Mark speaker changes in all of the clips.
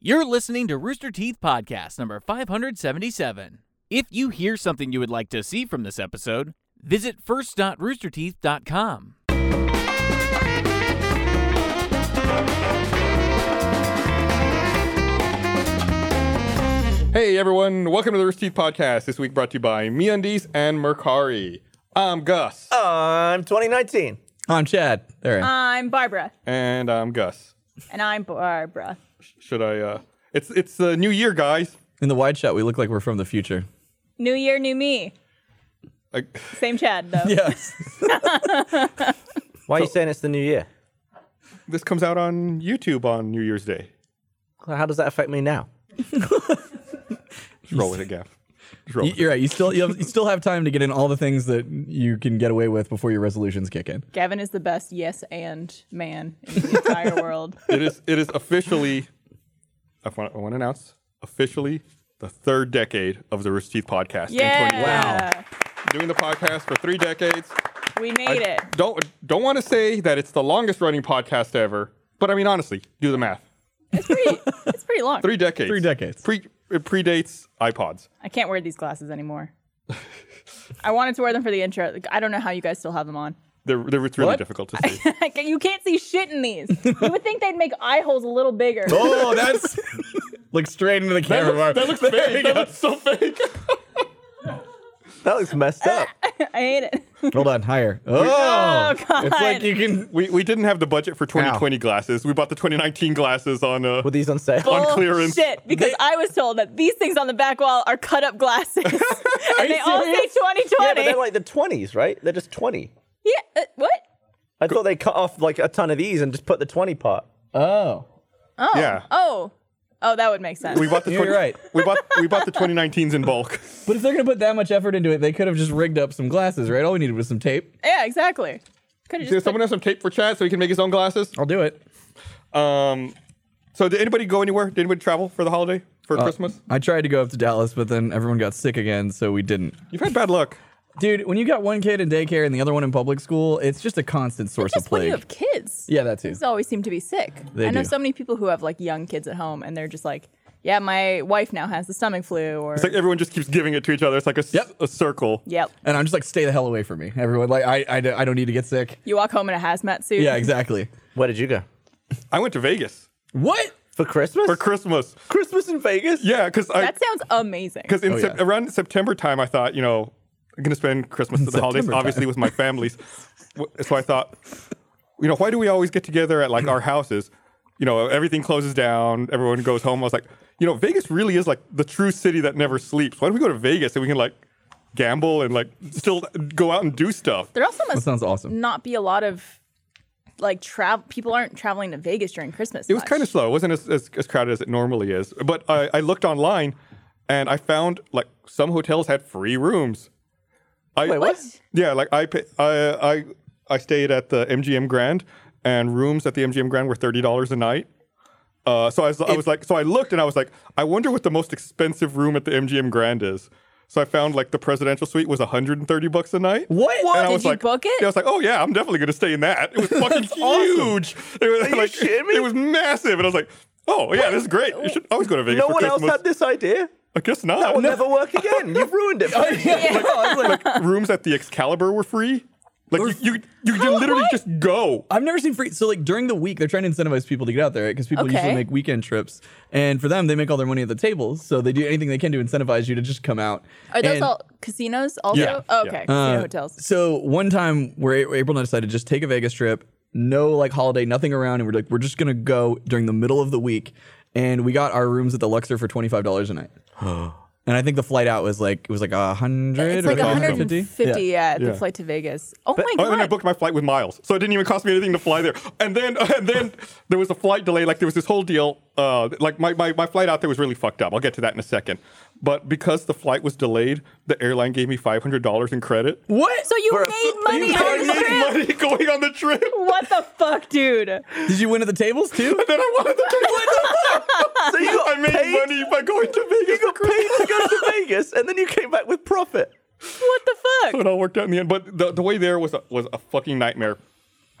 Speaker 1: You're listening to Rooster Teeth Podcast number 577. If you hear something you would like to see from this episode, visit first.roosterteeth.com.
Speaker 2: Hey everyone, welcome to the Rooster Teeth Podcast. This week brought to you by MeUndies and Mercari. I'm Gus.
Speaker 3: Oh.
Speaker 4: I'm 2019.
Speaker 5: I'm Chad. There.
Speaker 3: I'm Barbara.
Speaker 2: And I'm Gus.
Speaker 3: And I'm Barbara.
Speaker 2: Should I uh it's it's the new year, guys.
Speaker 5: In the wide shot, we look like we're from the future.
Speaker 3: New year, new me.
Speaker 2: Like
Speaker 3: Same Chad, though.
Speaker 5: Yes.
Speaker 4: Why are you saying it's the new year?
Speaker 2: this comes out on YouTube on New Year's Day.
Speaker 4: How does that affect me now?
Speaker 2: Just roll with it, Gaff. Just roll with
Speaker 5: You're right. You still you, have, you still have time to get in all the things that you can get away with before your resolutions kick in.
Speaker 3: Gavin is the best yes and man in the entire world.
Speaker 2: it. it is it is officially I want, I want to announce officially the third decade of the Rooster Teeth Podcast in 20
Speaker 3: Yeah.
Speaker 2: Doing the podcast for three decades.
Speaker 3: We made it.
Speaker 2: Don't don't want to say that it's the longest running podcast ever, but I mean honestly, do the math.
Speaker 3: It's pretty, it's pretty long.
Speaker 2: Three decades.
Speaker 5: Three decades.
Speaker 2: Pre it predates iPods.
Speaker 3: I can't wear these glasses anymore. I wanted to wear them for the intro. Like, I don't know how you guys still have them on.
Speaker 2: They're, they're it's really
Speaker 5: What?
Speaker 2: difficult to see.
Speaker 3: Like, you can't see shit in these. You would think they'd make eye holes a little bigger.
Speaker 5: Oh, that's look straight into the camera. That looks,
Speaker 2: fake. That looks so fake.
Speaker 4: That looks messed up.
Speaker 3: I hate it.
Speaker 5: Hold on, higher. Oh,
Speaker 3: God.
Speaker 5: it's like you can.
Speaker 2: We, we didn't have the budget for 2020 glasses. We bought the 2019 glasses on uh,
Speaker 4: Were these on sale?
Speaker 2: on clearance.
Speaker 3: Shit, because I was told that these things on the back wall are cut up glasses, and they all say 2020.
Speaker 4: yeah, but they're like the 20s, right? They're just 20.
Speaker 3: Yeah, uh, what?
Speaker 4: I thought they cut off like a ton of these and just put the 20 part.
Speaker 5: Oh,
Speaker 3: Oh.
Speaker 2: Yeah.
Speaker 3: Oh. Oh, that would make sense.
Speaker 2: We bought the
Speaker 5: You're
Speaker 2: 20
Speaker 5: right.
Speaker 2: We bought we bought the 2019s in bulk.
Speaker 5: but if they're gonna put that much effort into it, they could have just rigged up some glasses, right? All we needed was some tape.
Speaker 3: yeah, exactly. Could have
Speaker 2: Does
Speaker 3: just.
Speaker 2: someone have some tape for Chad so he can make his own glasses?
Speaker 5: I'll do it.
Speaker 2: Um, so did anybody go anywhere? Did anybody travel for the holiday
Speaker 5: Uh,
Speaker 2: for Christmas?
Speaker 5: I tried to go up to Dallas, but then everyone got sick again, so we didn't.
Speaker 2: You've had bad luck.
Speaker 5: Dude, when you got one kid in daycare and the other one in public school, it's just a constant source
Speaker 3: just
Speaker 5: of
Speaker 3: when
Speaker 5: plague.
Speaker 3: you have kids.
Speaker 5: Yeah, that too.
Speaker 3: Kids always seem to be sick.
Speaker 5: They
Speaker 3: I know
Speaker 5: do.
Speaker 3: so many people who have like young kids at home, and they're just like, "Yeah, my wife now has the stomach flu," or
Speaker 2: It's like everyone just keeps giving it to each other. It's like a, s-
Speaker 5: Yep.
Speaker 2: a circle.
Speaker 3: "Yep,
Speaker 5: And I'm just like, stay the hell away from me, everyone. Like, I, I, I don't need to get sick.
Speaker 3: you walk home in a hazmat suit."
Speaker 5: Yeah, exactly.
Speaker 4: Where did you go?
Speaker 2: I went to Vegas
Speaker 5: What?
Speaker 4: For Christmas?
Speaker 2: for Christmas.
Speaker 4: Christmas in Vegas?
Speaker 2: Yeah, because I
Speaker 3: That sounds amazing.
Speaker 2: because in
Speaker 5: Oh,
Speaker 2: Sep-
Speaker 5: yeah.
Speaker 2: around September time, I thought, you know, I'm gonna spend Christmas and the holidays,
Speaker 5: September time.
Speaker 2: obviously with my families. W- so I thought, you know, why do we always get together at like our houses? You know, everything closes down, everyone goes home. I was like, you know, Vegas really is like the true city that never sleeps. Why don't we go to Vegas and we can like gamble and like still go out and do stuff?
Speaker 3: There also
Speaker 5: That
Speaker 3: must
Speaker 5: sounds awesome.
Speaker 3: not be a lot of like travel. People aren't traveling to Vegas during Christmas.
Speaker 2: It was kind of slow. It wasn't as, as, as crowded as it normally is. But I, I looked online and I found like some hotels had free rooms. I,
Speaker 4: Wait, what?
Speaker 2: Yeah, like I, pay, I, I, I stayed at the MGM Grand and rooms at the MGM Grand were $30 a night. Uh, so I was, I was like, so I looked and I was like, I wonder what the most expensive room at the MGM Grand is. So I found like the presidential suite was 130 bucks a night.
Speaker 5: What? Uh,
Speaker 2: And I
Speaker 3: Did
Speaker 2: was
Speaker 3: you
Speaker 2: like,
Speaker 3: book it?
Speaker 2: Yeah, I was like, oh yeah, I'm definitely gonna stay in that. It was fucking huge. It was
Speaker 4: you
Speaker 2: like
Speaker 4: shitting me?
Speaker 2: it was massive, and I was like, oh yeah, this is great. You should always go to Vegas
Speaker 4: No
Speaker 2: for
Speaker 4: one else
Speaker 2: Christmas.
Speaker 4: had this idea.
Speaker 2: I guess not.
Speaker 4: That will never work again. You've ruined it.
Speaker 2: Oh,
Speaker 4: for me.
Speaker 2: like rooms at the Excalibur were free. Like you, you, you could literally just go.
Speaker 5: I've never seen free. So, like, during the week, they're trying to incentivize people to get out there because people
Speaker 3: Okay.
Speaker 5: usually make weekend trips. And for them, they make all their money at the tables. So, they do anything they can to incentivize you to just come out.
Speaker 3: Are those
Speaker 5: And-
Speaker 3: all casinos also?
Speaker 2: Yeah,
Speaker 3: Oh,
Speaker 2: yeah.
Speaker 3: okay, casino
Speaker 5: Uh,
Speaker 3: hotels.
Speaker 5: So one time where A- April and I decided to just take a Vegas trip, no like holiday, nothing around, and we're like, we're just gonna go during the middle of the week, and we got our rooms at the Luxor for twenty five dollars a night. And I think the flight out was like it was like a hundred.
Speaker 3: It's like
Speaker 5: or
Speaker 2: cost them.
Speaker 3: 150. Yeah, at
Speaker 2: Yeah.
Speaker 3: the flight to Vegas. Oh my
Speaker 2: Oh, and
Speaker 3: god.
Speaker 2: then I booked my flight with Miles, so it didn't even cost me anything to fly there. And then, and then there was a flight delay. Like there was this whole deal. Uh, like my, my my flight out there was really fucked up. I'll get to that in a second. But because the flight was delayed, the airline gave me five hundred dollars in credit.
Speaker 5: What?
Speaker 3: so you
Speaker 4: For-
Speaker 3: made money
Speaker 2: So I
Speaker 3: on the
Speaker 2: made
Speaker 3: trip.
Speaker 2: money going on the trip.
Speaker 3: What the fuck, dude?
Speaker 5: did you win at the tables too?
Speaker 2: Then I wanted to take
Speaker 4: so you got
Speaker 2: I made
Speaker 4: paid,
Speaker 2: money by going to Vegas.
Speaker 4: You got paid to go to Vegas and then you came back with profit.
Speaker 3: What the
Speaker 2: So
Speaker 3: fuck?
Speaker 2: it all worked out in the end. But the, the way there was a, was a fucking nightmare.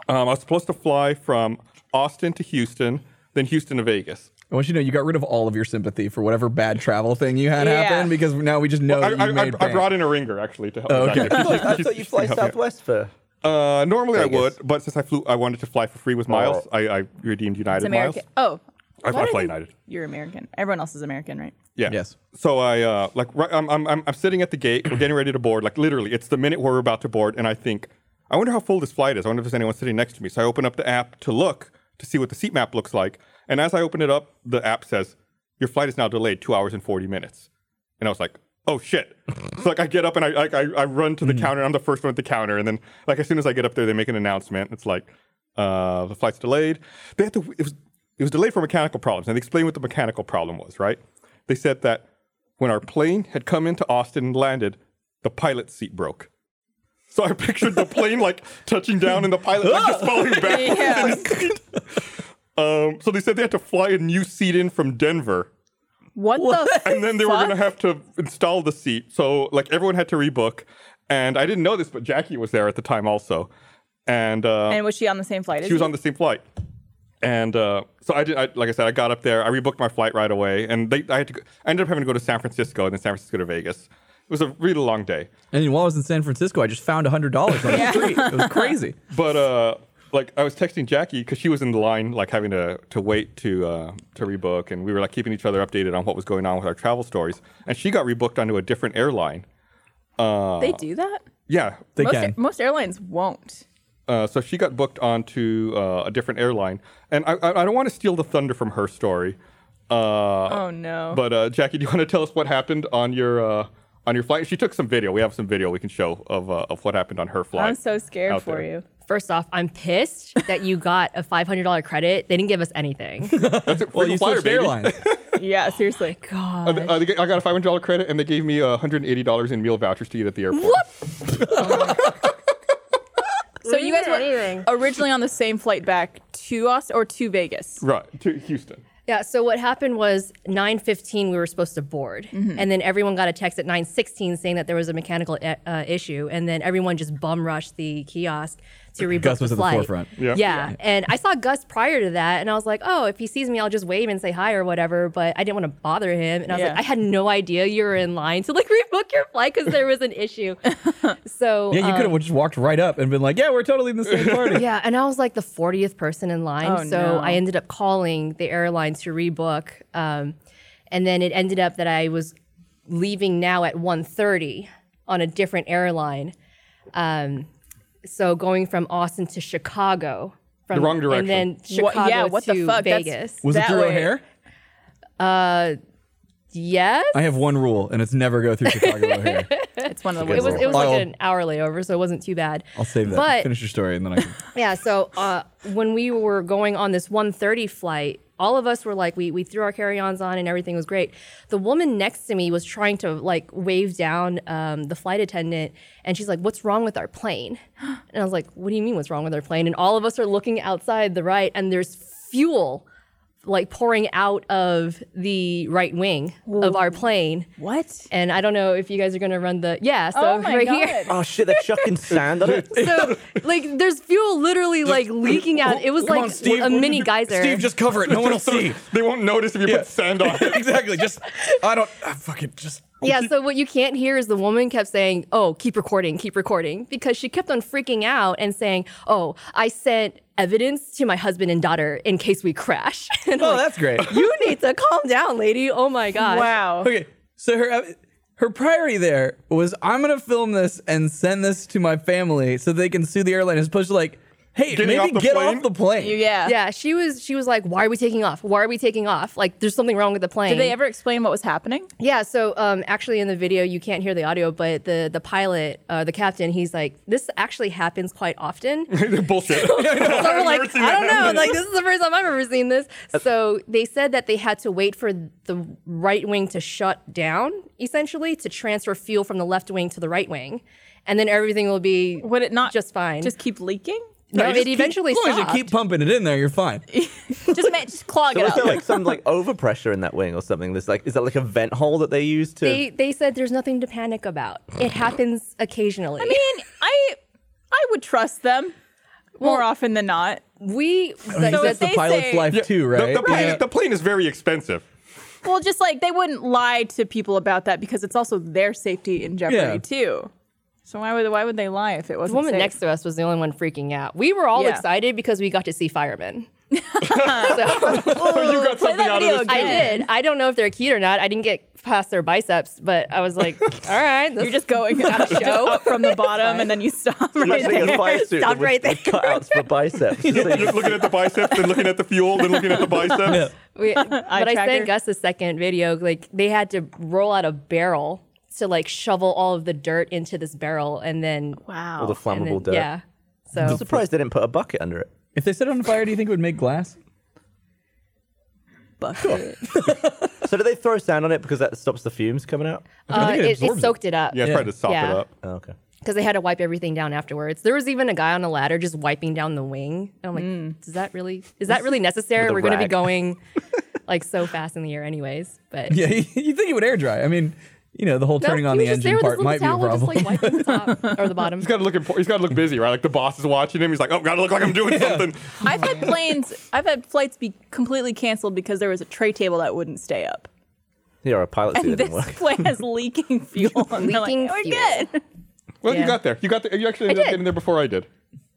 Speaker 2: Um, I was supposed to fly from Austin to Houston, then Houston to Vegas.
Speaker 5: I want you to know you got rid of all of your sympathy for whatever bad travel thing you had
Speaker 3: Yeah.
Speaker 5: happen because now we just know
Speaker 2: I,
Speaker 5: that Oh, you
Speaker 2: I, I,
Speaker 5: made
Speaker 2: I
Speaker 5: bank.
Speaker 2: brought in a ringer actually to help.
Speaker 5: Oh,
Speaker 2: me
Speaker 5: okay.
Speaker 2: back up.
Speaker 4: I thought- I thought you fly Southwest for.
Speaker 2: Uh, normally I would,
Speaker 4: Vegas.
Speaker 2: but since I flew, I wanted to fly for free
Speaker 5: Oh.
Speaker 2: with miles. I, I redeemed
Speaker 3: It's
Speaker 2: United miles.
Speaker 3: American. Oh.
Speaker 2: I- I
Speaker 3: Why did
Speaker 2: fly
Speaker 3: think
Speaker 2: United.
Speaker 3: You're American. Everyone else is American, right?
Speaker 2: Yeah.
Speaker 5: Yes.
Speaker 2: So I uh, like right, I'm, I'm I'm I'm sitting at the gate. We're getting ready to board. Like literally, it's the minute where we're about to board, and I think, I wonder how full this flight is. I wonder if there's anyone sitting next to me. So I open up the app to look to see what the seat map looks like. And as I open it up, the app says your flight is now delayed two hours and forty minutes. And I was like, oh shit. so like I get up and I like I, I run to the counter. I'm the first one at the counter, and then like as soon as I get up there, they make an announcement. It's like uh, the flight's delayed. They had to. It was it was delayed for mechanical problems, and they explained what the mechanical problem was. Right? They said that when our plane had come into Austin and landed, the pilot seat broke. So I pictured the plane like touching down and the pilot like, just falling back.
Speaker 3: Yeah.
Speaker 2: Um, so they said they had to fly a new seat in from Denver
Speaker 3: What, the?
Speaker 2: and then they were
Speaker 3: fuck?
Speaker 2: going to have to install the seat. So like everyone had to rebook. And I didn't know this, but Jackie was there at the time also. And, uh,
Speaker 3: And was she on the same flight? as
Speaker 2: she was
Speaker 3: you?
Speaker 2: on the same flight. And uh, so I did. I, like I said, I got up there. I rebooked my flight right away, and they, I had to. Go, I ended up having to go to San Francisco and then San Francisco to Vegas. It was a really long day.
Speaker 5: And then while I was in San Francisco, I just found hundred dollars on the street. It was crazy.
Speaker 2: But uh, like I was texting Jackie because she was in the line, like having to to wait to uh, to rebook, and we were like keeping each other updated on what was going on with our travel stories. And she got rebooked onto a different airline. Uh,
Speaker 3: They do that.
Speaker 2: Yeah,
Speaker 5: They
Speaker 3: Most,
Speaker 5: can.
Speaker 3: most airlines won't.
Speaker 2: Uh, so she got booked onto uh, a different airline, and I, I I don't want to steal the thunder from her story. Uh,
Speaker 3: Oh no.
Speaker 2: But uh, Jackie, do you want to tell us what happened on your uh, on your flight? She took some video. We have some video we can show of uh, of what happened on her flight.
Speaker 3: I'm so scared
Speaker 2: out
Speaker 3: for
Speaker 2: there.
Speaker 3: you.
Speaker 6: First off, I'm pissed that you got a $500 credit. They didn't give us anything.
Speaker 2: That's it.
Speaker 5: Well,
Speaker 2: freaking
Speaker 5: you
Speaker 2: flyer,
Speaker 5: switched
Speaker 2: baby.
Speaker 5: airlines.
Speaker 3: Yeah, seriously.
Speaker 2: Uh, th- uh, they g- I got a five hundred dollar credit, and they gave me uh, hundred and eighty dollars in meal vouchers to eat at the airport.
Speaker 3: So you guys were
Speaker 6: Anything.
Speaker 3: originally on the same flight back to us or to Vegas.
Speaker 2: Right to Houston.
Speaker 6: Yeah. So what happened was 9:15 we were supposed to board,
Speaker 3: Mm-hmm.
Speaker 6: and then everyone got a text at 9:16 saying that there was a mechanical uh, uh, issue, and then everyone just bum rushed the kiosk to rebook
Speaker 5: Gus was
Speaker 6: the
Speaker 5: at the
Speaker 6: flight.
Speaker 5: forefront.
Speaker 2: Yeah.
Speaker 6: Yeah. And I saw Gus prior to that, and I was like, oh, if he sees me, I'll just wave and say hi or whatever. But I didn't want to bother him, and I was
Speaker 3: Yeah.
Speaker 6: like, I had no idea you were in line to like rebook your flight because there was an issue. so
Speaker 5: Yeah, you could
Speaker 3: Um,
Speaker 5: have just walked right up and been like, "Yeah, we're totally in the same party."
Speaker 6: yeah, and I was like the 40th person in line.
Speaker 3: Oh,
Speaker 6: so
Speaker 3: no.
Speaker 6: I ended up calling the airline to rebook. Um, and then it ended up that I was leaving now at 1.30 on a different airline. Um, so going from Austin to Chicago. From,
Speaker 2: The wrong direction.
Speaker 6: And then
Speaker 3: Wha-
Speaker 6: Chicago
Speaker 3: yeah, what
Speaker 6: to
Speaker 3: the fuck? That's-
Speaker 6: Vegas.
Speaker 5: Was it
Speaker 3: That
Speaker 5: through
Speaker 3: way-
Speaker 5: O'Hare?
Speaker 6: yes.
Speaker 5: I have one rule, and it's never go through Chicago O'Hare.
Speaker 3: It's one of the
Speaker 6: It was,
Speaker 3: worst.
Speaker 6: it was like
Speaker 5: I'll-
Speaker 6: an hour layover, so it wasn't too bad.
Speaker 5: I'll save that.
Speaker 6: But
Speaker 5: Finish your story, and then I can.
Speaker 6: Yeah, so uh, when we were going on this 1:30 flight, all of us were like, we, we threw our carry-ons on and everything was great. The woman next to me was trying to like wave down um, the flight attendant, and she's like, "What's wrong with our plane?" And I was like, "What do you mean, what's wrong with our plane?" And all of us are looking outside the right, and there's fuel like pouring out of the right wing of our plane.
Speaker 3: what?
Speaker 6: Oh. And I don't know if you guys are gonna run the yeah. So
Speaker 3: Oh my
Speaker 6: right
Speaker 3: god.
Speaker 6: here.
Speaker 4: Oh shit! They're chucking sand on it.
Speaker 6: So like there's fuel literally like leaking out. It was
Speaker 5: Come
Speaker 6: like
Speaker 5: on, Steve.
Speaker 6: a mini geyser.
Speaker 5: Steve, just cover it. No one will see.
Speaker 2: They won't notice if you
Speaker 5: Yeah.
Speaker 2: put sand on it.
Speaker 5: exactly. Just I don't. I fucking just.
Speaker 6: yeah, so what you can't hear is the woman kept saying, "Oh, keep recording, keep recording," because she kept on freaking out and saying, "Oh, I sent evidence to my husband and daughter in case we crash." And I'm
Speaker 5: Oh,
Speaker 6: like,
Speaker 5: that's great.
Speaker 6: You need to calm down, lady. Oh my god.
Speaker 3: Wow.
Speaker 5: Okay, so her her priority there was I'm gonna film this and send this to my family so they can sue the airline as opposed to like, hey,
Speaker 2: Getting
Speaker 5: maybe
Speaker 2: off the
Speaker 5: get
Speaker 2: plane?
Speaker 5: off the plane.
Speaker 3: Yeah.
Speaker 6: Yeah, she was she was like, "Why are we taking off? Why are we taking off? Like there's something wrong with the plane."
Speaker 3: Did they ever explain what was happening?
Speaker 6: Yeah, so um, actually in the video you can't hear the audio, but the the pilot, uh, the captain, he's like, "This actually happens quite often." so
Speaker 2: Bullshit.
Speaker 6: we're
Speaker 2: never
Speaker 6: like,
Speaker 2: seen
Speaker 6: "I don't
Speaker 2: that
Speaker 6: know, like this is the first time I've ever seen this." So they said that they had to wait for the right wing to shut down, essentially, to transfer fuel from the left wing to the right wing, and then everything will be
Speaker 3: Would it not
Speaker 6: just fine.
Speaker 3: Just keep leaking?
Speaker 6: no,
Speaker 5: Just
Speaker 6: it
Speaker 5: keep-
Speaker 6: eventually
Speaker 5: as long
Speaker 6: stopped.
Speaker 5: as you keep pumping it in there, you're fine.
Speaker 3: just ma- just clog
Speaker 4: So
Speaker 3: it
Speaker 4: is there
Speaker 3: up.
Speaker 4: like some like overpressure in that wing or something? There's like is that like a vent hole that they use to?
Speaker 6: they they said there's nothing to panic about. It happens occasionally.
Speaker 3: I mean, I I would trust them. more often than not.
Speaker 6: We like,
Speaker 3: So
Speaker 6: that
Speaker 3: if
Speaker 5: that's the
Speaker 3: they
Speaker 5: pilot's
Speaker 3: say-
Speaker 5: life
Speaker 2: Yeah,
Speaker 5: too,
Speaker 2: the-
Speaker 5: right?
Speaker 2: The, plane,
Speaker 5: Yeah.
Speaker 2: the plane is very expensive.
Speaker 3: Well, just like they wouldn't lie to people about that because it's also their safety in jeopardy
Speaker 5: Yeah.
Speaker 3: too. So why would why would they lie if it
Speaker 6: the
Speaker 3: wasn't?
Speaker 6: woman
Speaker 3: safe?
Speaker 6: next to us was the only one freaking out. We were all
Speaker 3: Yeah.
Speaker 6: excited because we got to see firemen. so,
Speaker 2: you got
Speaker 3: Oh, play
Speaker 2: something
Speaker 3: that
Speaker 2: out of
Speaker 3: video
Speaker 2: this.
Speaker 3: again.
Speaker 6: I did. I don't know if they're cute or not. I didn't get past their biceps, but I was like, all right. This
Speaker 3: You're just going out of show up from the bottom and then you stop right
Speaker 4: Imagine
Speaker 3: there.
Speaker 4: a fire suit
Speaker 6: Stop
Speaker 4: with-
Speaker 6: right there.
Speaker 4: with cutouts for biceps.
Speaker 2: You're just looking at the biceps, then looking at the fuel, then looking at the biceps.
Speaker 6: We, but I
Speaker 3: tracker.
Speaker 6: sent Gus the second video. Like they had to roll out a barrel to like shovel all of the dirt into this barrel, and then
Speaker 3: Wow.
Speaker 4: All the
Speaker 6: and
Speaker 4: flammable
Speaker 6: then-
Speaker 4: dirt.
Speaker 6: Yeah.
Speaker 4: I'm
Speaker 6: So
Speaker 4: surprised they didn't put a bucket under it.
Speaker 5: If they set it on fire, do you think it would make glass?
Speaker 3: bucket.
Speaker 4: So do they throw sand on it because that stops the fumes coming out?
Speaker 6: uh,
Speaker 5: think it
Speaker 6: it, it
Speaker 5: absorbs it.
Speaker 6: soaked it up
Speaker 2: Yeah,
Speaker 6: because
Speaker 2: it's
Speaker 5: Yeah.
Speaker 2: probably to sop it
Speaker 6: Yeah.
Speaker 2: up.
Speaker 4: Oh, okay.
Speaker 6: they had to wipe everything down afterwards. There was even a guy on a ladder just wiping down the wing, and I'm like,
Speaker 3: Mm.
Speaker 6: "Does that really? Is that really necessary?
Speaker 4: With a
Speaker 6: We're going to be
Speaker 4: rag.
Speaker 6: going like so fast in the air, anyways." But
Speaker 5: Yeah, you think it would air dry. I mean, you know, the whole
Speaker 6: No,
Speaker 5: turning
Speaker 6: he
Speaker 5: on
Speaker 6: was
Speaker 5: the
Speaker 6: just there
Speaker 5: engine
Speaker 6: with his
Speaker 5: part
Speaker 6: little
Speaker 5: might be a
Speaker 6: towel,
Speaker 5: problem.
Speaker 6: Just like wiping the top or the bottom.
Speaker 2: He's got to look. Impo- he's got to look busy, right? Like the boss is watching him. He's like, "Oh, gotta look like I'm doing something."
Speaker 3: I've had planes I've had flights be completely canceled because there was a tray table that wouldn't stay up.
Speaker 4: Yeah, or a pilot suit
Speaker 3: And
Speaker 4: didn't
Speaker 3: this
Speaker 4: work.
Speaker 3: plane has leaking fuel. And they're
Speaker 6: Leaking
Speaker 3: like,
Speaker 6: fuel.
Speaker 3: We're good.
Speaker 2: Well, you
Speaker 6: Yeah.
Speaker 2: got there. You got there. You actually ended up
Speaker 6: did.
Speaker 2: getting there before I did.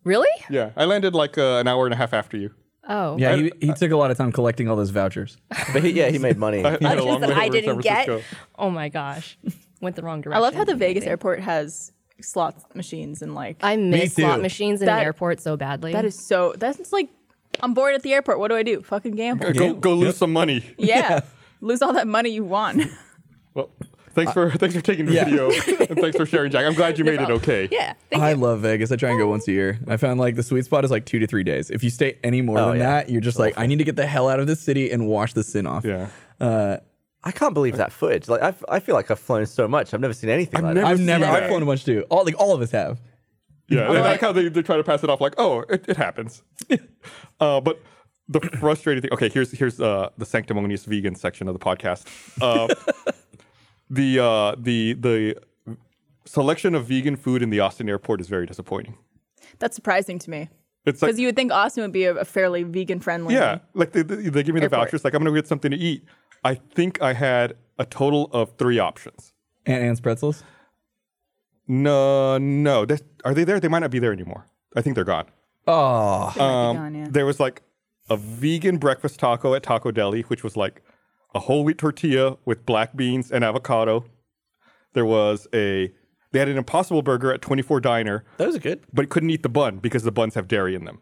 Speaker 6: Really?
Speaker 2: Yeah, I landed like uh, an hour and a half after you.
Speaker 6: Oh.
Speaker 5: yeah, he, he took a lot of time collecting all those vouchers.
Speaker 4: But he, yeah, he made money.
Speaker 2: I, had a long
Speaker 6: that
Speaker 2: way
Speaker 6: I
Speaker 2: over to San
Speaker 6: didn't get.
Speaker 2: Francisco.
Speaker 6: Oh my gosh, went the wrong direction.
Speaker 3: I love how the Vegas airport has slot machines and like
Speaker 6: I miss slot
Speaker 5: too.
Speaker 6: machines in
Speaker 3: That-
Speaker 6: an airport so badly.
Speaker 3: that is so that's like I'm bored at the airport. What do I do? Fucking gamble.
Speaker 2: Go, go lose some money.
Speaker 3: Yeah. Lose all that money you won.
Speaker 2: Well, thanks for thanks for taking the
Speaker 5: Yeah.
Speaker 2: video and thanks for sharing, Jack. I'm glad you made it okay.
Speaker 6: yeah. Thank
Speaker 5: I
Speaker 6: you.
Speaker 5: love Vegas. I try and go once a year. I found like the sweet spot is like two to three days. If you stay any more
Speaker 4: Oh,
Speaker 5: than
Speaker 4: yeah.
Speaker 5: that, you're just like, I need to get the hell out of this city and wash the sin off. Uh,
Speaker 2: Yeah.
Speaker 4: I can't believe that footage. Like, I've, I feel like I've flown so much. I've never seen anything like
Speaker 5: I've
Speaker 4: that.
Speaker 5: never.
Speaker 2: seen
Speaker 5: I've
Speaker 2: that.
Speaker 5: flown a bunch too. All like all of us have.
Speaker 2: Yeah, I like how they, they try to pass it off like, oh, it, it happens. uh, but the frustrating thing. Okay, here's here's uh, the sanctimonious vegan section of the podcast. Uh, the uh, the the selection of vegan food in the Austin airport is very disappointing.
Speaker 3: That's surprising to me.
Speaker 2: It's like
Speaker 3: Because you would think Austin would be a, a fairly vegan friendly.
Speaker 2: yeah, like they, they, they give me the
Speaker 3: Airport.
Speaker 2: vouchers. Like I'm gonna get something to eat. I think I had a total of three options.
Speaker 5: Aunt Anne's pretzels.
Speaker 2: No, no, that's- are they there? They might not be there anymore. I think they're gone.
Speaker 5: Oh,
Speaker 3: gone, yeah.
Speaker 2: Um, there was like a vegan breakfast taco at Taco Deli, which was like a whole wheat tortilla with black beans and avocado. There was a they had an impossible burger at 24 Diner,
Speaker 4: Those are good.
Speaker 2: but couldn't eat the bun because the buns have dairy in them.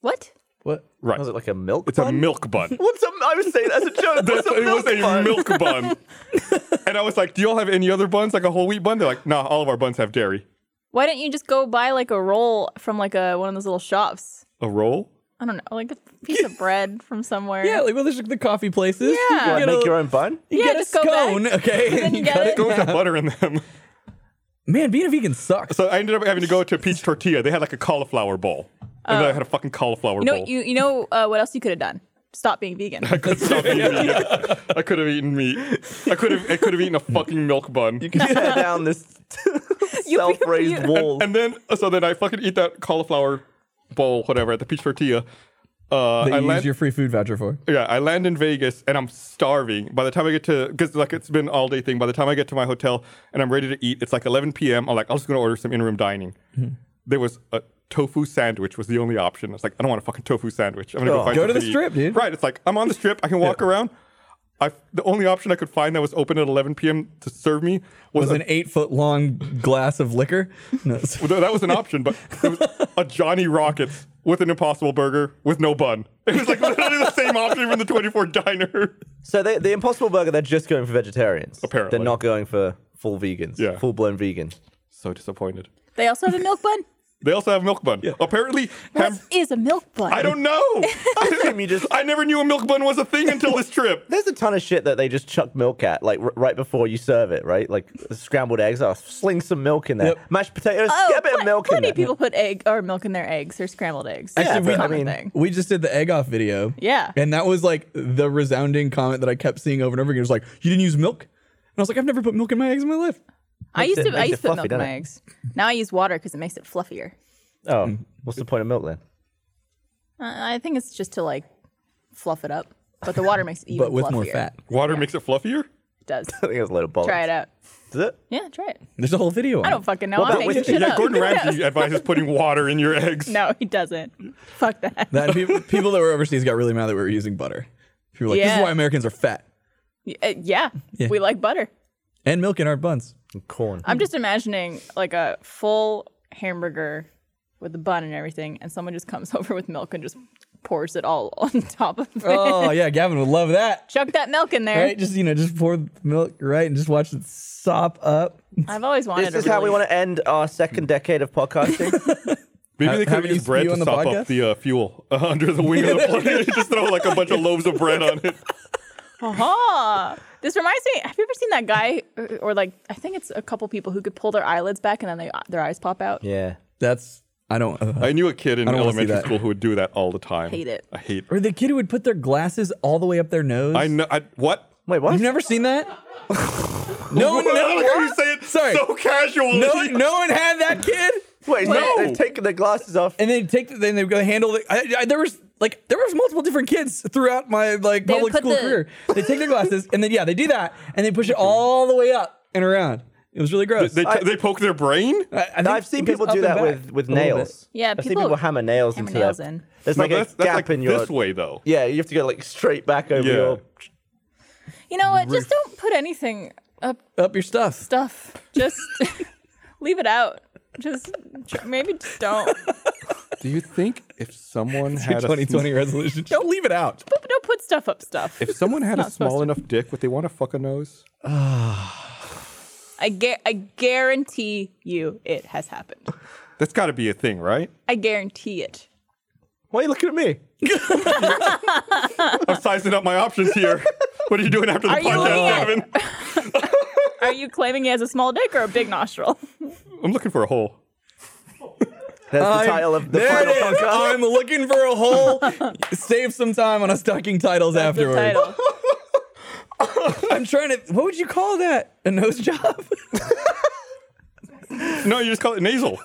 Speaker 3: What?
Speaker 4: What?
Speaker 2: Right.
Speaker 4: Was it like a milk?
Speaker 2: It's a
Speaker 4: bun?
Speaker 2: milk bun.
Speaker 4: What's a? I was saying that's a joke.
Speaker 2: That's-
Speaker 4: What's a
Speaker 2: it was
Speaker 4: milk
Speaker 2: a
Speaker 4: bun?
Speaker 2: milk bun. and I was like, Do y'all have any other buns, like a whole wheat bun? They're like, Nah, all of our buns have dairy.
Speaker 3: Why don't you just go buy like a roll from like a one of those little shops?
Speaker 2: A roll?
Speaker 3: I don't know, like a piece of bread from somewhere.
Speaker 5: yeah. Like well, there's like the coffee places.
Speaker 3: Yeah.
Speaker 5: You
Speaker 4: Like,
Speaker 5: get
Speaker 4: make
Speaker 5: a,
Speaker 4: your own bun.
Speaker 5: you
Speaker 3: Yeah,
Speaker 5: get a
Speaker 3: just go back,
Speaker 5: scone. okay.
Speaker 3: and then you get
Speaker 5: gotta-
Speaker 3: it.
Speaker 2: Don't have butter in them.
Speaker 5: Man, being a vegan sucks.
Speaker 2: So I ended up having to go to a peach tortilla. They had like a cauliflower bowl. And then I had a fucking cauliflower
Speaker 3: You know,
Speaker 2: bowl.
Speaker 3: you you know uh, what else you could have done? Stop being vegan.
Speaker 2: Stop eating meat. I could have eaten meat. I could have. I could have eaten a fucking milk bun.
Speaker 4: You can tear down this self-raised wall.
Speaker 2: and then, so then I fucking eat that cauliflower bowl, whatever, at the peach tortilla. Uh,
Speaker 5: that
Speaker 2: I
Speaker 5: you use
Speaker 2: land,
Speaker 5: your free food voucher for.
Speaker 2: yeah, I land in Vegas and I'm starving. By the time I get to, because like it's been all day thing. By the time I get to my hotel and I'm ready to eat, it's like 11 p.m. I'm like, I'm just gonna order some in-room dining.
Speaker 5: Mm-hmm.
Speaker 2: There was a tofu sandwich was the only option. I was like, I don't want a fucking tofu sandwich. I'm gonna go
Speaker 4: Oh.
Speaker 2: find
Speaker 5: Go to the
Speaker 2: something eat.
Speaker 5: strip, dude.
Speaker 2: Right. It's like I'm on the strip. I can walk around. I the only option I could find that was open at 11 p.m. to serve me was,
Speaker 5: Was
Speaker 2: a-
Speaker 5: an eight foot long glass of liquor. No, so-
Speaker 2: well, that was an option, but it was a Johnny Rockets with an Impossible Burger with no bun. It was like literally the same option from the 24 Diner.
Speaker 4: So they, the Impossible Burger, they're just going for vegetarians.
Speaker 2: Apparently.
Speaker 4: they're not going for full vegans.
Speaker 2: Yeah.
Speaker 4: full-blown vegan.
Speaker 2: So disappointed.
Speaker 3: they also have a milk bun.
Speaker 2: They also have milk bun. Apparently,
Speaker 3: What
Speaker 2: ham-
Speaker 3: is a milk bun?
Speaker 2: I don't know.
Speaker 4: You just
Speaker 2: I never knew a milk bun was a thing until this trip.
Speaker 4: There's a ton of shit that they just chuck milk at, like r- right before you serve it, right? Like scrambled eggs, oh, sling some milk in there.
Speaker 5: Yep.
Speaker 4: Mashed potatoes,
Speaker 3: Oh,
Speaker 4: get a bit
Speaker 3: pl-
Speaker 4: of milk in
Speaker 3: plenty
Speaker 4: there.
Speaker 3: of people put egg or milk in their eggs or scrambled eggs.
Speaker 4: Actually,
Speaker 3: That's a
Speaker 4: we- I
Speaker 3: common
Speaker 4: mean-
Speaker 3: thing.
Speaker 5: We just did the egg off video.
Speaker 3: Yeah.
Speaker 5: And that was like the resounding comment that I kept seeing over and over again. It was like, you didn't use milk? And I was like, I've never put milk in my eggs in my life.
Speaker 3: I used
Speaker 4: it-
Speaker 3: to I
Speaker 4: makes
Speaker 3: used
Speaker 4: it
Speaker 3: to put
Speaker 4: fluffy,
Speaker 3: milk in
Speaker 4: doesn't
Speaker 3: my
Speaker 4: it?
Speaker 3: eggs. Now I use water because it makes it fluffier.
Speaker 4: Oh, what's the point of milk then?
Speaker 3: Uh, I think it's just to like fluff it up, but the water makes it even
Speaker 5: but with more
Speaker 3: fluffier.
Speaker 5: fat.
Speaker 2: Water makes it fluffier.
Speaker 3: It does.
Speaker 4: I think it's a load of bollocks.
Speaker 3: try it out.
Speaker 4: Is it?
Speaker 3: Yeah, try it.
Speaker 5: There's a whole video. On
Speaker 3: I don't fucking know. I'm
Speaker 4: about
Speaker 3: making
Speaker 4: with-
Speaker 3: shit
Speaker 2: yeah,
Speaker 3: up.
Speaker 2: Gordon Ramsay advises putting water in your eggs.
Speaker 3: no, he doesn't. Fuck that.
Speaker 5: That people, people that were overseas got really mad that we were using butter. People were like, this
Speaker 3: Yeah.
Speaker 5: is why Americans are fat
Speaker 3: Y- uh, yeah, we like butter.
Speaker 5: and milk in our buns.
Speaker 4: Corn.
Speaker 3: I'm just imagining like a full hamburger with the bun and everything, and someone just comes over with milk and just pours it all on top of it.
Speaker 5: Oh yeah, Gavin would love that.
Speaker 3: Chuck that milk in there.
Speaker 5: Right? Just you know, just pour the milk right and just watch it sop up.
Speaker 3: I've always wanted.
Speaker 4: This
Speaker 3: a
Speaker 4: is how we
Speaker 3: really-
Speaker 4: want to end our second decade of podcasting.
Speaker 2: Maybe they
Speaker 5: Ha-
Speaker 2: could
Speaker 5: haven't
Speaker 2: use
Speaker 5: you
Speaker 2: bread
Speaker 5: spew
Speaker 2: to
Speaker 5: on the
Speaker 2: sop
Speaker 5: podcast?
Speaker 2: up the uh, fuel uh, under the wing of the plane. Just throw like a bunch of loaves of bread on it.
Speaker 3: Aha! This reminds me. Have you ever seen that guy, uh, or like I think it's a couple people who could pull their eyelids back and then they their eyes pop out.
Speaker 4: yeah.
Speaker 5: That's I don't.
Speaker 2: I knew a kid in
Speaker 5: I don't wanna see
Speaker 2: elementary
Speaker 5: that.
Speaker 2: school who would do that all the time.
Speaker 3: Hate it.
Speaker 2: I hate.
Speaker 5: or the kid who would put their glasses all the way up their nose.
Speaker 2: I know. I, what? Oh,
Speaker 4: Wait, what?
Speaker 5: You've never seen that? no, one-
Speaker 2: I like how
Speaker 5: no,
Speaker 2: you say it
Speaker 5: Sorry.
Speaker 2: so casually.
Speaker 5: no, one- no one had that kid.
Speaker 4: Wait, so
Speaker 2: No.
Speaker 4: they've taken their glasses off.
Speaker 5: And then take the, then they go handle. The, I, I, there was like there was multiple different kids throughout my like
Speaker 6: They
Speaker 5: public
Speaker 6: put
Speaker 5: school
Speaker 6: the-
Speaker 5: career. They take their glasses and then yeah, they do that and they push it all the way up and around. It was really gross.
Speaker 2: They,
Speaker 4: I-
Speaker 2: they poke their brain.
Speaker 5: I- I think
Speaker 4: I've seen
Speaker 5: it goes
Speaker 4: people
Speaker 5: up
Speaker 4: do
Speaker 5: and
Speaker 4: that
Speaker 5: back
Speaker 4: with, with
Speaker 5: a little
Speaker 4: nails.
Speaker 3: Yeah,
Speaker 4: I've seen
Speaker 3: people
Speaker 4: people hammer nails
Speaker 3: hammer
Speaker 4: into
Speaker 3: nails
Speaker 4: that.
Speaker 3: in.
Speaker 4: There's
Speaker 2: No,
Speaker 4: like
Speaker 2: that's,
Speaker 4: a
Speaker 2: that's
Speaker 4: gap
Speaker 2: like
Speaker 4: in your.
Speaker 2: this way though.
Speaker 4: Yeah, you have to go like straight back over
Speaker 2: Yeah.
Speaker 4: your.
Speaker 3: You know what? Just don't put anything up
Speaker 5: bit. Up your stuff.
Speaker 3: stuff. Just leave it out. Just tr- maybe just don't.
Speaker 2: Do you think if someone had
Speaker 5: Twenty twenty resolution. Don't leave it out.
Speaker 3: But don't put stuff up stuff.
Speaker 2: if someone had a
Speaker 3: not supposed
Speaker 2: small
Speaker 3: to.
Speaker 2: enough dick, would they want to fuck a nose?
Speaker 3: I gu- I guarantee you it has happened.
Speaker 2: That's got to be a thing, right?
Speaker 3: I guarantee it.
Speaker 4: Why are you looking at me?
Speaker 2: I'm sizing up my options here. What are you doing after the
Speaker 3: Are you
Speaker 2: podcast,
Speaker 3: looking at-
Speaker 2: Gavin?
Speaker 3: Are you claiming he has a small dick or a big nostril?
Speaker 2: I'm looking for a hole.
Speaker 4: That's the title of the
Speaker 5: there
Speaker 4: final
Speaker 5: it is.
Speaker 4: podcast.
Speaker 5: I'm looking for a hole. Save some time on us ducking titles
Speaker 3: That's the
Speaker 5: afterwards.
Speaker 3: title.
Speaker 5: I'm trying to. What would you call that? A nose job?
Speaker 2: No, you just call it nasal.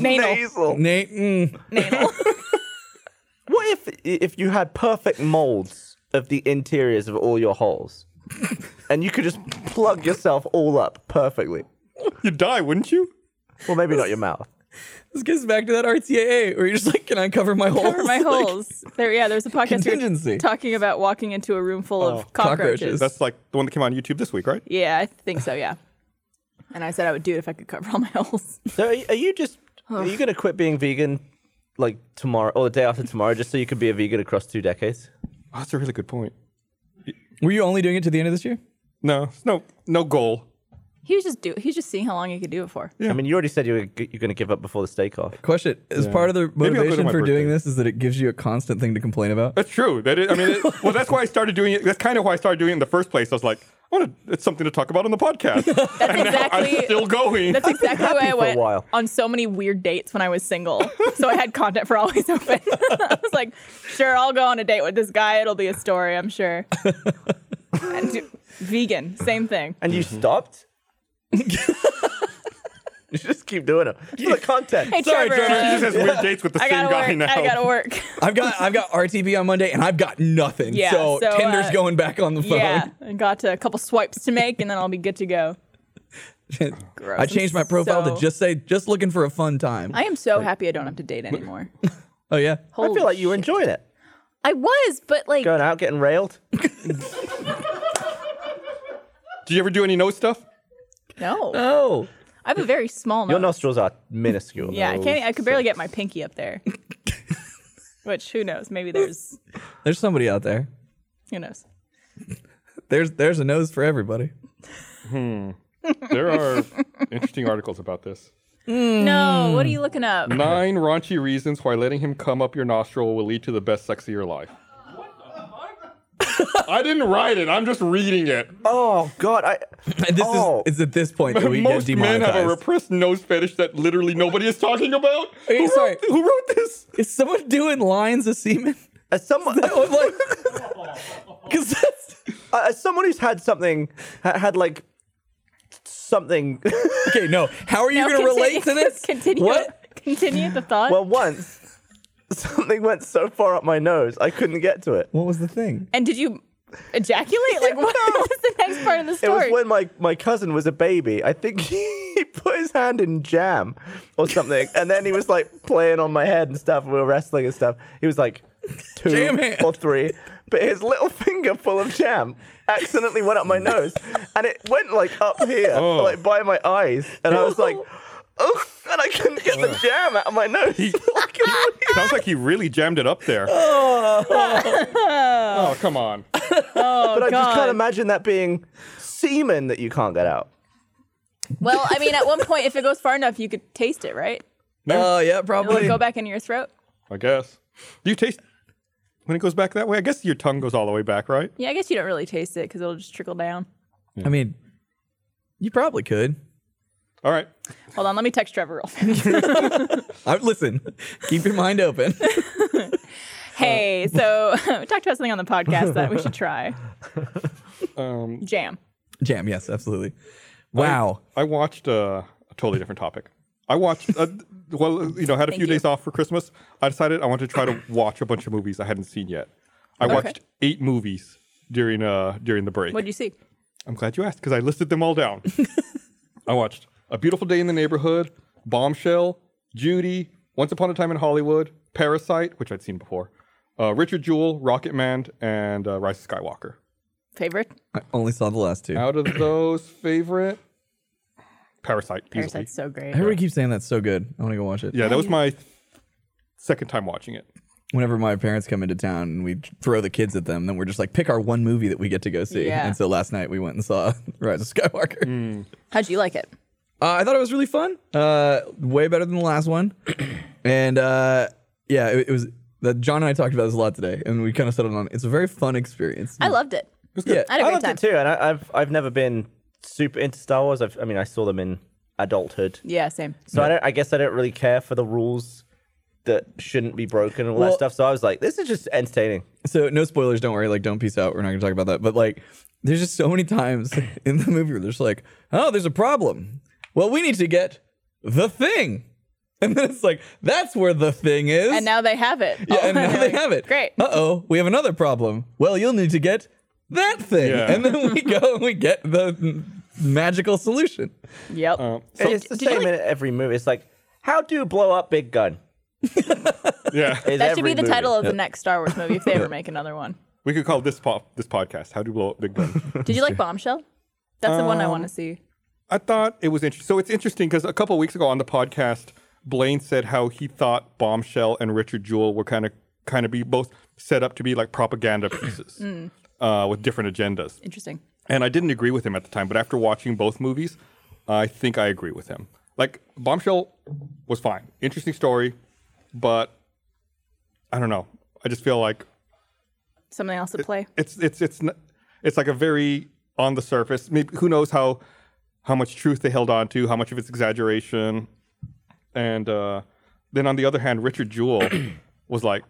Speaker 3: Nasal.
Speaker 4: Nasal.
Speaker 5: Nate. mm.
Speaker 4: What if if you had perfect molds of the interiors of all your holes, and you could just plug yourself all up perfectly?
Speaker 2: You'd die, wouldn't you?
Speaker 4: Well, maybe not your mouth.
Speaker 5: This gets back to that RTAA where you're just like, can I cover my holes?
Speaker 3: Cover my
Speaker 5: Like,
Speaker 3: holes. There, yeah. There's a podcast we were
Speaker 5: Contingency.
Speaker 3: talking about walking into a room full of
Speaker 5: cockroaches.
Speaker 3: cockroaches.
Speaker 2: That's like the one that came out on YouTube this week, right?
Speaker 3: Yeah, I think so. Yeah. And I said I would do it if I could cover all my holes.
Speaker 4: So are you, are you just are you gonna quit being vegan like tomorrow or the day after tomorrow just so you could be a vegan across two decades?
Speaker 2: Oh, that's a really good point.
Speaker 5: Were you only doing it to the end of this year?
Speaker 2: No, it's no, no goal.
Speaker 3: He was just do. He's just seeing how long he could do it for.
Speaker 4: I mean, you already said you were g- you're gonna give up before the steak off.
Speaker 5: Question: Is part of the
Speaker 2: Maybe I'll go to
Speaker 5: motivation
Speaker 2: my
Speaker 5: for doing
Speaker 2: birthday.
Speaker 5: this is that it gives you a constant thing to complain about?
Speaker 2: That's true. That is, I mean, it, well, that's why I started doing it. That's kind of why I started doing it in the first place. I was like, I want to, it's something to talk about on the podcast.
Speaker 3: That's
Speaker 2: I'm
Speaker 3: exactly.
Speaker 2: still going.
Speaker 3: That's exactly why I
Speaker 4: for a
Speaker 3: went
Speaker 4: while.
Speaker 3: on so many weird dates when I was single. so I had content for always open. I was like, sure, I'll go on a date with this guy. It'll be a story, I'm sure. and do- vegan, same thing.
Speaker 4: And you stopped? you just keep doing it. For the content.
Speaker 3: Hey,
Speaker 5: Sorry,
Speaker 3: Trevor.
Speaker 5: Trevor,
Speaker 2: He
Speaker 3: uh,
Speaker 2: just has weird dates with the
Speaker 3: I
Speaker 2: same
Speaker 3: gotta
Speaker 2: guy
Speaker 3: work.
Speaker 2: now.
Speaker 3: I gotta work.
Speaker 5: I've got I've got RTB on Monday and I've got nothing.
Speaker 3: Yeah,
Speaker 5: so,
Speaker 3: so,
Speaker 5: Tinder's
Speaker 3: uh,
Speaker 5: going back on the phone.
Speaker 3: yeah, I got a couple swipes to make, and then I'll be good to go. Gross.
Speaker 5: I changed my profile
Speaker 3: So-
Speaker 5: to just say just looking for a fun time.
Speaker 3: I am so happy I don't have to date anymore.
Speaker 5: oh yeah.
Speaker 4: I feel like you were enjoying it.
Speaker 3: I was, but like,
Speaker 4: Going out, getting railed.
Speaker 2: Do you ever do any nose stuff?
Speaker 3: no,
Speaker 5: Oh.
Speaker 3: I have a very small nose.
Speaker 4: Your nostrils are minuscule.
Speaker 3: Yeah, I can't. e-, I could barely get my pinky up there. Which who knows? Maybe there's
Speaker 5: There's somebody out there.
Speaker 3: who knows.
Speaker 5: There's there's a nose for everybody.
Speaker 2: There are interesting articles about this.
Speaker 3: No, what are you looking up?
Speaker 2: Nine raunchy reasons why letting him come up your nostril will lead to the best sex of your life. I didn't write it. I'm just reading it.
Speaker 4: Oh God, I
Speaker 5: And this
Speaker 4: Oh.
Speaker 5: is it's at this point that we get
Speaker 2: Most men
Speaker 5: demonetized.
Speaker 2: have a repressed nose fetish that literally nobody is talking about.
Speaker 5: Hey,
Speaker 2: who, wrote,
Speaker 5: sorry.
Speaker 2: who wrote this?
Speaker 5: is someone doing lines of semen?
Speaker 4: as someone
Speaker 5: I'm like, because that's
Speaker 4: as someone who's had something ha- had like something.
Speaker 5: Okay, no. How are you
Speaker 3: Now
Speaker 5: going to relate to
Speaker 3: continue-
Speaker 5: this?
Speaker 3: Continue.
Speaker 5: What?
Speaker 3: Continue the thought.
Speaker 4: well, once something went so far up my nose, I couldn't get to it.
Speaker 5: What was the thing?
Speaker 3: and did you ejaculate? Like, what was the next part of the
Speaker 4: It was
Speaker 3: story?
Speaker 4: when my, my cousin was a baby. I think he put his hand in jam or something, and then he was like playing on my head and stuff. We were wrestling and stuff. He was like two
Speaker 5: Jam hand.
Speaker 4: or three, but his little finger full of jam accidentally went up my nose, and it went like up here,
Speaker 2: Oh.
Speaker 4: like by my eyes, and I was like, oh, and I couldn't get the jam out of my nose. Like,
Speaker 2: Sounds like he really jammed it up there. oh come on.
Speaker 4: but I just
Speaker 3: God.
Speaker 4: can't imagine that being semen that you can't get out.
Speaker 3: well, I mean, at one point, if it goes far enough, you could taste it, right?
Speaker 5: Oh, yeah,
Speaker 3: It would
Speaker 5: probably.
Speaker 3: go back into your throat.
Speaker 2: I guess. Uh, Do you taste when it goes back that way? I guess your tongue goes all the way back, right?
Speaker 3: Yeah, I guess you don't really taste it because it'll just trickle down.
Speaker 5: I mean, you probably could.
Speaker 2: All right.
Speaker 3: Hold on, let me text Trevor real fast.
Speaker 5: I, listen, keep your mind open.
Speaker 3: hey, so we talked about something on the podcast that we should try.
Speaker 2: Um,
Speaker 3: Jam.
Speaker 5: Jam, yes, absolutely. Wow.
Speaker 2: I watched uh, a totally different topic. I watched, uh, well, you know, had a
Speaker 3: Thank
Speaker 2: few
Speaker 3: you.
Speaker 2: days off for Christmas. I decided I wanted to try to watch a bunch of movies I hadn't seen yet. I watched eight movies during uh during the break.
Speaker 3: What'd you see?
Speaker 2: I'm glad you asked because I listed them all down. I watched A Beautiful Day in the Neighborhood, Bombshell, Judy, Once Upon a Time in Hollywood, Parasite, which I'd seen before, uh, Richard Jewell, Rocket Man, and uh, Rise of Skywalker.
Speaker 3: Favorite?
Speaker 5: I only saw the last two.
Speaker 2: Out of those, favorite Parasite. easily.
Speaker 3: Parasite's so great.
Speaker 5: Everybody keeps saying that's so good. I want to go watch it.
Speaker 2: Yeah, that was my second time watching it.
Speaker 5: Whenever my parents come into town and we throw the kids at them, then we're just like, pick our one movie that we get to go see.
Speaker 3: Yeah.
Speaker 5: And so last night we went and saw Rise of Skywalker.
Speaker 3: How'd you like it?
Speaker 5: Uh, I thought it was really fun. Uh, way better than the last one. and uh, yeah, it, it was that John and I talked about this a lot today, and we kind of settled on it's a very fun experience.
Speaker 3: I loved it.
Speaker 5: yeah,
Speaker 3: I had a
Speaker 4: I
Speaker 3: great
Speaker 4: loved
Speaker 3: time.
Speaker 4: it too, and I, I've I've never been super into Star Wars. I've, I mean, I saw them in adulthood,
Speaker 3: Yeah, same.
Speaker 4: so I don't. I guess I don't really care for the rules that shouldn't be broken and all
Speaker 5: Well-
Speaker 4: that stuff. So I was like, this is just entertaining.
Speaker 5: so no spoilers, don't worry. Like, don't peace out. We're not gonna talk about that. But like, there's just so many times in the movie where there's like, oh, there's a problem. Well, we need to get the thing, and then it's like that's where the thing is.
Speaker 3: And now they have it.
Speaker 5: yeah,
Speaker 3: Oh,
Speaker 5: and now
Speaker 3: they're
Speaker 5: they
Speaker 3: like,
Speaker 5: have it.
Speaker 3: Great.
Speaker 5: Uh oh, we have another problem. Well, you'll need to get that thing,
Speaker 2: Yeah.
Speaker 5: and then we go and we get the m- magical solution.
Speaker 3: Yep.
Speaker 4: it's the
Speaker 3: did you
Speaker 4: same
Speaker 3: like-
Speaker 4: in every movie. It's like, how do you blow up Big Gun?
Speaker 2: Yeah,
Speaker 4: Is
Speaker 3: that should
Speaker 4: every
Speaker 3: be the
Speaker 4: movie.
Speaker 3: title of the next Star Wars movie if they ever make another one.
Speaker 2: we could call this po- this podcast "How to Blow Up Big Gun."
Speaker 3: Did you like Bombshell? That's the one I want to see.
Speaker 2: I thought it was interesting. So it's interesting because a couple weeks ago on the podcast, Blaine said how he thought Bombshell and Richard Jewell were kind of kind of be both set up to be like propaganda pieces uh, with different agendas.
Speaker 3: Interesting.
Speaker 2: And I didn't agree with him at the time, but after watching both movies, I think I agree with him. Like Bombshell was fine, interesting story, but I don't know. I just feel like
Speaker 3: Something else to play.
Speaker 2: it's it's it's n- it's like a very on the surface. Maybe who knows how how much truth they held on to, how much of it's exaggeration, and uh, then on the other hand, Richard Jewell was like,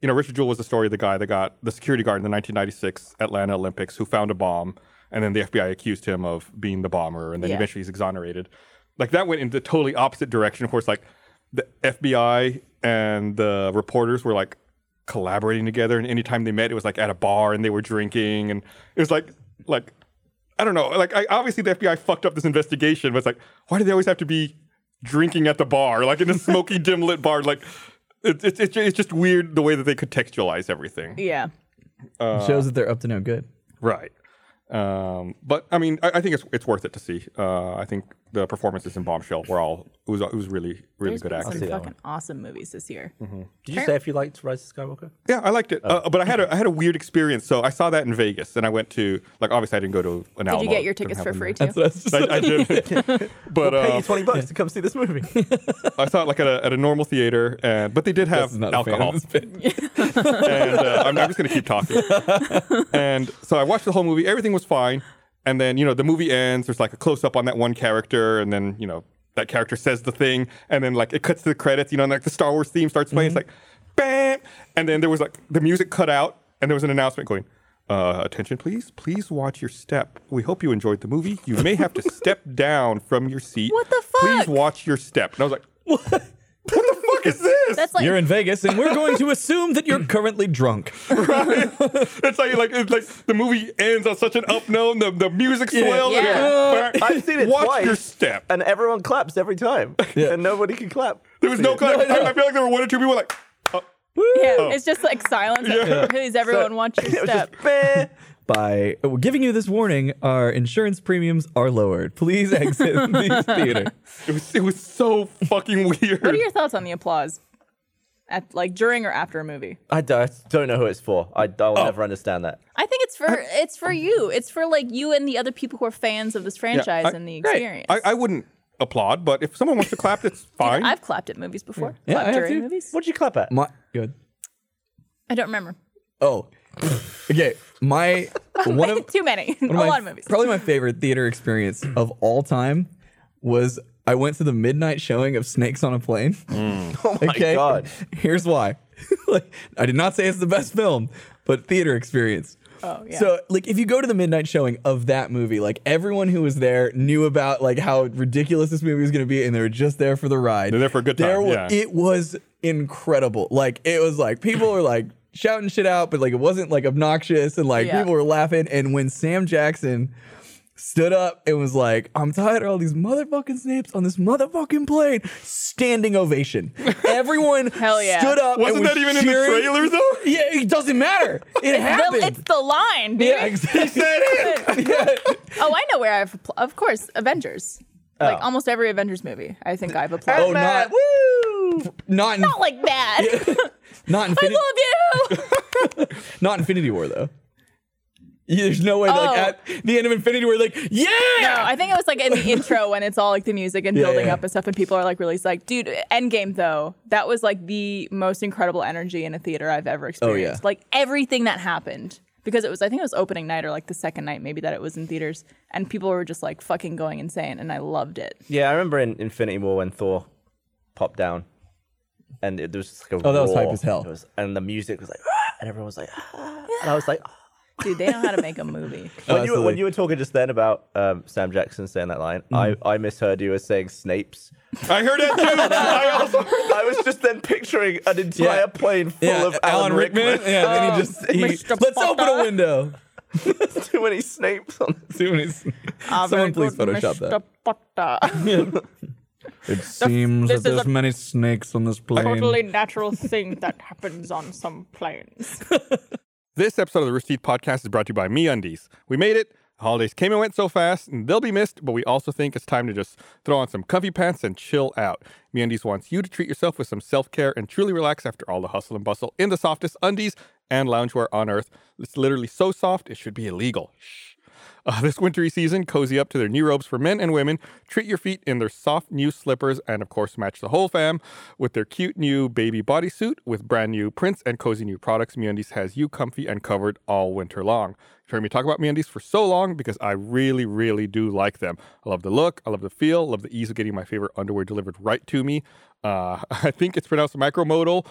Speaker 2: you know, Richard Jewell was the story of the guy that got the security guard in the 1996 Atlanta Olympics who found a bomb, and then the FBI accused him of being the bomber, and then
Speaker 3: Yeah.
Speaker 2: eventually he's exonerated. Like that went in the totally opposite direction. Of course, like the FBI and the reporters were like collaborating together, and anytime they met, it was like at a bar and they were drinking, and it was like like I don't know. Like, I, obviously the FBI fucked up this investigation, but it's like, why do they always have to be drinking at the bar, like in a smoky, dim lit bar? Like, it, it, it, it's just weird the way that they contextualize everything.
Speaker 3: Yeah.
Speaker 2: Uh.
Speaker 5: shows that they're up to no good.
Speaker 2: Right. Um, but I mean, I, I think it's it's worth it to see. Uh, I think the performances in Bombshell were all it was it was really really
Speaker 3: There's
Speaker 2: good
Speaker 3: been
Speaker 2: acting.
Speaker 3: some
Speaker 4: that
Speaker 3: fucking awesome movies this year.
Speaker 4: Did you say if you liked Rise of Skywalker?
Speaker 2: Yeah, I liked it. Uh, but I had a I had a weird experience. So I saw that in Vegas, and I went to like obviously I didn't go to an.
Speaker 3: Did you get your tickets for free too?
Speaker 5: That's what I was just
Speaker 2: I, I did, but
Speaker 4: Pay
Speaker 2: uh,
Speaker 4: you twenty bucks to come see this movie.
Speaker 2: I saw it like at a, at a normal theater, and but they did have
Speaker 5: That's not
Speaker 2: alcohol.
Speaker 5: a fan of this bit.
Speaker 2: and uh, I'm, I'm just going to keep talking. and so I watched the whole movie. Everything was fine. And then, you know, the movie ends. There's like a close up on that one character. And then, you know, that character says the thing. And then, like, it cuts to the credits, you know, and like the Star Wars theme starts playing. It's like, bam. And then there was like the music cut out. And there was an announcement going, Uh, attention, please. Please watch your step. We hope you enjoyed the movie. You may have to step down from your seat.
Speaker 6: What the
Speaker 2: Please
Speaker 6: fuck?
Speaker 2: watch your step. And I was like, what? the fuck is this?
Speaker 3: That's like
Speaker 5: you're in Vegas, and we're going to assume that you're currently drunk.
Speaker 2: it's like like it's like the movie ends on such an up note. The, the music swells.
Speaker 6: Yeah.
Speaker 2: and-
Speaker 4: I've seen it
Speaker 2: Watch
Speaker 4: twice.
Speaker 2: your step.
Speaker 4: and everyone claps every time,
Speaker 5: Yeah.
Speaker 4: and nobody can clap.
Speaker 2: There was no kind. of- I, I feel like there were one or two people like. uh,
Speaker 3: yeah, it's just like silence. Please, everyone, watch
Speaker 4: It
Speaker 3: your
Speaker 4: was just
Speaker 3: step.
Speaker 4: meh.
Speaker 5: By oh, giving you this warning, our insurance premiums are lowered. Please exit the theater.
Speaker 2: it was it was so fucking weird.
Speaker 3: What are your thoughts on the applause, at like during or after a movie?
Speaker 4: I don't, I don't know who it's for. I, I'll never understand that.
Speaker 3: I think it's for it's for you. It's for like you and the other people who are fans of this franchise
Speaker 2: I-
Speaker 3: and the
Speaker 5: right.
Speaker 3: experience.
Speaker 2: I, I wouldn't applaud, but if someone wants to clap, that's fine.
Speaker 3: I've clapped at movies before.
Speaker 5: Yeah,
Speaker 3: clapped
Speaker 5: I have
Speaker 3: during
Speaker 5: too.
Speaker 3: movies.
Speaker 4: What'd you clap at?
Speaker 5: My good.
Speaker 3: I don't remember.
Speaker 5: Oh, okay. My one of
Speaker 3: Too many. a
Speaker 5: one my-
Speaker 3: lot of movies.
Speaker 5: Probably my favorite theater experience of all time was I went to the midnight showing of Snakes on a Plane.
Speaker 2: Mm.
Speaker 4: oh my god!
Speaker 5: Here's why. like, I did not say it's the best film, but theater experience.
Speaker 3: Oh, yeah.
Speaker 5: So like if you go to the midnight showing of that movie, like everyone who was there knew about like how ridiculous this movie was going to be and they were just there for the ride.
Speaker 2: They're there for a good time,
Speaker 5: wa-
Speaker 2: yeah.
Speaker 5: It was incredible. Like it was like people were like shouting shit out, but like it wasn't like obnoxious and like
Speaker 3: Yeah.
Speaker 5: people were laughing and when Sam Jackson stood up and was like, I'm tired of all these motherfucking snakes on this motherfucking plane. Standing ovation. Everyone
Speaker 3: Hell yeah.
Speaker 5: stood up. and
Speaker 2: Wasn't
Speaker 5: was
Speaker 2: that even in the
Speaker 5: cheering.
Speaker 2: trailer though?
Speaker 5: Yeah, it doesn't matter. It
Speaker 3: Well,
Speaker 5: happened.
Speaker 3: it's the line, dude.
Speaker 5: yeah, exactly. Yeah.
Speaker 3: Oh, I know where I've apl- of course Avengers. Like
Speaker 4: Oh.
Speaker 3: almost every Avengers movie, I think I've applied.
Speaker 5: Oh,
Speaker 4: Matt,
Speaker 5: not not in,
Speaker 3: Not like that.
Speaker 5: not
Speaker 3: I
Speaker 5: Infinity
Speaker 3: love you.
Speaker 5: not Infinity War though. Yeah, There's no way
Speaker 3: Oh.
Speaker 5: like at the end of Infinity War like yeah.
Speaker 3: No, I think it was like in the intro when it's all like the music and
Speaker 5: Yeah,
Speaker 3: building
Speaker 5: yeah.
Speaker 3: up and stuff, and people are like really like, dude, Endgame though, that was like the most incredible energy in a theater I've
Speaker 5: Oh,
Speaker 3: ever experienced. Like everything that happened because it was, I think it was opening night or like the second night maybe that it was in theaters, and people were just like fucking going insane, and I loved it.
Speaker 4: Yeah, I remember in Infinity War when Thor popped down, and it, there was just like a
Speaker 5: Oh, that was
Speaker 4: roar.
Speaker 5: hype as hell.
Speaker 4: It was- and the music was like, "Ah," and everyone was like, "Ah," and I was like, "Ah."
Speaker 3: Dude, they know how to make a movie.
Speaker 4: when you were-
Speaker 5: absolutely.
Speaker 4: when you were talking just then about um, Sam Jackson saying that line,
Speaker 5: Mm.
Speaker 4: I I misheard you as saying Snapes.
Speaker 2: I heard that too. I also
Speaker 4: I was just then picturing an entire
Speaker 5: Yeah.
Speaker 4: plane full
Speaker 5: yeah,
Speaker 4: of Alan, Rickman,
Speaker 5: Yeah, then
Speaker 3: Oh,
Speaker 5: he just he-
Speaker 3: Mr.
Speaker 5: let's open a
Speaker 3: Potter.
Speaker 5: window.
Speaker 4: too many Snapes on it.
Speaker 5: Soon it's- Someone please Photoshop that.
Speaker 3: that.
Speaker 5: It seems
Speaker 3: this that is there's a-
Speaker 5: many snakes on this plane.
Speaker 3: totally natural thing that happens on some planes.
Speaker 2: This episode of the Receipt Podcast is brought to you by MeUndies. We made it. The holidays came and went so fast, and they'll be missed, but we also think it's time to just throw on some comfy pants and chill out. MeUndies wants you to treat yourself with some self-care and truly relax after all the hustle and bustle in the softest undies and loungewear on earth. It's literally so soft, it should be illegal. Shh. Uh, this wintry season, cozy up to their new robes for men and women. Treat your feet in their soft new slippers, and of course, match the whole fam with their cute new baby bodysuit with brand new prints and cozy new products. MeUndies has you comfy and covered all winter long. You've heard me talk about MeUndies for so long because I really, really do like them. I love the look, I love the feel, love the ease of getting my favorite underwear delivered right to me. Uh, I think it's pronounced macromodal,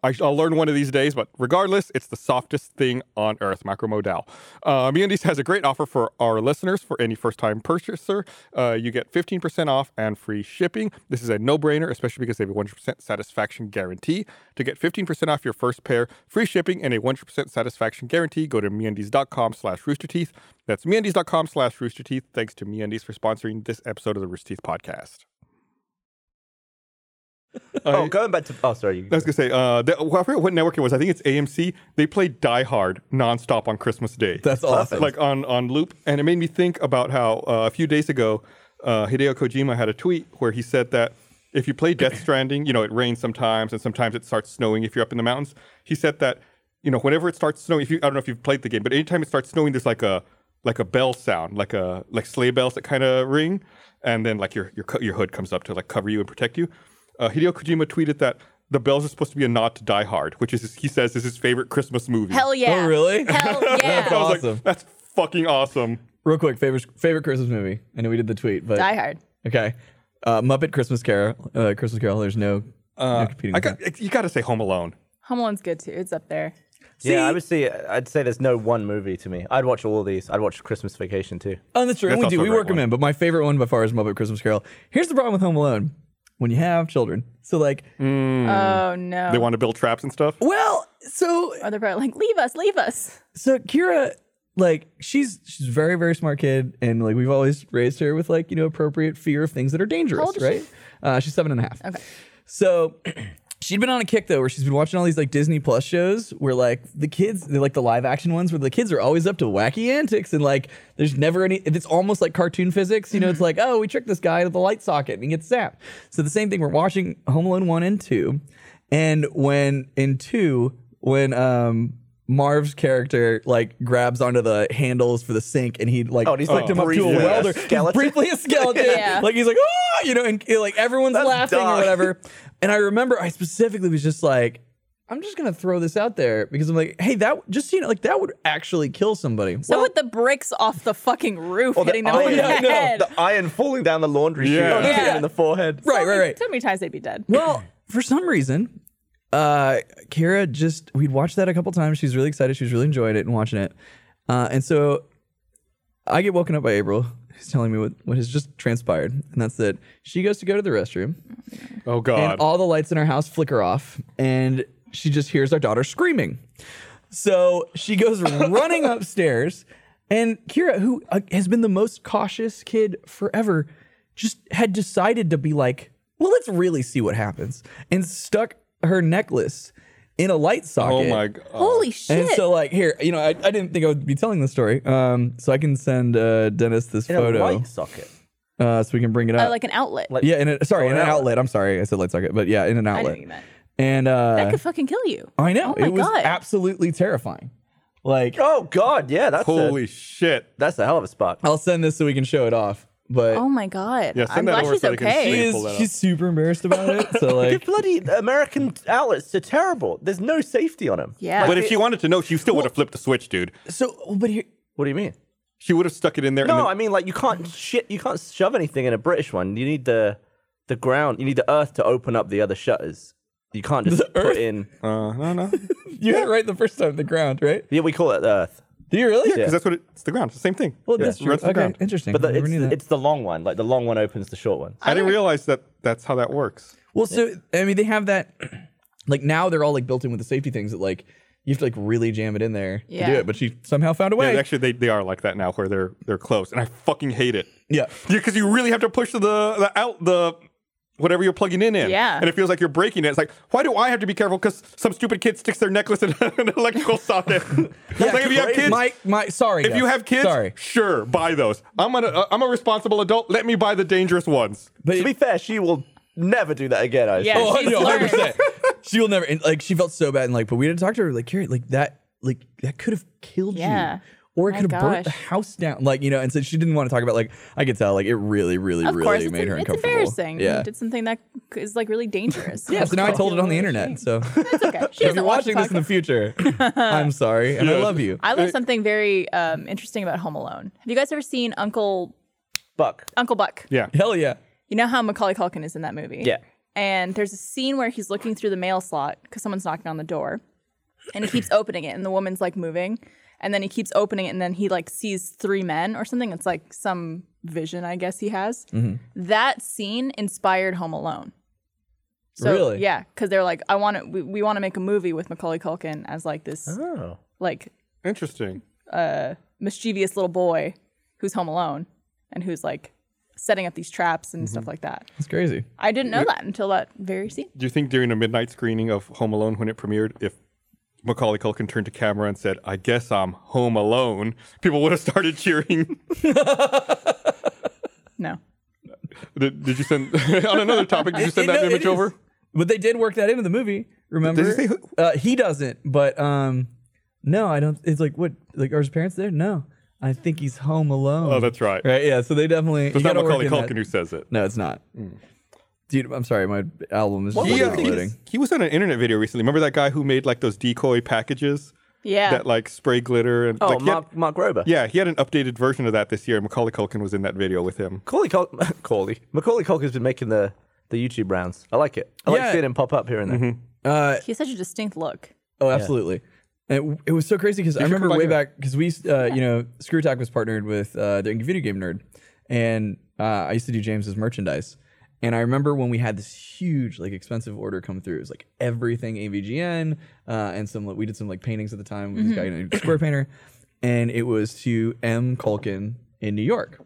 Speaker 2: I, sh- I'll learn one of these days, but regardless, it's the softest thing on earth, macromodal. Uh, MeUndies has a great offer for our listeners. For any first-time purchaser, uh, you get 15% off and free shipping. This is a no-brainer, especially because they have a 100% satisfaction guarantee. To get 15% off your first pair, free shipping, and a 100% satisfaction guarantee, go to MeUndies.com slash roosterteeth. That's MeUndies.com slash roosterteeth. Thanks to MeUndies for sponsoring this episode of the Rooster Teeth podcast.
Speaker 4: Oh, going back to oh, sorry, you
Speaker 2: I was gonna say, uh, the, well, I forget what network it was. I think it's AMC. They played Die Hard nonstop on Christmas Day.
Speaker 5: That's awesome.
Speaker 2: Like on on loop, and it made me think about how uh, a few days ago, uh, Hideo Kojima had a tweet where he said that if you play Death Stranding, you know it rains sometimes, and sometimes it starts snowing if you're up in the mountains. He said that you know whenever it starts snowing, if you I don't know if you've played the game, but anytime it starts snowing, there's like a like a bell sound, like a like sleigh bells that kind of ring, and then like your your co- your hood comes up to like cover you and protect you. Uh, Hideo Kojima tweeted that the bells are supposed to be a nod to Die Hard, which is he says is his favorite Christmas movie.
Speaker 3: Hell yeah.
Speaker 5: Oh, really?
Speaker 3: Hell
Speaker 2: I
Speaker 3: yeah.
Speaker 2: was
Speaker 5: Awesome.
Speaker 2: like, that's fucking awesome.
Speaker 5: Real quick, favorite favorite Christmas movie. I know we did the tweet, but
Speaker 3: Die Hard.
Speaker 5: Okay. Uh, Muppet Christmas Carol. Uh, Christmas Carol. There's no, no competing.
Speaker 2: I
Speaker 5: with
Speaker 2: got, you got to say Home Alone.
Speaker 3: Home Alone's good too. It's up there.
Speaker 5: that.
Speaker 4: Yeah, I would see. I'd say there's no one movie to me. I'd watch all these. I'd watch Christmas Vacation too.
Speaker 5: Oh, that's true. And
Speaker 2: That's
Speaker 5: we do.
Speaker 2: also a
Speaker 5: We
Speaker 2: great
Speaker 5: work them
Speaker 2: one.
Speaker 5: in. But my favorite one by far is Muppet Christmas Carol. Here's the problem with Home Alone when you have children. So, like,
Speaker 3: Oh no.
Speaker 2: They want to build traps and stuff.
Speaker 5: well, so
Speaker 3: Or they're probably like, leave us, leave us.
Speaker 5: so Kira, like, she's she's a very very smart kid, and like we've always raised her with like you know appropriate fear of things that are dangerous,
Speaker 3: old is she?
Speaker 5: right? Uh, she's seven and a half. Okay. So. She'd been on a kick though, where she's been watching all these like Disney Plus shows, where like the kids, they're like the live action ones, where the kids are always up to wacky antics, and like there's never any. It's almost like cartoon physics, you know.
Speaker 4: Mm-hmm.
Speaker 5: It's like, oh, we tricked this guy to the light socket and he gets zapped. So the same thing. We're watching Home Alone one and two, and when in two, when um Marv's character like grabs onto the handles for the sink and he like
Speaker 4: Oh, and he's, like,
Speaker 5: hooked him up to a
Speaker 4: briefly a
Speaker 5: welder, He's
Speaker 4: skeleton.
Speaker 5: briefly a skeleton.
Speaker 3: Yeah.
Speaker 5: Like he's like, oh, you know, and like everyone's
Speaker 4: That's
Speaker 5: laughing or
Speaker 4: dark.
Speaker 5: whatever. And I remember I specifically was just like, I'm just gonna throw this out there because I'm like, hey, that just you know, like that would actually kill somebody.
Speaker 3: So
Speaker 5: Well, Oh,
Speaker 3: with the bricks off the fucking roof
Speaker 4: Or the
Speaker 3: hitting them over the
Speaker 5: yeah, I know.
Speaker 3: head.
Speaker 4: The iron falling down the laundry
Speaker 2: Yeah.
Speaker 4: chute, hitting
Speaker 3: Yeah.
Speaker 4: him in the forehead.
Speaker 5: right, right, right.
Speaker 3: So many times they'd be dead.
Speaker 5: Well, for some reason, uh, Kira just we'd watched that a couple times. She was really excited. She was really enjoying it and watching it. Uh, and so I get woken up by April. He's telling me what, what has just transpired, and that's that she goes to go to the restroom,
Speaker 2: Oh
Speaker 5: and
Speaker 2: god.
Speaker 5: all the lights in our house flicker off, and she just hears our daughter screaming. So she goes running upstairs, and Kira, who uh, has been the most cautious kid forever, just had decided to be like, well, let's really see what happens, and stuck her necklace in a light socket.
Speaker 2: oh my god.
Speaker 3: Holy shit.
Speaker 5: And so, like, here, you know, I, I didn't think I would be telling this story. Um, so I can send uh, Dennis this
Speaker 4: In a
Speaker 5: photo
Speaker 4: light socket.
Speaker 5: uh, so we can bring it up.
Speaker 3: Uh, like an outlet.
Speaker 4: Like-
Speaker 5: yeah, in a, sorry,
Speaker 4: Oh,
Speaker 5: in
Speaker 4: an
Speaker 5: an
Speaker 4: outlet.
Speaker 5: outlet. I'm sorry, I said light socket, but yeah, in an
Speaker 3: I know
Speaker 5: outlet.
Speaker 3: what you meant.
Speaker 5: And uh,
Speaker 3: That could fucking kill you.
Speaker 5: I know.
Speaker 3: Oh my
Speaker 5: it was
Speaker 3: God.
Speaker 5: absolutely terrifing. Like,
Speaker 4: Oh God, yeah, that's
Speaker 2: Holy
Speaker 4: A,
Speaker 2: shit.
Speaker 4: that's a hell of a spot.
Speaker 5: I'll send this so we can show it off. But
Speaker 3: Oh my god.
Speaker 2: Yeah, send
Speaker 3: I'm
Speaker 2: that
Speaker 3: glad
Speaker 2: over
Speaker 3: she's
Speaker 2: so they can
Speaker 3: okay.
Speaker 2: see
Speaker 5: she
Speaker 2: Hey,
Speaker 5: is-
Speaker 2: pull that up.
Speaker 5: she's super embarrassed about it. So,
Speaker 4: The
Speaker 5: like,
Speaker 4: bloody American outlets are terrible. There's no safety on them.
Speaker 3: Yeah.
Speaker 2: But if she wanted to know, she still would have flipped the switch, dude.
Speaker 5: so, but here,
Speaker 4: What do you mean?
Speaker 2: She would have stuck it in there. and
Speaker 4: No,
Speaker 2: then,
Speaker 4: I mean like you can't shit. You can't shove anything in a British one. You need the the ground. You need the earth to open up the other shutters. You can't just put
Speaker 5: earth?
Speaker 4: in.
Speaker 2: uh, no, no, because
Speaker 5: you had it right the first time, the ground, right?
Speaker 4: Yeah, we call it the earth,
Speaker 5: Do you really? Yeah.
Speaker 2: that's what it, it's the ground. It's the same thing.
Speaker 5: Well,
Speaker 2: Yeah,
Speaker 5: that's
Speaker 2: it
Speaker 5: true.
Speaker 2: runs to the
Speaker 5: Okay,
Speaker 2: ground.
Speaker 5: interesting.
Speaker 4: but the,
Speaker 5: I never
Speaker 4: it's
Speaker 5: knew that.
Speaker 4: it's the long one. Like the long one opens the short one.
Speaker 2: I didn't realize that that's how that works.
Speaker 5: Well, so I mean, they have that. Like now, they're all like built in with the safety things that like you have to like really jam it in there to
Speaker 3: Yeah.
Speaker 5: do it. But she somehow found a
Speaker 2: Yeah,
Speaker 5: way. Yeah,
Speaker 2: actually, they, they are like that now, where they're they're close, and I fucking hate it. because you really have to push the the out the whatever you're plugging in in.
Speaker 3: Yeah.
Speaker 2: and it feels like you're breaking it. It's like, why do I have to be careful? Because some stupid kid sticks their necklace in an electrical socket. It's like if you have kids,
Speaker 5: my my sorry.
Speaker 2: if you
Speaker 5: guys.
Speaker 2: have kids,
Speaker 5: sorry.
Speaker 2: sure, buy those. I'm gonna uh, I'm a responsible adult. Let me buy the dangerous ones.
Speaker 5: But
Speaker 4: To be fair, she will never do that again. I
Speaker 3: Yeah.
Speaker 4: assume.
Speaker 3: Oh,
Speaker 5: Oh,
Speaker 3: She's
Speaker 5: no,
Speaker 3: learned.
Speaker 5: 100%. she will never. And, like she felt so bad, and like, but we didn't talk to her. Like, Carrie, like that, like that could have killed
Speaker 3: Yeah.
Speaker 5: you, or it
Speaker 3: My
Speaker 5: could have burnt the
Speaker 3: gosh.
Speaker 5: house down. Like, you know, and so she didn't want to talk about. Like, I could tell. Like, it really, really,
Speaker 3: Of
Speaker 5: really
Speaker 3: course, it's,
Speaker 5: made her
Speaker 3: it's
Speaker 5: uncomfortable.
Speaker 3: embarrassing.
Speaker 5: Yeah.
Speaker 3: You did something that is like really dangerous.
Speaker 5: yeah. So now I told it on the internet. So
Speaker 3: It's okay. She
Speaker 5: if
Speaker 3: doesn't
Speaker 5: you're
Speaker 3: watch
Speaker 5: watching this in the
Speaker 3: podcast.
Speaker 5: future, I'm sorry, and I
Speaker 2: Yeah.
Speaker 5: love you.
Speaker 3: I learned something very um, interesting about Home Alone. Have you guys ever seen Uncle
Speaker 4: Buck.
Speaker 3: Uncle Buck?
Speaker 2: Yeah,
Speaker 5: Hell yeah.
Speaker 3: You know how Macaulay Culkin is in that movie?
Speaker 4: Yeah.
Speaker 3: And there's a scene where he's looking through the mail slot because someone's knocking on the door, and he keeps opening it, and the woman's like moving, and then he keeps opening it, and then he like sees three men or something. It's like some vision, I guess he has. That scene inspired Home Alone. So,
Speaker 5: Really?
Speaker 3: Yeah, because they're like, I want to, we, we want to make a movie with Macaulay Culkin as like this,
Speaker 4: Oh.
Speaker 3: like
Speaker 2: interesting.
Speaker 3: mischievous little boy who's home alone and who's like setting up these traps and stuff like that.
Speaker 5: It's crazy.
Speaker 3: I didn't know that until that very scene.
Speaker 2: Do you think during a midnight screening of Home Alone when it premiered, if Macaulay Culkin turned to camera and said, "I guess I'm home alone," people would have started cheering?
Speaker 3: No.
Speaker 2: did, did you send on another topic? Did you send
Speaker 5: It-
Speaker 2: that
Speaker 5: no, it
Speaker 2: image
Speaker 5: is.
Speaker 2: over?
Speaker 5: But they did work that into the movie. Remember?
Speaker 2: Does it say who-
Speaker 5: Uh, he doesn't. But um, no, I don't. It's like what? Like are his parents there? No, I think he's home alone.
Speaker 2: Oh, that's right.
Speaker 5: Right. Yeah. So they definitely.
Speaker 2: It's
Speaker 5: you
Speaker 2: not
Speaker 5: gotta work
Speaker 2: Macaulay
Speaker 5: in
Speaker 2: Culkin Mm.
Speaker 5: that.
Speaker 2: who says it.
Speaker 5: No, it's not. Dude, I'm sorry. My album is
Speaker 2: He,
Speaker 5: just
Speaker 2: uh,
Speaker 5: exploding.
Speaker 2: he, he was on an internet video recently. Remember that guy who made like those decoy packages
Speaker 3: Yeah.
Speaker 2: that like spray glitter and
Speaker 4: Oh,
Speaker 2: like, he had-
Speaker 4: Mark, Mark Rober.
Speaker 2: yeah, he had an updated version of that this year. and Macaulay Culkin was in that video with him.
Speaker 4: Macaulay Cul- Macaulay. Macaulay Culkin's been making the the YouTube rounds. I like it. I
Speaker 5: Yeah.
Speaker 4: Mm-hmm. like seeing him pop up here and there.
Speaker 5: Uh,
Speaker 3: he has such a distinct look.
Speaker 5: oh, absolutely. And it, it was so crazy because I remember
Speaker 2: come
Speaker 5: way
Speaker 2: back
Speaker 5: back because we, used- uh, you know, ScrewTack was partnered with uh, the video game nerd, and uh, I used to do James's merchandise. And I remember when we had this huge, like, expensive order come through. It was like everything AVGN, uh, and some. We did some like paintings at the time. This guy, you know, square painter, and it was to M. Culkin in New York.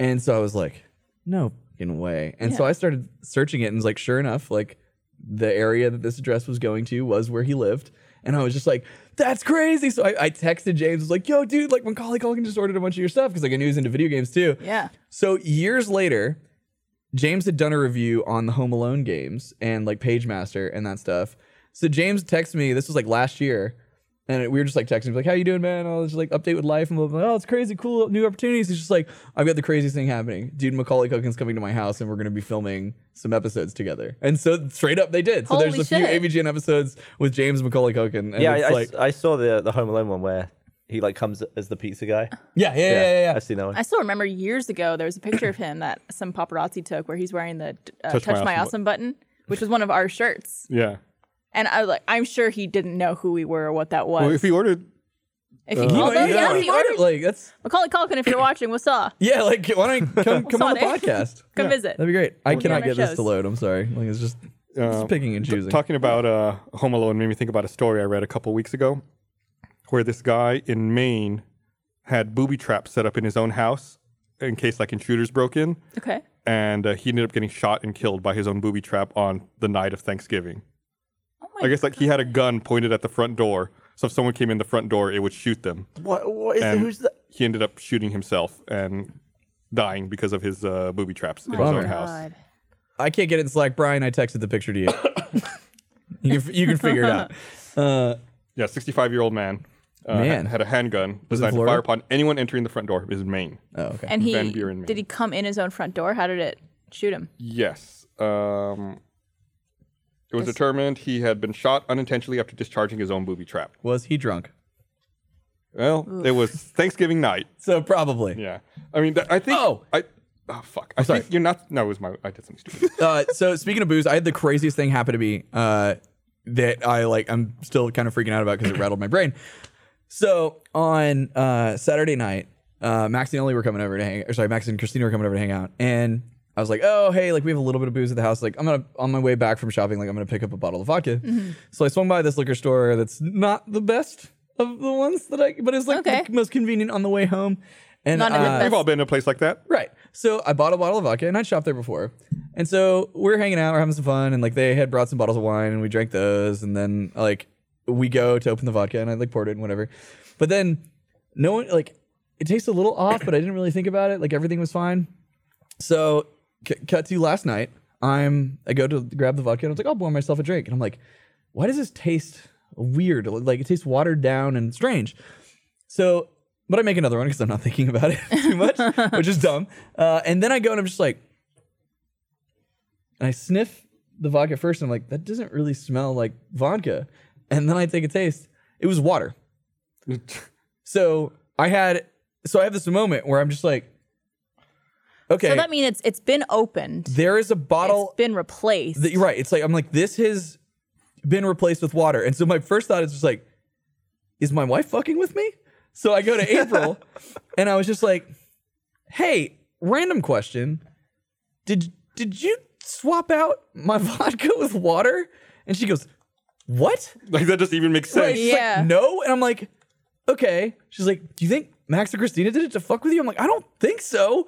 Speaker 5: And so I was like, no fucking way. And so I started searching it and was like, sure enough, like the area that this address was going to was where he lived. And I was just like, that's crazy. So I, I texted James, was like, yo, dude, like Macaulay Culkin just ordered a bunch of your stuff because like I knew he was into video games too.
Speaker 3: Yeah.
Speaker 5: So years later, James had done a review on the Home Alone games and like Pagemaster and that stuff. So James texted me. This was like last year, and we were just like texting, like, "How you doing, man?" I was just like, "Update with life," and blah, blah, blah. Oh, it's crazy, cool, new opportunities. He's just like, "I've got the craziest thing happening, dude. Macaulay Culkin's coming to my house, and we're gonna be filming some episodes together." And so straight up, they did. So
Speaker 3: Holy
Speaker 5: there's a
Speaker 3: shit.
Speaker 5: few AVGN episodes with James Macaulay Culkin. And
Speaker 4: yeah, I,
Speaker 5: it's
Speaker 4: I
Speaker 5: like,
Speaker 4: s- I saw the the Home Alone one where he like comes as the pizza guy.
Speaker 5: yeah, yeah, yeah, yeah. yeah,
Speaker 4: I see that one.
Speaker 3: I still remember years ago there was a picture of him that some paparazzi took where he's wearing the uh, touch,
Speaker 2: Touch My
Speaker 3: my
Speaker 2: Awesome
Speaker 3: awesome button, which was one of our shirts.
Speaker 2: Yeah.
Speaker 3: And I was like, I'm sure he didn't know who we were or what that was.
Speaker 2: Well, if he uh, ordered,
Speaker 3: If he called
Speaker 5: Like,
Speaker 3: us,
Speaker 5: yeah,
Speaker 3: Oh, yeah, if he ordered.
Speaker 5: like that's
Speaker 3: Macaulay Culkin, if you're watching, what's up?
Speaker 5: yeah, like why don't you come come on the
Speaker 3: Sorry.
Speaker 5: podcast?
Speaker 3: Come visit.
Speaker 5: That'd be great. I cannot
Speaker 3: on our
Speaker 5: get this
Speaker 3: shows.
Speaker 5: to load. I'm sorry. Like it's just, it's
Speaker 2: Uh,
Speaker 5: picking and
Speaker 2: t-
Speaker 5: choosing.
Speaker 2: talking about uh, Home Alone made me think about a story I read a couple weeks ago where this guy in Maine had booby traps set up in his own house in case like intruders broke in.
Speaker 3: Okay.
Speaker 2: And uh, he ended up getting shot and killed by his own booby trap on the night of Thanksgiving.
Speaker 3: Oh
Speaker 2: I guess like he had a gun pointed at the front door. So if someone came in the front door, it would shoot them.
Speaker 4: What? What is?
Speaker 2: And
Speaker 4: Who's that?
Speaker 2: He ended up shooting himself and dying because of his uh, booby traps in his
Speaker 5: Bummer.
Speaker 2: own house.
Speaker 5: I can't get it in Slack, Brian. I texted the picture to you. you, can, you can figure it out. Uh,
Speaker 2: Yeah, 65 year old man. Uh,
Speaker 5: Man.
Speaker 2: Had a handgun
Speaker 5: Was it
Speaker 2: designed to
Speaker 5: Florida?
Speaker 2: fire upon anyone entering the front door. It was in Maine.
Speaker 5: oh, okay.
Speaker 3: And he
Speaker 2: Van Buren Man.
Speaker 3: did he come in his own front door? How did it shoot him?
Speaker 2: Yes. Um, it was determined he had been shot unintentionally after discharging his own booby trap.
Speaker 5: Was he drunk?
Speaker 2: Well, it was Thanksgiving night.
Speaker 5: So probably.
Speaker 2: Yeah. I mean, th- I think.
Speaker 5: Oh.
Speaker 2: I, oh, fuck. I
Speaker 5: sorry.
Speaker 2: think you're not. No, it was my. I did something stupid.
Speaker 5: Uh, so speaking of booze, I had the craziest thing happen to me uh, that I like. I'm still kind of freaking out about because it rattled my brain. So on uh, Saturday night, uh, Max and Ellie were coming over to hang. Or sorry, Max and Christina were coming over to hang out, and I was like, "Oh, hey, like we have a little bit of booze at the house. Like I'm gonna on my way back from shopping, like I'm gonna pick up a bottle of vodka."
Speaker 3: Mm-hmm.
Speaker 5: So I swung by this liquor store that's not the best of the ones that I, but it's like
Speaker 3: Okay.
Speaker 5: the most convenient on the way home. And
Speaker 3: Not in the
Speaker 5: uh,
Speaker 3: best
Speaker 2: We've all been in a place like that.
Speaker 5: Right. So I bought a bottle of vodka and I'd shopped there before. And so we're hanging out, we're having some fun, and like they had brought some bottles of wine and we drank those. And then like we go to open the vodka and I like poured it and whatever. But then no one like it tastes a little off, but I didn't really think about it. Like everything was fine. So c- cut to last night. I'm I go to grab the vodka and I was like, I'll pour myself a drink. And I'm like, why does this taste weird? Like it tastes watered down and strange. So, but I make another one because I'm not thinking about it too much, which is dumb. Uh, and then I go and I'm just like, and I sniff the vodka first, and I'm like, that doesn't really smell like vodka. And then I take a taste. It was water. so I had, so I have this moment where I'm just like, okay,
Speaker 3: So that means it's it's been opened.
Speaker 5: there is a bottle
Speaker 3: It's been replaced.
Speaker 5: that- you're right. It's like I'm like this has been replaced with water, and so my first thought is just like, is my wife fucking with me? So I go to April, and I was just like, hey, random question, did did you swap out my vodka with water? And she goes, what?
Speaker 2: Like that doesn't even make
Speaker 5: Right,
Speaker 2: sense.
Speaker 5: she's like,
Speaker 3: Yeah.
Speaker 5: no, and I'm like, okay. She's like, do you think Max and Christina did it to fuck with you? I'm like, I don't think so.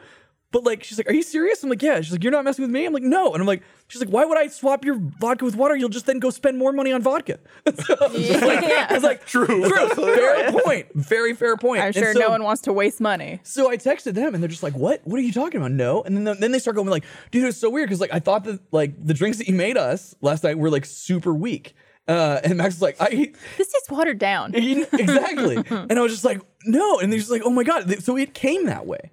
Speaker 5: But like, she's like, are you serious? I'm like, yeah. She's like, you're not messing with me. I'm like, no. And I'm like, she's like, why would I swap your vodka with water? You'll just then go spend more money on vodka. so I was just like, I was like, true, fair point, very fair point.
Speaker 3: I'm
Speaker 5: And
Speaker 3: sure
Speaker 5: so-
Speaker 3: no one wants to waste money.
Speaker 5: so I texted them and they're just like, "What? What are you talking about? No." And then then they start going like, "Dude, it's so weird because like I thought that like the drinks that you made us last night were like super weak." Uh, and Max was like, "I
Speaker 3: This is watered down.
Speaker 5: exactly," and I was just like, "No." And they're just like, "Oh my god!" So it came that way.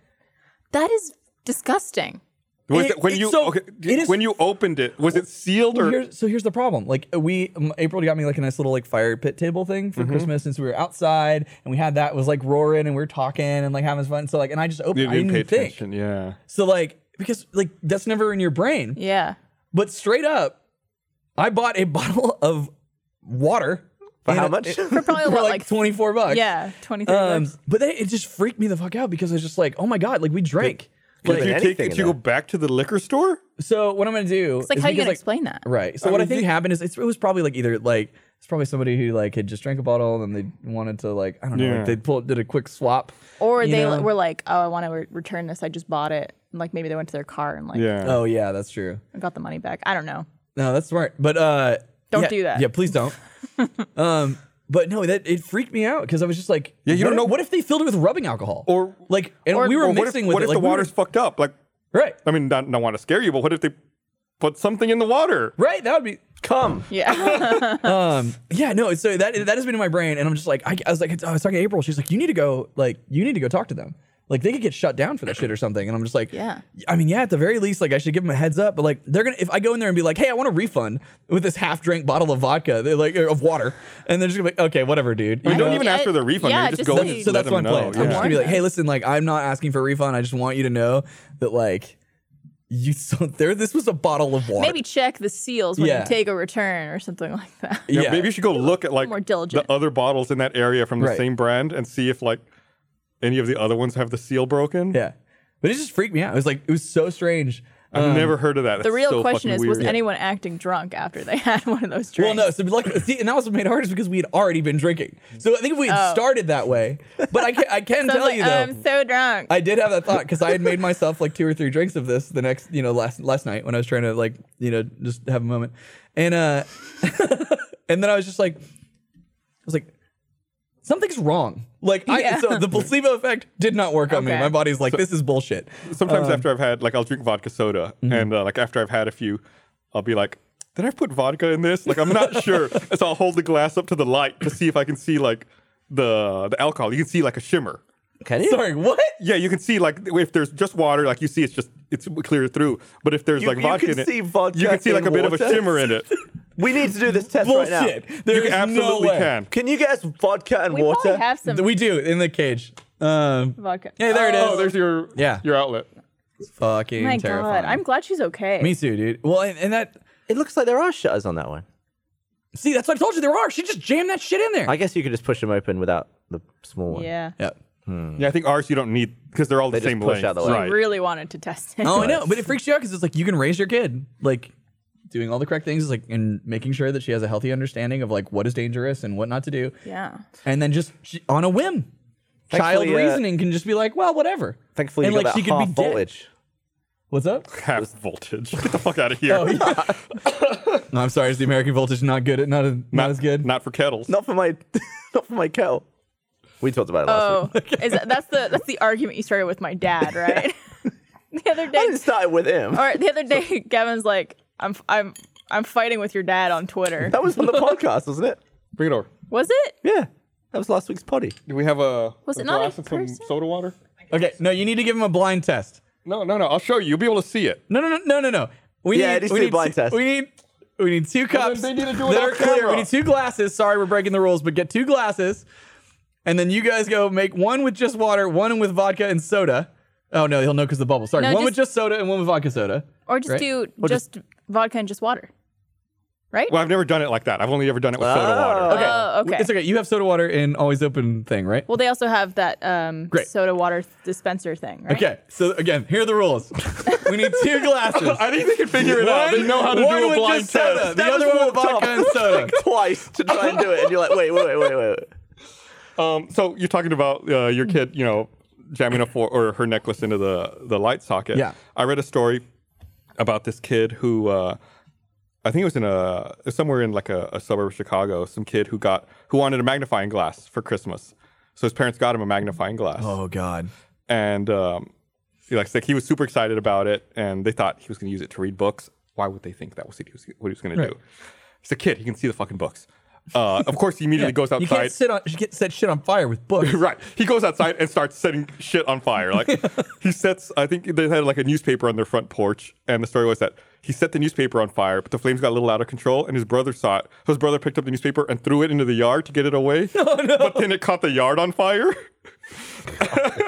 Speaker 3: That is disgusting.
Speaker 2: Was
Speaker 5: It-
Speaker 2: it, when
Speaker 5: it's
Speaker 2: you
Speaker 5: so-
Speaker 2: okay, d-
Speaker 5: it is- Oh,
Speaker 2: when you opened it, was it sealed or?
Speaker 5: Here's, so here's the problem. Like we, um, April got me like a nice little like fire pit table thing for Christmas since we were outside and we had that it was like roaring and we were talking and like having fun. So like, and I just opened.
Speaker 2: you
Speaker 5: it. I didn't
Speaker 2: pay
Speaker 5: think.
Speaker 2: attention. Yeah.
Speaker 5: So like because like that's never in your brain.
Speaker 3: Yeah.
Speaker 5: But straight up, I bought a bottle of water
Speaker 4: For
Speaker 5: And
Speaker 4: how
Speaker 5: it-
Speaker 4: much?
Speaker 5: it-
Speaker 3: For probably
Speaker 5: for
Speaker 3: what,
Speaker 5: like,
Speaker 3: like
Speaker 5: 24 bucks.
Speaker 3: Yeah, 23
Speaker 5: Um,
Speaker 3: bucks.
Speaker 5: but then it just freaked me the fuck out because I was just like, oh my god, like we drank.
Speaker 4: Could
Speaker 2: Did
Speaker 4: have
Speaker 2: you,
Speaker 4: been
Speaker 2: take,
Speaker 4: anything
Speaker 2: did
Speaker 4: in
Speaker 2: you go
Speaker 4: there.
Speaker 2: back to the liquor store?
Speaker 5: So what I'm gonna do?
Speaker 3: It's like,
Speaker 5: is
Speaker 3: how you
Speaker 5: because,
Speaker 3: gonna explain that?
Speaker 5: Right. So
Speaker 2: I
Speaker 5: what I
Speaker 2: mean,
Speaker 5: think
Speaker 2: thi-
Speaker 5: happened is it's, it was probably like either like it's probably somebody who like had just drank a bottle and then they wanted to like I don't know
Speaker 2: Yeah.
Speaker 5: like they pulled did a quick swap.
Speaker 3: Or
Speaker 5: you
Speaker 3: they
Speaker 5: know?
Speaker 3: were like, oh, I want to re- return this. I just bought it. And, like maybe they went to their car and like
Speaker 2: Yeah.
Speaker 5: Oh yeah, that's true.
Speaker 3: got the money back. I don't know.
Speaker 5: No, that's smart. But uh
Speaker 3: Don't
Speaker 5: yeah-
Speaker 3: do that.
Speaker 5: Yeah, please don't. um but no, that it freaked me out because I was just like,
Speaker 2: Yeah, you
Speaker 5: what
Speaker 2: don't
Speaker 5: if-
Speaker 2: know-
Speaker 5: what if they filled it with rubbing alcohol
Speaker 2: Or-
Speaker 5: like, and we were
Speaker 2: Or what if,
Speaker 5: mixing with
Speaker 2: what
Speaker 5: it,
Speaker 2: if
Speaker 5: like,
Speaker 2: the
Speaker 5: we were-
Speaker 2: water's fucked up? Like,
Speaker 5: right,
Speaker 2: I mean, not, not want to scare you, but what if they put something in the water?
Speaker 5: right. That would be
Speaker 4: Come.
Speaker 3: Yeah.
Speaker 5: um yeah no so that that has been in my brain and i'm just like i, I was like i was talking to april she's like you need to go like you need to go talk to them like they could get shut down for that shit or something and i'm just like
Speaker 3: Yeah.
Speaker 5: i mean yeah at the very least like i should give them a heads up but like they're gonna if i go in there and be like hey i want a refund with this half drink bottle of vodka they're like or of water and they're just gonna be like okay whatever dude you
Speaker 2: You
Speaker 5: know?
Speaker 2: don't
Speaker 3: I-
Speaker 2: even ask for the refund.
Speaker 3: yeah,
Speaker 2: you just,
Speaker 3: just
Speaker 2: go
Speaker 3: so
Speaker 2: and
Speaker 3: you-
Speaker 2: just
Speaker 5: so
Speaker 2: let
Speaker 5: that's my
Speaker 2: them
Speaker 5: plan
Speaker 2: know.
Speaker 5: i'm
Speaker 2: yeah.
Speaker 5: just gonna be like
Speaker 3: Warn
Speaker 5: hey
Speaker 3: them.
Speaker 5: listen like i'm not asking for a refund i just want you to know that like you so there this was a bottle of water
Speaker 3: maybe check the seals when
Speaker 5: Yeah.
Speaker 3: you take a return or something like that.
Speaker 2: Yeah,
Speaker 5: yeah
Speaker 2: maybe you should go look at like
Speaker 3: more
Speaker 2: the
Speaker 3: diligent.
Speaker 2: other bottles in that area from the
Speaker 5: Right.
Speaker 2: same brand and see if like any of the other ones have the seal broken.
Speaker 5: yeah but it just freaked me out it was like it was so strange
Speaker 2: I've never heard of that.
Speaker 3: The
Speaker 2: That's
Speaker 3: real
Speaker 2: so
Speaker 3: question
Speaker 2: fucking
Speaker 3: is,
Speaker 2: weird.
Speaker 3: was anyone acting drunk after they had one of those
Speaker 5: Well,
Speaker 3: drinks?
Speaker 5: no. So, like, see, and that was what made it hard is because we had already been drinking. So I think if we had
Speaker 3: Oh.
Speaker 5: started that way, but I can, I can
Speaker 3: So I was
Speaker 5: tell
Speaker 3: like, "Oh, um,
Speaker 5: you though,
Speaker 3: I'm so drunk.
Speaker 5: I did have that thought because I had made myself like two or three drinks of this the next, you know, last last night when I was trying to like, you know, just have a moment, and uh, and then I was just like, I was like, something's wrong. Like, I,
Speaker 3: Yeah.
Speaker 5: so the placebo effect did not work on me.
Speaker 3: Okay.
Speaker 5: My body's like, this is bullshit.
Speaker 2: Sometimes after I've had like I'll drink vodka soda and uh, like after I've had a few, I'll be like, did I put vodka in this? Like I'm not sure. And so I'll hold the glass up to the light to see if I can see like the the alcohol. You can see like a shimmer.
Speaker 4: Can you?
Speaker 5: Sorry, what?
Speaker 2: Yeah, you can see like if there's just water, like you see it's just it's clear through. But if there's
Speaker 4: You-
Speaker 2: like
Speaker 4: you
Speaker 2: vodka
Speaker 4: can
Speaker 2: in it,
Speaker 4: see vodka
Speaker 2: you can see like a
Speaker 4: in
Speaker 2: bit of a
Speaker 4: water?
Speaker 2: shimmer in it.
Speaker 4: We need to do this test right
Speaker 5: Bullshit.
Speaker 4: now.
Speaker 5: There
Speaker 2: you
Speaker 5: is no
Speaker 2: absolutely
Speaker 5: way.
Speaker 2: can.
Speaker 4: Can you get us vodka and
Speaker 3: we
Speaker 4: water?
Speaker 3: probably have some
Speaker 5: We do in the cage. Um,
Speaker 3: vodka.
Speaker 5: yeah, there it is.
Speaker 2: Oh, there's your
Speaker 5: Yeah.
Speaker 2: your outlet.
Speaker 5: fucking
Speaker 3: Oh my
Speaker 5: terrifying.
Speaker 3: god, I'm glad she's okay.
Speaker 5: Me too, dude. Well, and, and that
Speaker 4: It looks like there are shutters on that one.
Speaker 5: see, that's what I told you. There are. She just jammed that shit in there.
Speaker 4: I guess you could just push them open without the small one.
Speaker 3: yeah.
Speaker 5: yeah.
Speaker 2: Yeah, I think ours you don't need because they're all the
Speaker 4: They just
Speaker 2: same
Speaker 4: push
Speaker 2: length.
Speaker 4: out the way.
Speaker 3: She
Speaker 2: Right.
Speaker 3: really wanted to test it.
Speaker 5: Oh, I know, but it freaks you out because it's like you can raise your kid, like doing all the correct things, like and making sure that she has a healthy understanding of like what is dangerous and what not to do,
Speaker 3: Yeah.
Speaker 5: and then just she, on a whim, child
Speaker 4: Thankfully, uh,
Speaker 5: reasoning can just be like, well, whatever.
Speaker 4: Thankfully,
Speaker 5: and
Speaker 4: you
Speaker 5: like
Speaker 4: got
Speaker 5: she
Speaker 4: that
Speaker 5: could
Speaker 4: half
Speaker 5: be dead.
Speaker 4: voltage.
Speaker 5: What's up?
Speaker 2: Half voltage. Get the fuck out of here.
Speaker 5: No, I'm sorry, is the American voltage not good? Not a, not, as good.
Speaker 2: Not for kettles.
Speaker 4: Not for my, not for my kettle. We talked about it last week.
Speaker 3: Oh, is that, that's the that's the argument you started with my dad, right? the other
Speaker 4: I
Speaker 3: day,
Speaker 4: didn't start it with him.
Speaker 3: or the other day, Gavin's like, I'm I'm I'm fighting with your dad on Twitter.
Speaker 4: That was on the podcast, wasn't it?
Speaker 2: Bring it over.
Speaker 3: Was it?
Speaker 4: Yeah, that was last week's potty.
Speaker 2: Do we have a,
Speaker 3: Was
Speaker 2: a
Speaker 3: it not
Speaker 2: glass
Speaker 3: in
Speaker 2: of some
Speaker 3: person?
Speaker 2: soda water?
Speaker 5: Okay, no, you need to give him a blind test.
Speaker 2: No, no, no. I'll show you. You'll be able to see it.
Speaker 5: No, no, no, no, no, no. We
Speaker 4: Yeah, it
Speaker 5: need,
Speaker 4: is
Speaker 5: we
Speaker 4: to be
Speaker 5: need
Speaker 4: blind
Speaker 5: two,
Speaker 4: test.
Speaker 5: We need we need two
Speaker 2: then
Speaker 5: cups
Speaker 2: they need to do it
Speaker 5: that
Speaker 2: off
Speaker 5: are clear.
Speaker 2: camera.
Speaker 5: We need two glasses. Sorry, we're breaking the rules, but get two glasses, and then you guys go make one with just water, one with vodka and soda. Oh no, he'll know because the bubble. Sorry,
Speaker 3: No,
Speaker 5: one with
Speaker 3: just-
Speaker 5: just soda and one with vodka soda.
Speaker 3: Or just
Speaker 5: Right.
Speaker 3: do just, vodka and just water, right?
Speaker 2: Well, I've never done it like that. I've only ever done it with soda water.
Speaker 5: Ah.
Speaker 4: okay.
Speaker 3: Oh, okay.
Speaker 5: It's okay. You have soda water in always open thing, right?
Speaker 3: Well, they also have that um,
Speaker 5: Great.
Speaker 3: soda water dispenser thing, right?
Speaker 5: Okay. So again, here are the rules. we need two glasses.
Speaker 2: I think they can figure it out. They know how to
Speaker 5: one
Speaker 2: do a
Speaker 5: with
Speaker 2: blind
Speaker 5: just soda,
Speaker 2: test.
Speaker 5: The
Speaker 4: That
Speaker 5: other
Speaker 4: was
Speaker 5: one with
Speaker 4: walked
Speaker 5: vodka
Speaker 4: off.
Speaker 5: and soda.
Speaker 4: Twice to try and do it, and you're like, wait, wait, wait, wait, wait.
Speaker 2: Um, so you're talking about uh, your kid, you know, jamming a for or her necklace into the the light socket.
Speaker 5: Yeah.
Speaker 2: I read a story about this kid who uh, I think it was in a somewhere in like a, a suburb of Chicago. Some kid who got who wanted a magnifying glass for Christmas. So his parents got him a magnifying glass.
Speaker 5: Oh God.
Speaker 2: and um, he, like like, he was super excited about it, and they thought he was going to use it to read books. Why would they think that was what he was, what he was going to do? He's a kid; he can see the fucking books. Uh, of course, he immediately goes
Speaker 5: You
Speaker 2: outside.
Speaker 5: can't sit on get set shit on fire with books.
Speaker 2: right, he goes outside and starts setting shit on fire. Like he sets, I think they had like a newspaper on their front porch, and the story was that he set the newspaper on fire, but the flames got a little out of control, and his brother saw it. So his brother picked up the newspaper and threw it into the yard to get it away.
Speaker 5: Oh,
Speaker 2: But then it caught the yard on fire.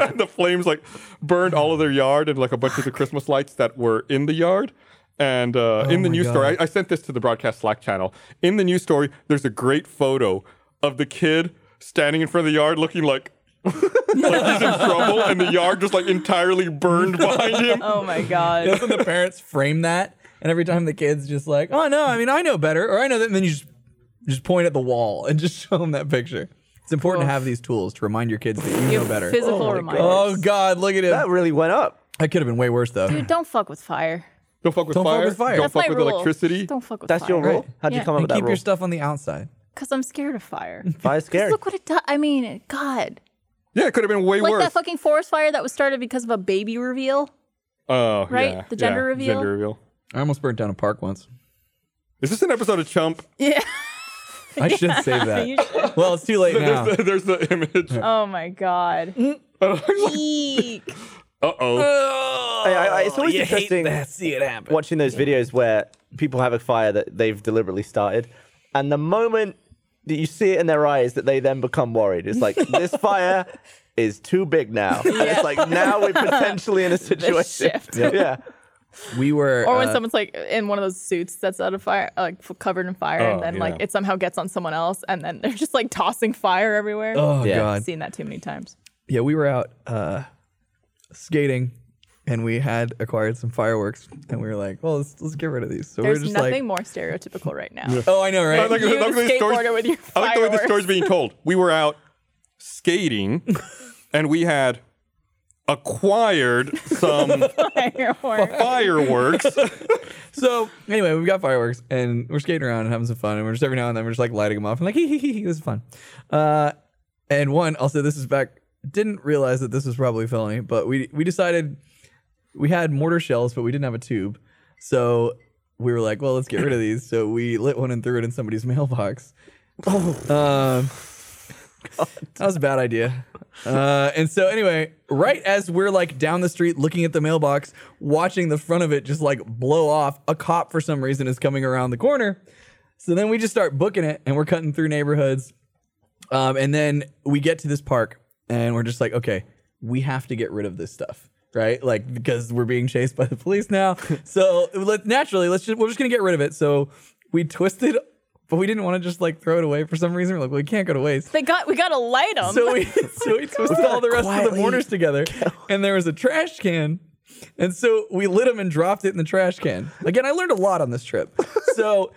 Speaker 2: And the flames like burned all of their yard and like a bunch of the Christmas lights that were in the yard. And uh, in the
Speaker 5: Oh my
Speaker 2: news
Speaker 5: God.
Speaker 2: story, I, I sent this to the broadcast Slack channel. In the news story, there's a great photo of the kid standing in front of the yard looking like, like he's in trouble and the yard just like entirely burned behind him.
Speaker 3: Oh my god.
Speaker 5: That's when the parents frame that, and every time the kid's just like, "Oh no, I mean I know better," or "I know that," and then you just just point at the wall and just show them that picture. It's important to have these tools to remind your kids that you know better.
Speaker 3: Physical reminders.
Speaker 5: Oh God, look at it.
Speaker 4: That really went up.
Speaker 5: That could have been way worse though.
Speaker 3: Dude, don't fuck with fire.
Speaker 2: Don't fuck with,
Speaker 5: Don't fuck
Speaker 2: fire.
Speaker 5: with fire.
Speaker 2: Don't
Speaker 3: That's
Speaker 2: fuck
Speaker 3: my
Speaker 2: with
Speaker 3: rule.
Speaker 2: electricity.
Speaker 3: Don't fuck with
Speaker 4: That's
Speaker 3: fire.
Speaker 4: your rule. How'd you
Speaker 3: Yeah.
Speaker 4: come up
Speaker 5: and
Speaker 4: with that
Speaker 5: keep
Speaker 4: rule?
Speaker 5: your stuff on the outside.
Speaker 3: Because I'm scared of fire.
Speaker 4: Fire's scary.
Speaker 3: Look what it does. I mean, God.
Speaker 2: Yeah, it could have been way
Speaker 3: Like
Speaker 2: worse.
Speaker 3: that fucking forest fire that was started because of a baby reveal.
Speaker 2: oh,
Speaker 3: right?
Speaker 2: yeah,
Speaker 3: The gender
Speaker 2: yeah,
Speaker 3: reveal?
Speaker 2: Gender reveal.
Speaker 5: I almost burnt down a park once.
Speaker 2: Is this an episode of Chump?
Speaker 3: Yeah.
Speaker 5: I should save
Speaker 3: You
Speaker 5: that.
Speaker 3: should-
Speaker 5: Well, it's too late now.
Speaker 2: There's, the, there's the image.
Speaker 3: oh my god. Eek.
Speaker 2: Uh oh.
Speaker 4: I- I- I- it's always interesting
Speaker 5: See it happen.
Speaker 4: watching those videos where people have a fire that they've deliberately started, and the moment that you see it in their eyes that they then become worried. It's like this fire is too big now. And it's like now we're potentially in a situation.
Speaker 3: shift.
Speaker 4: Yeah.
Speaker 5: We were.
Speaker 3: Or when
Speaker 5: uh,
Speaker 3: someone's like in one of those suits that's out of fire, uh, like f- covered in fire,
Speaker 2: Oh,
Speaker 3: and then like
Speaker 2: yeah.
Speaker 3: it somehow gets on someone else, and then they're just like tossing fire everywhere.
Speaker 5: Oh
Speaker 4: Yeah.
Speaker 5: God.
Speaker 3: I've seen that too many times.
Speaker 5: yeah, we were out uh, skating, and we had acquired some fireworks, and we were like, "Well, let's, let's get rid of these." So we
Speaker 3: There's
Speaker 5: are just
Speaker 3: nothing
Speaker 5: like,
Speaker 3: more stereotypical right now.
Speaker 5: "Oh, I know,
Speaker 2: I
Speaker 5: right?"
Speaker 2: like,
Speaker 3: You
Speaker 2: I like the way the story's-
Speaker 3: skateboarder with your
Speaker 2: I like the way the
Speaker 3: fireworks.
Speaker 2: story's being told. We were out skating, and we had acquired some
Speaker 3: Fireworks.
Speaker 2: fireworks.
Speaker 5: so anyway, we've got fireworks, and we're skating around and having some fun, and we're just every now and then we're just like lighting them off, and like, "Hee hee hee, hee, this is fun." Uh, and one also, this is back. Didn't realize that this was probably a felony, but we we decided we had mortar shells, but we didn't have a tube. So we were like, well, let's get rid of these. So we lit one and threw it in somebody's mailbox. Um, that was a bad idea. Uh, and so anyway, right as we're like down the street looking at the mailbox, watching the front of it just like blow off, a cop for some reason is coming around the corner. So then we just start booking it and we're cutting through neighborhoods. Um, and then we get to this park and we're just like, okay, we have to get rid of this stuff, right? Like because we're being chased by the police now. so let, naturally, let's just we're just gonna get rid of it. So we twisted, but we didn't want to just like throw it away for some reason. We're like, well, we can't go to waste.
Speaker 3: They got we got to light them.
Speaker 5: So we so we twisted all the rest of the mortars together, and there was a trash can. And so we lit them and dropped it in the trash can. Again, I learned a lot on this trip. So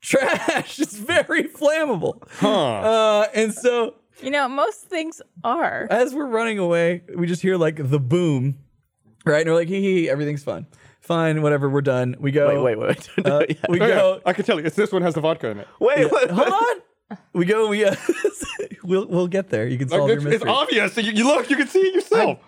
Speaker 5: trash is very flammable. Uh, and so
Speaker 3: you know, most things are.
Speaker 5: as we're running away, we just hear like the boom, right? And we're like, hee hee, hee, everything's fine. Fine, whatever, we're done. We go.
Speaker 4: Wait, wait, wait. Don't do
Speaker 5: Uh,
Speaker 4: it yet.
Speaker 5: we
Speaker 2: Oh, yeah,
Speaker 5: go.
Speaker 2: I can tell you, it's this one has the vodka in it.
Speaker 4: Wait, wait,
Speaker 5: Hold on. We go. We uh, we'll we'll get there. You can solve your
Speaker 2: It's, it's
Speaker 5: mystery.
Speaker 2: obvious. You, you look, you can see it yourself.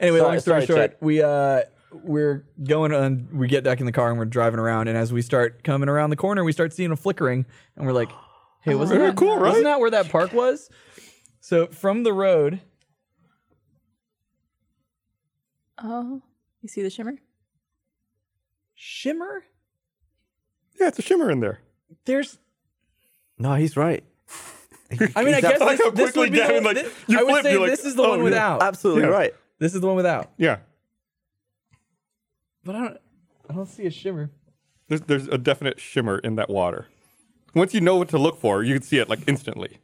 Speaker 5: Anyway,
Speaker 4: Sorry-
Speaker 5: long
Speaker 4: sorry,
Speaker 5: story short,
Speaker 4: Chad.
Speaker 5: we uh we're going on. We get back in the car and we're driving around. And as we start coming around the corner, we start seeing a flickering, and we're like, "Hey, wasn't
Speaker 2: Very
Speaker 5: that
Speaker 2: cool, right?
Speaker 5: Wasn't that where that park was?" So from the road,
Speaker 3: Oh, you see the shimmer?
Speaker 5: shimmer.
Speaker 2: yeah, it's a shimmer in there.
Speaker 5: There's
Speaker 4: No, he's right.
Speaker 5: I mean, I guess
Speaker 2: I like
Speaker 5: this,
Speaker 2: how
Speaker 5: this
Speaker 2: quickly
Speaker 5: would be the
Speaker 2: Gavin,
Speaker 5: one-
Speaker 2: like,
Speaker 5: thi-
Speaker 2: you
Speaker 5: I would
Speaker 2: flipped,
Speaker 5: say
Speaker 2: you're like,
Speaker 5: this is the
Speaker 2: "Oh,
Speaker 5: one
Speaker 2: yeah."
Speaker 5: without.
Speaker 4: Absolutely
Speaker 2: Yeah.
Speaker 4: right.
Speaker 5: This is the one without.
Speaker 2: Yeah,
Speaker 5: But I don't. I don't see a shimmer.
Speaker 2: there's, there's a definite shimmer in that water. Once you know what to look for, you can see it like instantly.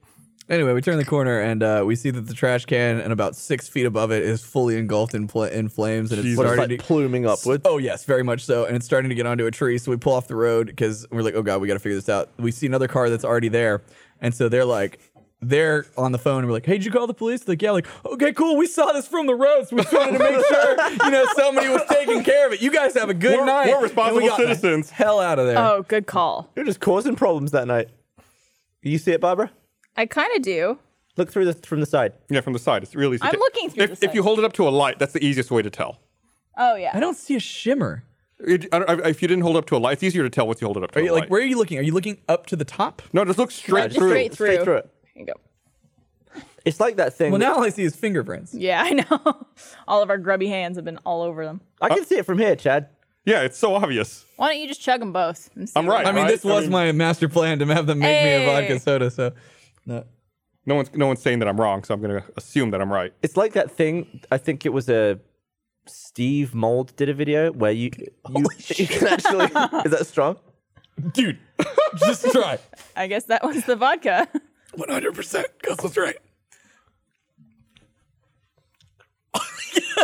Speaker 5: Anyway, we turn the corner and uh, we see that the trash can and about six feet above it is fully engulfed in, pla in flames and it's
Speaker 2: Jesus.
Speaker 4: Well, it's
Speaker 5: starting
Speaker 4: like
Speaker 5: to
Speaker 4: pluming upwards.
Speaker 5: Oh yes, very much so, and it's starting to get onto a tree. So we pull off the road because we're like, oh god, we got to figure this out. We see another car that's already there, and so they're like, they're on the phone. And we're like, hey, did you call the police? Like, yeah, like, okay, cool. We saw this from the road, so we just wanted to make sure you know somebody was taking care of it. You guys have a good
Speaker 2: We're-
Speaker 5: night.
Speaker 2: we're
Speaker 5: And we
Speaker 2: responsible
Speaker 5: got the
Speaker 2: citizens.
Speaker 5: Hell out of there.
Speaker 3: Oh, good call.
Speaker 4: You're just causing problems that night. You see it, Barbara?
Speaker 3: I kind of do.
Speaker 4: Look through the from the side.
Speaker 2: Yeah, from the side, it's really easy.
Speaker 3: I'm
Speaker 2: to-
Speaker 3: looking through
Speaker 2: If,
Speaker 3: the
Speaker 2: if
Speaker 3: side.
Speaker 2: you hold it up to a light, that's the easiest way to tell.
Speaker 3: Oh
Speaker 5: I
Speaker 3: yeah.
Speaker 5: don't see a shimmer.
Speaker 2: It, I don't, if you didn't hold it up to a light, it's easier to tell once you hold it up to
Speaker 5: Are
Speaker 2: a
Speaker 5: you
Speaker 2: light.
Speaker 5: like, where are you looking? Are you looking up to the top?
Speaker 2: No, just look straight
Speaker 3: Just
Speaker 2: through.
Speaker 3: Straight through.
Speaker 4: Straight through it.
Speaker 3: There you go.
Speaker 4: It's like that thing.
Speaker 5: Well, now all I see is fingerprints.
Speaker 3: Yeah, I know. All of our grubby hands have been all over them.
Speaker 4: I can see it from here, Chad.
Speaker 2: Yeah, it's so obvious.
Speaker 3: Why don't you just chug them both? and see
Speaker 2: I'm
Speaker 3: what-
Speaker 2: right.
Speaker 5: I mean,
Speaker 2: right?
Speaker 5: this was
Speaker 2: mean,
Speaker 5: my master plan to have them make me a vodka
Speaker 3: Hey.
Speaker 5: soda. So, no.
Speaker 2: No one's no one's saying that I'm wrong, so I'm gonna assume that I'm right.
Speaker 4: It's like that thing. I think it was a Steve Mold did a video where you you, you can actually is that strong?
Speaker 5: dude, just try.
Speaker 3: I guess that was the vodka.
Speaker 5: One hundred percent. That's right.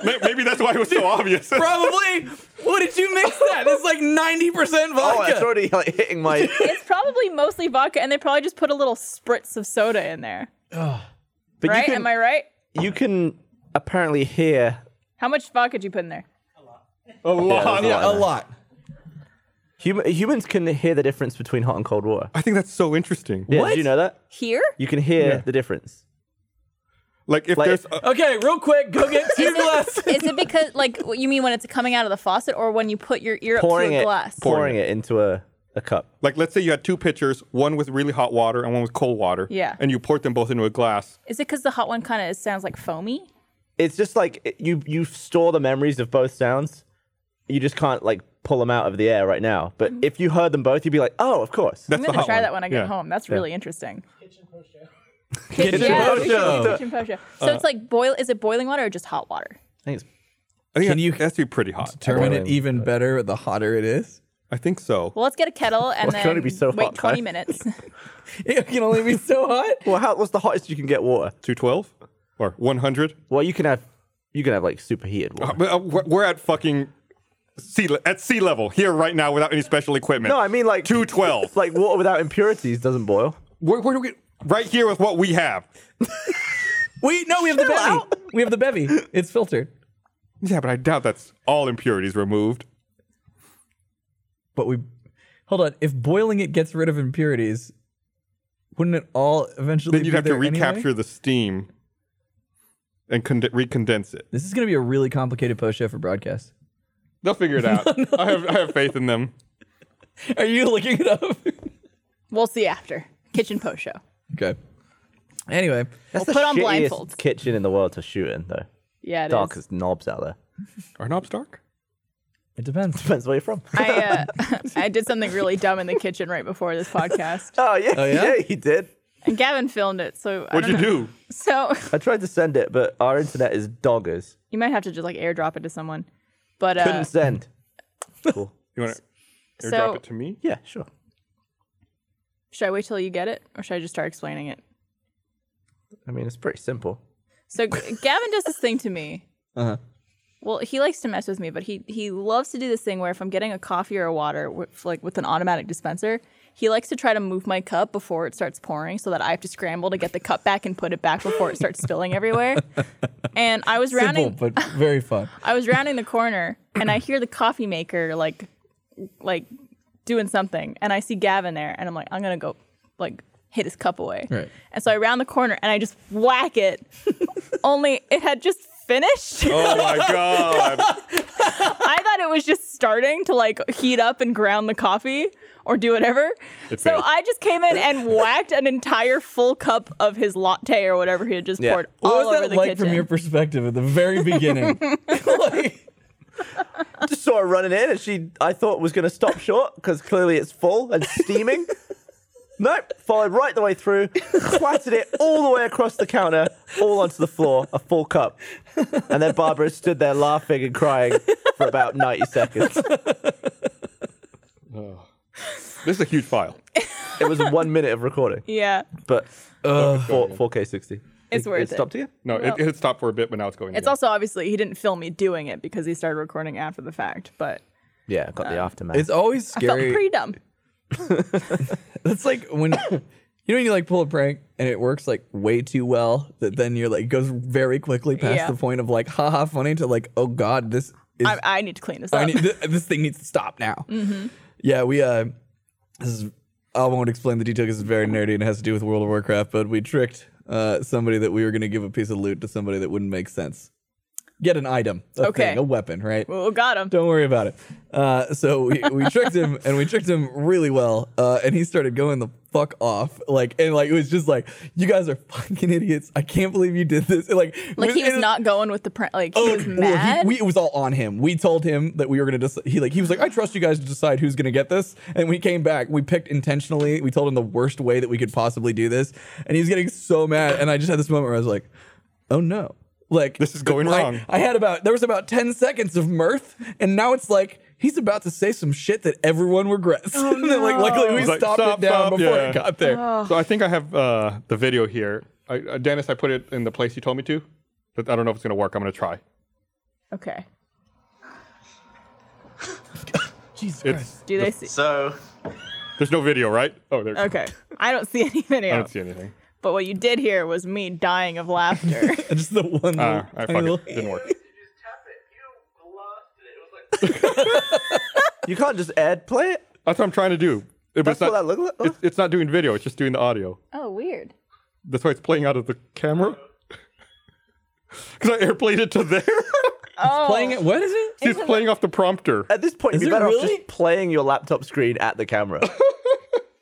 Speaker 2: May- Maybe that's why it was so obvious.
Speaker 5: Probably. what did you mix that? It's like ninety percent
Speaker 4: Oh,
Speaker 5: vodka.
Speaker 4: it's already like hitting my.
Speaker 3: It's probably mostly vodka, and they probably just put a little spritz of soda in there.
Speaker 4: But
Speaker 3: right?
Speaker 4: you
Speaker 3: Am
Speaker 4: can
Speaker 3: I right?
Speaker 4: you can apparently hear.
Speaker 3: How much vodka did you put in there?
Speaker 2: a lot.
Speaker 4: Yeah,
Speaker 5: yeah, a lot.
Speaker 4: Hum- humans can hear the difference between hot and cold water.
Speaker 2: I think that's so interesting.
Speaker 4: Yeah,
Speaker 5: What?
Speaker 4: Did you know that?
Speaker 3: Here?
Speaker 4: You can hear the difference.
Speaker 2: Like if
Speaker 4: Like-
Speaker 2: there's a,
Speaker 5: Okay, real quick, go get two glasses.
Speaker 3: Is it because, like, what you mean when it's coming out of the faucet, or when you put your ear
Speaker 4: Pouring
Speaker 3: up to a
Speaker 4: it,
Speaker 3: glass?
Speaker 4: pouring it into a, a cup.
Speaker 2: like let's say you had two pitchers, one with really hot water and one with cold water.
Speaker 3: Yeah.
Speaker 2: And you poured them both into a glass.
Speaker 3: Is it because the hot one kind of sounds like foamy?
Speaker 4: It's just like it- you you store the memories of both sounds. You just can't like pull them out of the air right now. But
Speaker 3: Mm-hmm.
Speaker 4: if you heard them both, you'd be like, oh, of course.
Speaker 2: That's the
Speaker 3: I'm gonna
Speaker 2: hot
Speaker 3: try
Speaker 2: one.
Speaker 3: that when I get
Speaker 2: Yeah.
Speaker 3: home. That's really interesting.
Speaker 5: Kitchen
Speaker 3: Yeah,
Speaker 5: Post
Speaker 3: we should
Speaker 5: Show.
Speaker 3: do kitchen post show. So it's like boil. Is it boiling water or just hot water?
Speaker 4: I think it's-
Speaker 2: I think
Speaker 5: Can
Speaker 2: that-
Speaker 5: you-
Speaker 2: that has to be pretty hot.
Speaker 5: Determine it even better the hotter it is.
Speaker 2: I think so.
Speaker 3: Well, let's get a kettle and
Speaker 4: Well, it's
Speaker 3: then
Speaker 4: gonna be so
Speaker 3: wait
Speaker 4: hot,
Speaker 3: 20
Speaker 4: Kai.
Speaker 3: minutes.
Speaker 5: It can only be so hot.
Speaker 4: well, how, what's the hottest you can get water?
Speaker 2: 212 or 100?
Speaker 4: Well, you can have you can have like superheated water.
Speaker 2: Uh, We're we're at fucking sea le- at sea level here right now without any special equipment.
Speaker 4: No, I mean like
Speaker 2: 212.
Speaker 4: like water without impurities doesn't boil.
Speaker 2: where, where do we right here with what we have?
Speaker 5: We no, we have the bevy. We have the bevy. It's filtered.
Speaker 2: Yeah, but I doubt that's all impurities removed.
Speaker 5: But we hold on. If boiling it gets rid of impurities, wouldn't it all eventually?
Speaker 2: Then you'd
Speaker 5: be
Speaker 2: have to
Speaker 5: there anyway?
Speaker 2: recapture the steam and conde- recondense it.
Speaker 5: This is going to be a really complicated post show for broadcast.
Speaker 2: They'll figure it out. I have I have faith in them.
Speaker 5: Are you looking it up?
Speaker 3: we'll see after kitchen post show.
Speaker 5: okay. Anyway,
Speaker 4: That's
Speaker 3: We'll
Speaker 4: the
Speaker 3: put on
Speaker 4: shittiest
Speaker 3: blindfolds.
Speaker 4: Kitchen in the world to shoot in though.
Speaker 3: Yeah, it
Speaker 4: Dark
Speaker 3: is.
Speaker 4: as knobs out there.
Speaker 2: Are knobs dark?
Speaker 5: it depends.
Speaker 4: Depends where you're from.
Speaker 3: I uh, I did something really dumb in the kitchen right before this podcast,
Speaker 4: oh yeah,
Speaker 5: yeah?
Speaker 4: yeah, you did.
Speaker 3: and Gavin filmed it. So I
Speaker 2: What'd
Speaker 3: don't
Speaker 2: you
Speaker 3: know.
Speaker 2: do?
Speaker 3: So
Speaker 4: I tried to send it, but our internet is doggers.
Speaker 3: you might have to just like airdrop it to someone. But uh,
Speaker 4: Couldn't send. Cool.
Speaker 2: You want to airdrop
Speaker 3: so
Speaker 2: it to me?
Speaker 4: Yeah, sure.
Speaker 3: should I wait till you get it, or should I just start explaining it?
Speaker 4: I mean, it's pretty simple.
Speaker 3: So G- Gavin does this thing to me.
Speaker 5: Uh-huh.
Speaker 3: Well, he likes to mess with me, but he he loves to do this thing where if I'm getting a coffee or a water with, like with an automatic dispenser, he likes to try to move my cup before it starts pouring so that I have to scramble to get the cup back and put it back before it starts spilling everywhere. And I was rounding
Speaker 5: Simple, but very fun.
Speaker 3: I was rounding the corner and I hear the coffee maker like like doing something and I see Gavin there and I'm like I'm going to go like hit his cup away.
Speaker 5: Right.
Speaker 3: And so I round the corner and I just whack it. Only it had just finished.
Speaker 2: Oh my god!
Speaker 3: I thought it was just starting to like heat up and ground the coffee or do whatever. so
Speaker 2: failed.
Speaker 3: I just came in and whacked an entire full cup of his latte or whatever he had just
Speaker 4: Yeah.
Speaker 3: poured
Speaker 5: What
Speaker 3: all
Speaker 5: was
Speaker 3: over
Speaker 5: that
Speaker 3: the
Speaker 5: like
Speaker 3: kitchen.
Speaker 5: from your perspective at the very beginning? Like,
Speaker 4: Just saw her running in, and she I thought was going to stop short because clearly it's full and steaming. nope, followed right the way through, clattered it all the way across the counter, all onto the floor, a full cup, and then Barbara stood there laughing and crying for about ninety seconds.
Speaker 2: This is a huge file.
Speaker 4: It was one minute of recording,
Speaker 3: yeah,
Speaker 4: but four K sixty.
Speaker 3: It's
Speaker 4: it,
Speaker 3: worth
Speaker 4: it. Stopped here.
Speaker 2: No, it, it had stopped for a bit, but now it's going.
Speaker 3: it's
Speaker 2: again.
Speaker 3: also obviously he didn't film me doing it because he started recording after the fact, but
Speaker 4: Yeah, got the aftermath.
Speaker 5: it's always
Speaker 3: I felt
Speaker 5: scary.
Speaker 3: pretty dumb.
Speaker 5: That's like when you know when you like pull a prank and it works like way too well that then you're like goes very quickly past
Speaker 3: Yeah.
Speaker 5: the point of like haha funny to like oh god this is
Speaker 3: I, I need to clean this up.
Speaker 5: I need, th- this thing needs to stop now.
Speaker 3: Mm-hmm.
Speaker 5: Yeah, we uh, this is I won't explain the detail because it's very nerdy and it has to do with World of Warcraft. But we tricked uh somebody that we were gonna give a piece of loot to somebody that wouldn't make sense. Get an item, a
Speaker 3: Okay.
Speaker 5: thing, a weapon, right?
Speaker 3: well, got him.
Speaker 5: Don't worry about it. Uh, so we, we tricked him and we tricked him really well. Uh, and he started going the fuck off. Like, and like, it was just like, you guys are fucking idiots. I can't believe you did this. And, like,
Speaker 3: Like he was
Speaker 5: and-
Speaker 3: not going with the print. Like he was
Speaker 5: well,
Speaker 3: mad.
Speaker 5: Oh, we, it was all on him. We told him that we were gonna. Dec- he like he was like, I trust you guys to decide who's gonna get this. And we came back. We picked intentionally. We told him the worst way that we could possibly do this. And he was getting so mad. And I just had this moment where I was like, Oh no, like
Speaker 2: This is going
Speaker 5: I-
Speaker 2: wrong.
Speaker 5: I had about there was about ten seconds of mirth, and now it's like. he's about to say some shit that everyone regrets. and then, like,
Speaker 3: Oh, no. Oh.
Speaker 5: luckily we
Speaker 2: It's like,
Speaker 5: stopped
Speaker 2: stop,
Speaker 5: it down
Speaker 2: stop,
Speaker 5: before
Speaker 2: yeah.
Speaker 5: it got there.
Speaker 2: So I think I have uh, the video here. I, uh, Dennis, I put it in the place you told me to, but I don't know if it's gonna work. I'm gonna try.
Speaker 3: Okay.
Speaker 2: It's
Speaker 3: Do they see?
Speaker 7: So,
Speaker 2: there's no video, right? Oh, there's.
Speaker 3: Okay. I don't see any
Speaker 2: I
Speaker 3: video.
Speaker 2: don't see anything.
Speaker 3: But what you did here was me dying of laughter.
Speaker 5: Just the one.
Speaker 2: Uh,
Speaker 5: little-
Speaker 2: I
Speaker 5: tiny
Speaker 2: fuck
Speaker 5: little-
Speaker 2: it. Didn't work.
Speaker 4: You can't just add play it.
Speaker 2: That's what I'm trying to do. But
Speaker 4: That's
Speaker 2: it's not,
Speaker 4: what that look like.
Speaker 2: It's, it's not doing video. It's just doing the audio.
Speaker 3: oh, weird.
Speaker 2: That's why it's playing out of the camera. Because I airplayed it to there.
Speaker 3: Oh,
Speaker 5: Playing it. What is it?
Speaker 2: She's playing off the prompter.
Speaker 4: At this point,
Speaker 5: Is
Speaker 4: you'd be
Speaker 5: it
Speaker 4: better off
Speaker 5: really?
Speaker 4: just playing your laptop screen at the camera.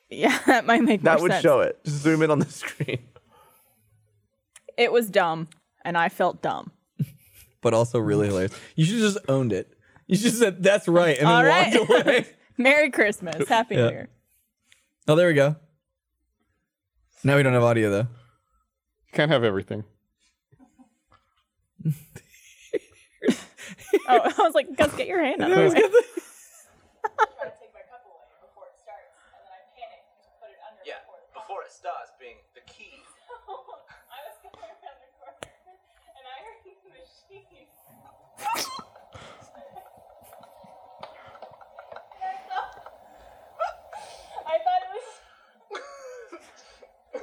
Speaker 3: yeah, that might make
Speaker 4: that
Speaker 3: more
Speaker 4: would
Speaker 3: sense.
Speaker 4: show it. Just zoom in on the screen.
Speaker 3: It was dumb, and I felt dumb.
Speaker 5: But also really hilarious. You should have just owned it. You should have said, that's right, and then
Speaker 3: All right.
Speaker 5: walked away.
Speaker 3: Merry Christmas, Happy
Speaker 5: Yeah.
Speaker 3: New Year.
Speaker 5: oh, there we go. Now we don't have audio, though.
Speaker 2: Can't have everything.
Speaker 3: Oh, I was like, Gus, get your hand out. of the way.
Speaker 7: yeah, before it starts being the key.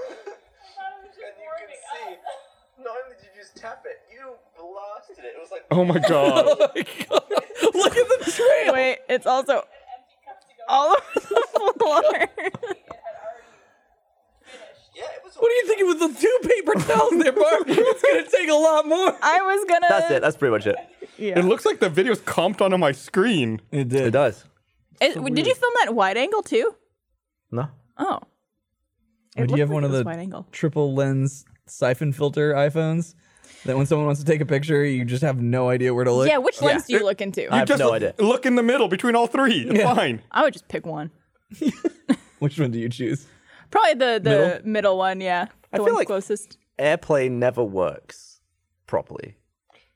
Speaker 7: And you can see, not only did you just tap it, you blasted it. It was like,
Speaker 2: Oh my god.
Speaker 5: Look at the trail.
Speaker 3: Wait, it's also all over the floor.
Speaker 7: yeah, it was
Speaker 5: What do you think with the two paper towels there, Barb? It's going to take a lot more.
Speaker 3: I was gonna.
Speaker 4: That's it. That's pretty much it.
Speaker 3: Yeah.
Speaker 2: it looks like the video's comped onto my screen.
Speaker 5: It
Speaker 4: It
Speaker 5: did.
Speaker 4: does.
Speaker 3: It- did you film that wide angle too?
Speaker 4: No.
Speaker 3: Oh.
Speaker 5: Or
Speaker 3: It
Speaker 5: do you have
Speaker 3: looked like
Speaker 5: one
Speaker 3: it
Speaker 5: of
Speaker 3: was
Speaker 5: the
Speaker 3: wide angle.
Speaker 5: triple lens siphon filter iPhones that when someone wants to take a picture, you just have no idea where to look?
Speaker 3: yeah, which lens do you look into?
Speaker 4: I
Speaker 3: I,
Speaker 4: have no
Speaker 2: look,
Speaker 4: idea.
Speaker 2: Look in the middle between all three. It's fine.
Speaker 3: would just pick one.
Speaker 5: Which one do you choose?
Speaker 3: Probably the the middle, one, yeah. The
Speaker 4: feel
Speaker 3: one
Speaker 4: like-
Speaker 3: closest.
Speaker 4: Airplane never works properly.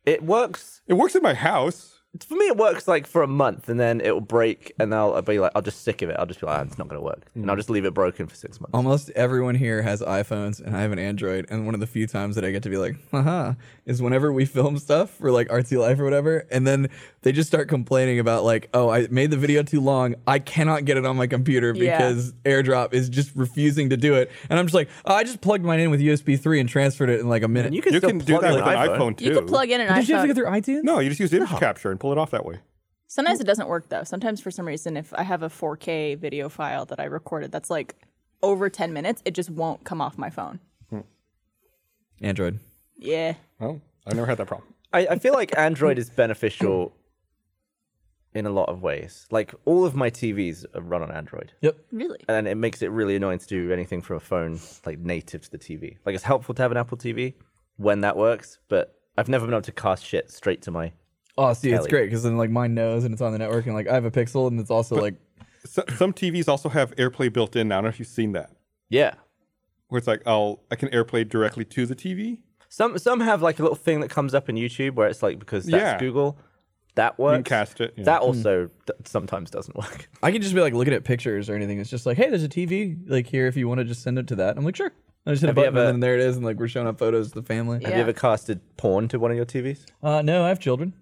Speaker 4: It works
Speaker 2: It works in my house.
Speaker 4: for me. It works like for a month, and then it'll break, and I'll, I'll be like, I'll just sick of it. I'll just be like, ah, it's not gonna work, and I'll just leave it broken for six
Speaker 2: Um,
Speaker 4: months.
Speaker 5: Almost everyone here has iPhones, and I have an Android. And one of the few times that I get to be like, haha, is whenever we film stuff for like RT Life or whatever. And then they just start complaining about, like, oh, I made the video too long. I cannot get it on my computer
Speaker 3: Yeah.
Speaker 5: because AirDrop is just refusing to do it. And I'm just like, oh, I just plugged mine in with USB 3 and transferred it in like a minute.
Speaker 4: And you can
Speaker 2: You
Speaker 4: still
Speaker 2: can do
Speaker 4: plug
Speaker 2: that
Speaker 4: in
Speaker 2: with an iPhone, too.
Speaker 3: You could plug in an
Speaker 5: Did you have to
Speaker 3: iPhone.
Speaker 5: go through iTunes?
Speaker 2: No, you just use image capture and pull it off that way.
Speaker 3: Sometimes it doesn't work though. Sometimes for some reason, if I have a 4K video file that I recorded that's like over 10 minutes, it just won't come off my phone.
Speaker 5: Android.
Speaker 3: Yeah.
Speaker 2: Well, I never had that problem.
Speaker 4: I, I feel like Android is beneficial in a lot of ways. Like all of my TVs are run on Android.
Speaker 5: Yep.
Speaker 3: Really?
Speaker 4: And it makes it really annoying to do anything from a phone like native to the TV. Like it's helpful to have an Apple TV when that works, but I've never been able to cast shit straight to my
Speaker 5: Oh, see, it's
Speaker 4: Ellie.
Speaker 5: great because then like mine knows and it's on the network, and like I have a Pixel, and it's also like
Speaker 2: So, some TVs also have AirPlay built in now. I don't know if you've seen that.
Speaker 4: Yeah.
Speaker 2: Where it's like, I'll, I can AirPlay directly to the TV.
Speaker 4: Some some have like a little thing that comes up in YouTube where it's like because that's
Speaker 2: Yeah.
Speaker 4: Google, that works.
Speaker 2: cast it, yeah.
Speaker 4: That also d sometimes doesn't work.
Speaker 5: I can just be like looking at pictures or anything. It's just like, hey, there's a TV like here if you want to just send it to that. I'm like, sure. I just hit a
Speaker 4: you
Speaker 5: button,
Speaker 4: ever-
Speaker 5: and then there it is, and like we're showing up photos to the family.
Speaker 3: Yeah.
Speaker 4: Have you ever casted porn to one of your TVs?
Speaker 5: Uh, no, I have children.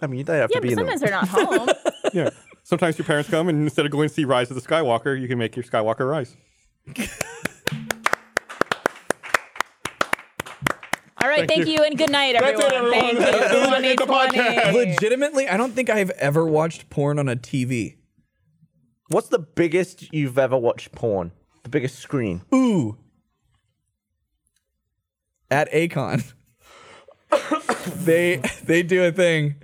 Speaker 4: I mean, you don't have
Speaker 3: Yeah,
Speaker 4: to be
Speaker 3: but
Speaker 4: in
Speaker 3: sometimes
Speaker 4: the.
Speaker 3: they're not home.
Speaker 2: Yeah. Sometimes your parents come and instead of going to see Rise of the Skywalker, you can make your Skywalker rise.
Speaker 3: All right, thank,
Speaker 2: you.
Speaker 3: you. and good night, everyone.
Speaker 2: it, everyone.
Speaker 3: Thank you.
Speaker 2: That's the end of the podcast.
Speaker 3: 2020.
Speaker 5: Legitimately, I don't think I've ever watched porn on a TV.
Speaker 4: What's the biggest you've ever watched porn? The biggest screen.
Speaker 5: Ooh. At Acon, they they do a thing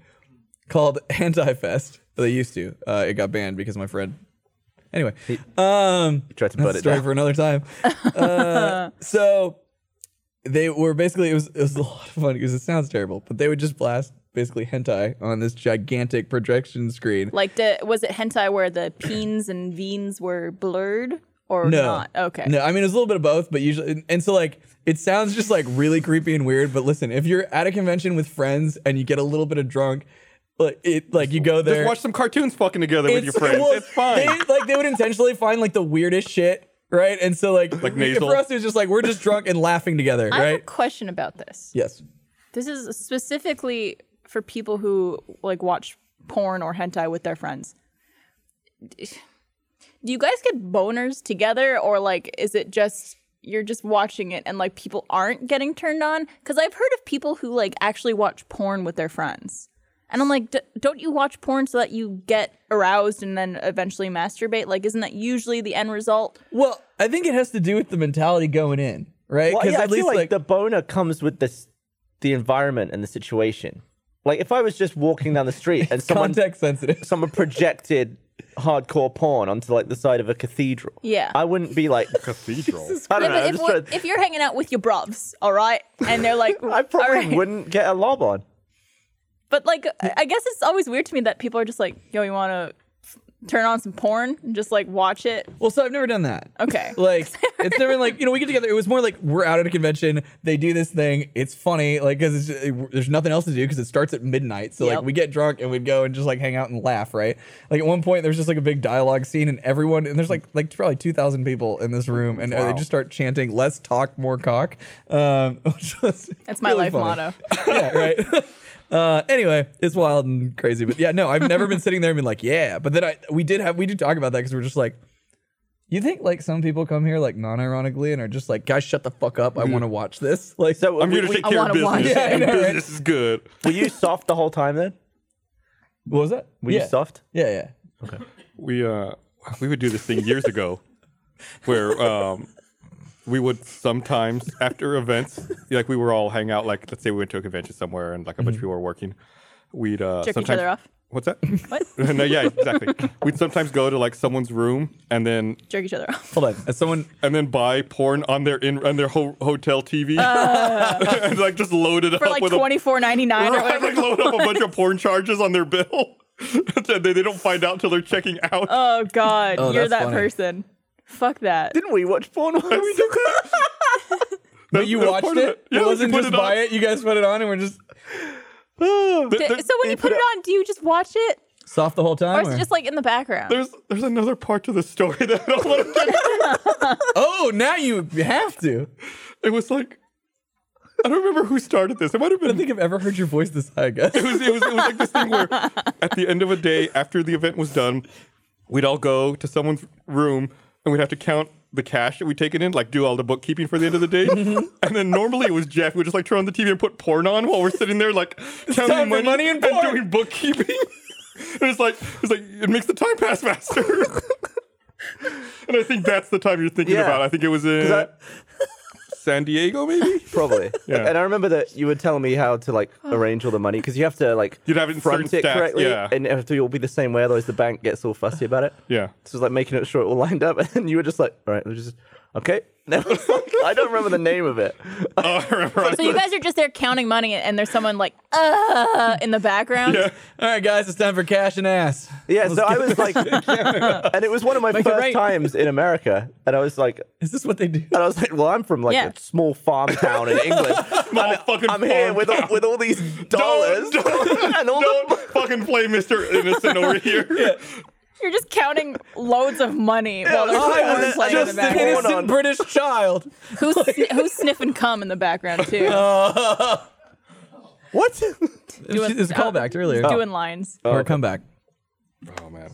Speaker 5: called Anti-Fest. They used to. Uh, it got banned because my friend. Anyway, um,
Speaker 4: tried to
Speaker 5: that's
Speaker 4: burn
Speaker 5: a
Speaker 4: it
Speaker 5: story
Speaker 4: down.
Speaker 5: for another time. Uh, so they were basically it was it was a lot of fun because it sounds terrible, but they would just blast basically hentai on this gigantic projection screen.
Speaker 3: Like, the, was it hentai where the peens and veins were blurred or
Speaker 5: no.
Speaker 3: not? Okay.
Speaker 5: No, I mean it's a little bit of both, but usually and, and so like it sounds just like really creepy and weird, but listen, if you're at a convention with friends and you get a little bit of drunk Like it, like you go there.
Speaker 2: Just watch some cartoons fucking together with your friends.
Speaker 5: well,
Speaker 2: it's fine.
Speaker 5: They, like they would intentionally find like the weirdest shit, right? And so like,
Speaker 2: Like nasal.
Speaker 5: for us it was just like we're just drunk and laughing together,
Speaker 3: I have a
Speaker 5: right?
Speaker 3: question about this.
Speaker 5: Yes.
Speaker 3: This is specifically for people who like watch porn or hentai with their friends. Do you guys get boners together or like is it just you're just watching it and like people aren't getting turned on? Cuz I've heard of people who like actually watch porn with their friends. And I'm like, D- don't you watch porn so that you get aroused and then eventually masturbate? Like, isn't that usually the end result?
Speaker 5: Well, I think it has to do with the mentality going in, right?
Speaker 4: Well, yeah, I
Speaker 5: at least
Speaker 4: feel like, the boner comes with this, the environment and the situation. Like if I was just walking down the street and someone
Speaker 5: context sensitive.
Speaker 4: someone projected hardcore porn onto like the side of a cathedral,
Speaker 3: Yeah.
Speaker 4: I wouldn't be like,
Speaker 2: Cathedral.
Speaker 4: I don't know.
Speaker 3: Yeah, but
Speaker 4: I'm
Speaker 3: if,
Speaker 4: just
Speaker 3: we're-
Speaker 4: trying-
Speaker 3: if you're hanging out with your bros, all right, and they're like,
Speaker 4: I probably
Speaker 3: all right.
Speaker 4: wouldn't get a lob on.
Speaker 3: But like, I I guess it's always weird to me that people are just like, yo, you want to turn on some porn and just like watch it?
Speaker 5: Well, so I've never done that.
Speaker 3: Okay.
Speaker 5: Like it's never been like you know we get together. It was more like we're out at a convention. They do this thing. It's funny, like because there's nothing else to do because it starts at midnight. So
Speaker 3: Yep.
Speaker 5: like we get drunk and we'd go and just like hang out and laugh, right? Like at one point there's just like a big dialogue scene and everyone and there's like like probably two thousand people in this room and they just start chanting "Let's talk more cock," um, which was
Speaker 3: That's my
Speaker 5: really
Speaker 3: life
Speaker 5: funny.
Speaker 3: motto.
Speaker 5: yeah, right. Uh, anyway, it's wild and crazy, but yeah, no, I've never been sitting there and been like, yeah. But then I, we did have, we do talk about that because we're just like, you think like some people come here like non-ironically and are just like, guys, shut the fuck up, I want to watch this. Like,
Speaker 4: So
Speaker 2: I'm
Speaker 4: were,
Speaker 2: here to
Speaker 4: were,
Speaker 2: take
Speaker 3: I
Speaker 2: care of
Speaker 3: wanna watch
Speaker 2: business.
Speaker 3: it.
Speaker 5: Yeah, I
Speaker 2: and
Speaker 5: know, right?
Speaker 2: business is good.
Speaker 4: were you soft the whole time then?
Speaker 5: what was that?
Speaker 4: Were
Speaker 5: yeah.
Speaker 4: you soft?
Speaker 5: Yeah, yeah.
Speaker 2: we uh we would do this thing years ago where um we would sometimes after events like we were all hang out like let's say we went to a convention somewhere and like a bunch of people were working we'd uh
Speaker 3: Jerk each
Speaker 2: sometimes
Speaker 3: other off.
Speaker 2: what's that
Speaker 3: What?
Speaker 2: no yeah exactly we'd sometimes go to like someone's room and then
Speaker 3: Jerk each other off.
Speaker 5: Hold on, as someone,
Speaker 2: and then buy porn on their in on their ho- hotel tv and like just load it
Speaker 3: Oh. For
Speaker 2: up
Speaker 3: like
Speaker 2: with a
Speaker 3: twenty four ninety nine or
Speaker 2: Right,
Speaker 3: whatever.
Speaker 2: like load up a bunch of porn charges on their bill and they, they don't find out till they're checking out
Speaker 3: Oh God,
Speaker 5: Oh,
Speaker 3: you're
Speaker 5: that's
Speaker 3: that
Speaker 5: funny.
Speaker 3: person. Fuck that.
Speaker 4: Didn't we watch porn? once?
Speaker 5: but you
Speaker 2: that's
Speaker 5: watched
Speaker 2: part
Speaker 5: it.
Speaker 2: of
Speaker 5: It,
Speaker 2: it. Yeah, we
Speaker 5: wasn't
Speaker 2: put
Speaker 5: just
Speaker 2: it on.
Speaker 5: by it. You guys put it on and we're just
Speaker 3: D-
Speaker 2: There-
Speaker 3: so when you put it on, do you just watch it,
Speaker 5: soft the whole
Speaker 3: or
Speaker 5: time.
Speaker 3: is
Speaker 5: or-
Speaker 3: it just like in the background?
Speaker 2: There's there's another part to the story that I don't want to get.
Speaker 5: oh, now you have to.
Speaker 2: It was like I don't remember who started this. It might have
Speaker 5: I
Speaker 2: been
Speaker 5: don't think I've ever heard your voice this high, guys.
Speaker 2: it was, it was it was like this thing where at the end of a day after the event was done, we'd all go to someone's room and we'd have to count the cash that we'd taken in, like do all the bookkeeping for the end of the day.
Speaker 4: Mm-hmm.
Speaker 2: and then normally it was Jeff who would just like turn on the TV and put porn on while we're sitting there like
Speaker 5: time
Speaker 2: counting
Speaker 5: for
Speaker 2: money,
Speaker 5: money and
Speaker 2: and,
Speaker 5: porn.
Speaker 2: doing bookkeeping. and it's like it's like it makes the time pass faster. and I think that's the time you're thinking
Speaker 4: Yeah.
Speaker 2: about. I think it was in
Speaker 4: I-
Speaker 2: San Diego, maybe.
Speaker 4: Probably.
Speaker 2: Yeah.
Speaker 4: And I remember that you were telling me how to like
Speaker 3: Oh.
Speaker 4: arrange all the money because you have to like
Speaker 2: You'd have it in
Speaker 4: front
Speaker 2: certain
Speaker 4: it
Speaker 2: stacks,
Speaker 4: correctly,
Speaker 2: yeah.
Speaker 4: and it have to all be the same way. Otherwise, the bank gets all fussy about it.
Speaker 2: Yeah.
Speaker 4: So it's like making it sure it all lined up, and you were just like, "All right, let's just okay." And I was like- I don't remember the name of it.
Speaker 2: Oh, I remember.
Speaker 3: so you guys are just there counting money, and there's someone like uh in the background.
Speaker 2: Yeah.
Speaker 5: All right, guys, it's time for cash and ass.
Speaker 4: Yeah. So I was like, and it was one of my
Speaker 5: Make it
Speaker 4: first
Speaker 5: right.
Speaker 4: times in America, and I was like,
Speaker 5: Is this what they do?
Speaker 4: and I was like, well, I'm from like
Speaker 3: Yeah.
Speaker 4: a small farm town in England.
Speaker 2: Small fucking
Speaker 4: I'm here
Speaker 2: farm
Speaker 4: with all, with all these dollars and all the
Speaker 2: Don't fucking play Mr. Innocent over here.
Speaker 3: You're just counting loads of money while there's
Speaker 4: I
Speaker 3: porn
Speaker 4: was
Speaker 3: playing in the
Speaker 5: just an
Speaker 3: background.
Speaker 4: background.
Speaker 5: innocent British child.
Speaker 3: Who's, sni- who's sniffing cum in the background too?
Speaker 4: what?
Speaker 3: Doing-
Speaker 5: It's a callback to earlier.
Speaker 3: Doing lines.
Speaker 5: Or a comeback.
Speaker 2: Oh man,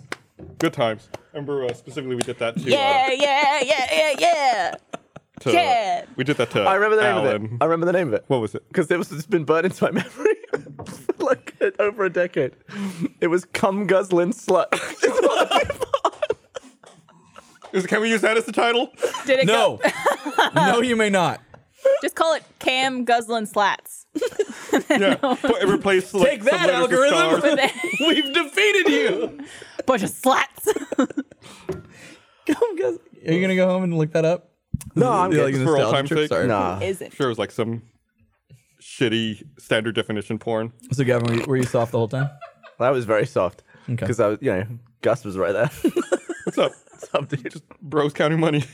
Speaker 2: good times. Remember uh, specifically we did that to. uh,
Speaker 3: Yeah, yeah, yeah, yeah, yeah.
Speaker 2: to-
Speaker 3: yeah.
Speaker 2: We did that to.
Speaker 4: I remember the name
Speaker 2: Alan.
Speaker 4: of it. I remember the name of it.
Speaker 2: What was it?
Speaker 4: because it was it's been burnt into my memory for like over a decade. It was cum guzzling slut.
Speaker 2: Is- can we use that as the title?
Speaker 3: Did it
Speaker 5: No. no, you may not.
Speaker 3: go? Just call it Cam Guzzlin Slats.
Speaker 2: yeah. Put- replace like,
Speaker 5: Take that,
Speaker 2: some letters with
Speaker 5: algorithm.
Speaker 2: stars.
Speaker 5: We've defeated you.
Speaker 3: Bunch of slats.
Speaker 5: Come guys. Are you gonna go home and look that up?
Speaker 4: no, I'm
Speaker 5: Yeah, like
Speaker 2: good.
Speaker 5: a
Speaker 2: For old
Speaker 5: nostalgia
Speaker 2: time's
Speaker 5: trip?
Speaker 2: sake.
Speaker 5: Sorry.
Speaker 4: Nah.
Speaker 3: Isn't.
Speaker 2: Sure, it was like some shitty standard definition porn.
Speaker 5: So Gavin, were you, were you soft the whole time?
Speaker 4: That was very soft.
Speaker 5: Okay.
Speaker 4: Because I was, you know, Gus was right there.
Speaker 2: What's up?
Speaker 4: Some dude.
Speaker 2: Bros counting money.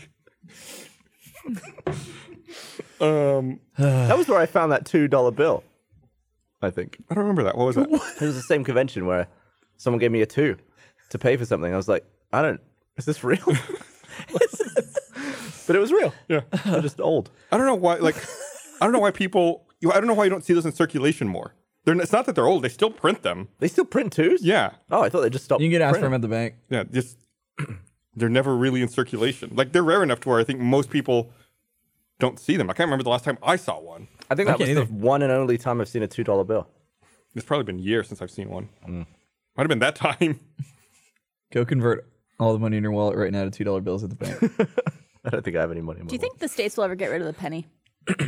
Speaker 2: um.
Speaker 4: that was where I found that two dollar bill.
Speaker 5: I think.
Speaker 2: I don't remember that. What was that?
Speaker 4: It was the same convention where someone gave me a two to pay for something. I was like, I don't. Is this real? but it was real.
Speaker 2: yeah.
Speaker 4: I'm just old.
Speaker 2: I don't know why. Like, I don't know why people. you- I don't know why you don't see those in circulation more. They're, n- it's not that they're old. They still print them.
Speaker 4: They still print twos.
Speaker 2: Yeah.
Speaker 4: Oh, I thought they just stopped.
Speaker 5: You can get asked for
Speaker 4: printing.
Speaker 5: them at the bank.
Speaker 2: Yeah. Just they're never really in circulation. Like they're rare enough to where I think most people don't see them. I can't remember the last time I saw one.
Speaker 4: I think
Speaker 5: I
Speaker 4: that was
Speaker 5: can't
Speaker 4: the
Speaker 5: either.
Speaker 4: one and only time I've seen a two dollar bill.
Speaker 2: It's probably been years since I've seen one.
Speaker 5: Mm.
Speaker 2: Might have been that time.
Speaker 5: Go convert all the money in your wallet right now to two dollar bills at the bank.
Speaker 4: I don't think I have any money. In my
Speaker 3: Do you think the states will ever get rid of the penny?
Speaker 2: I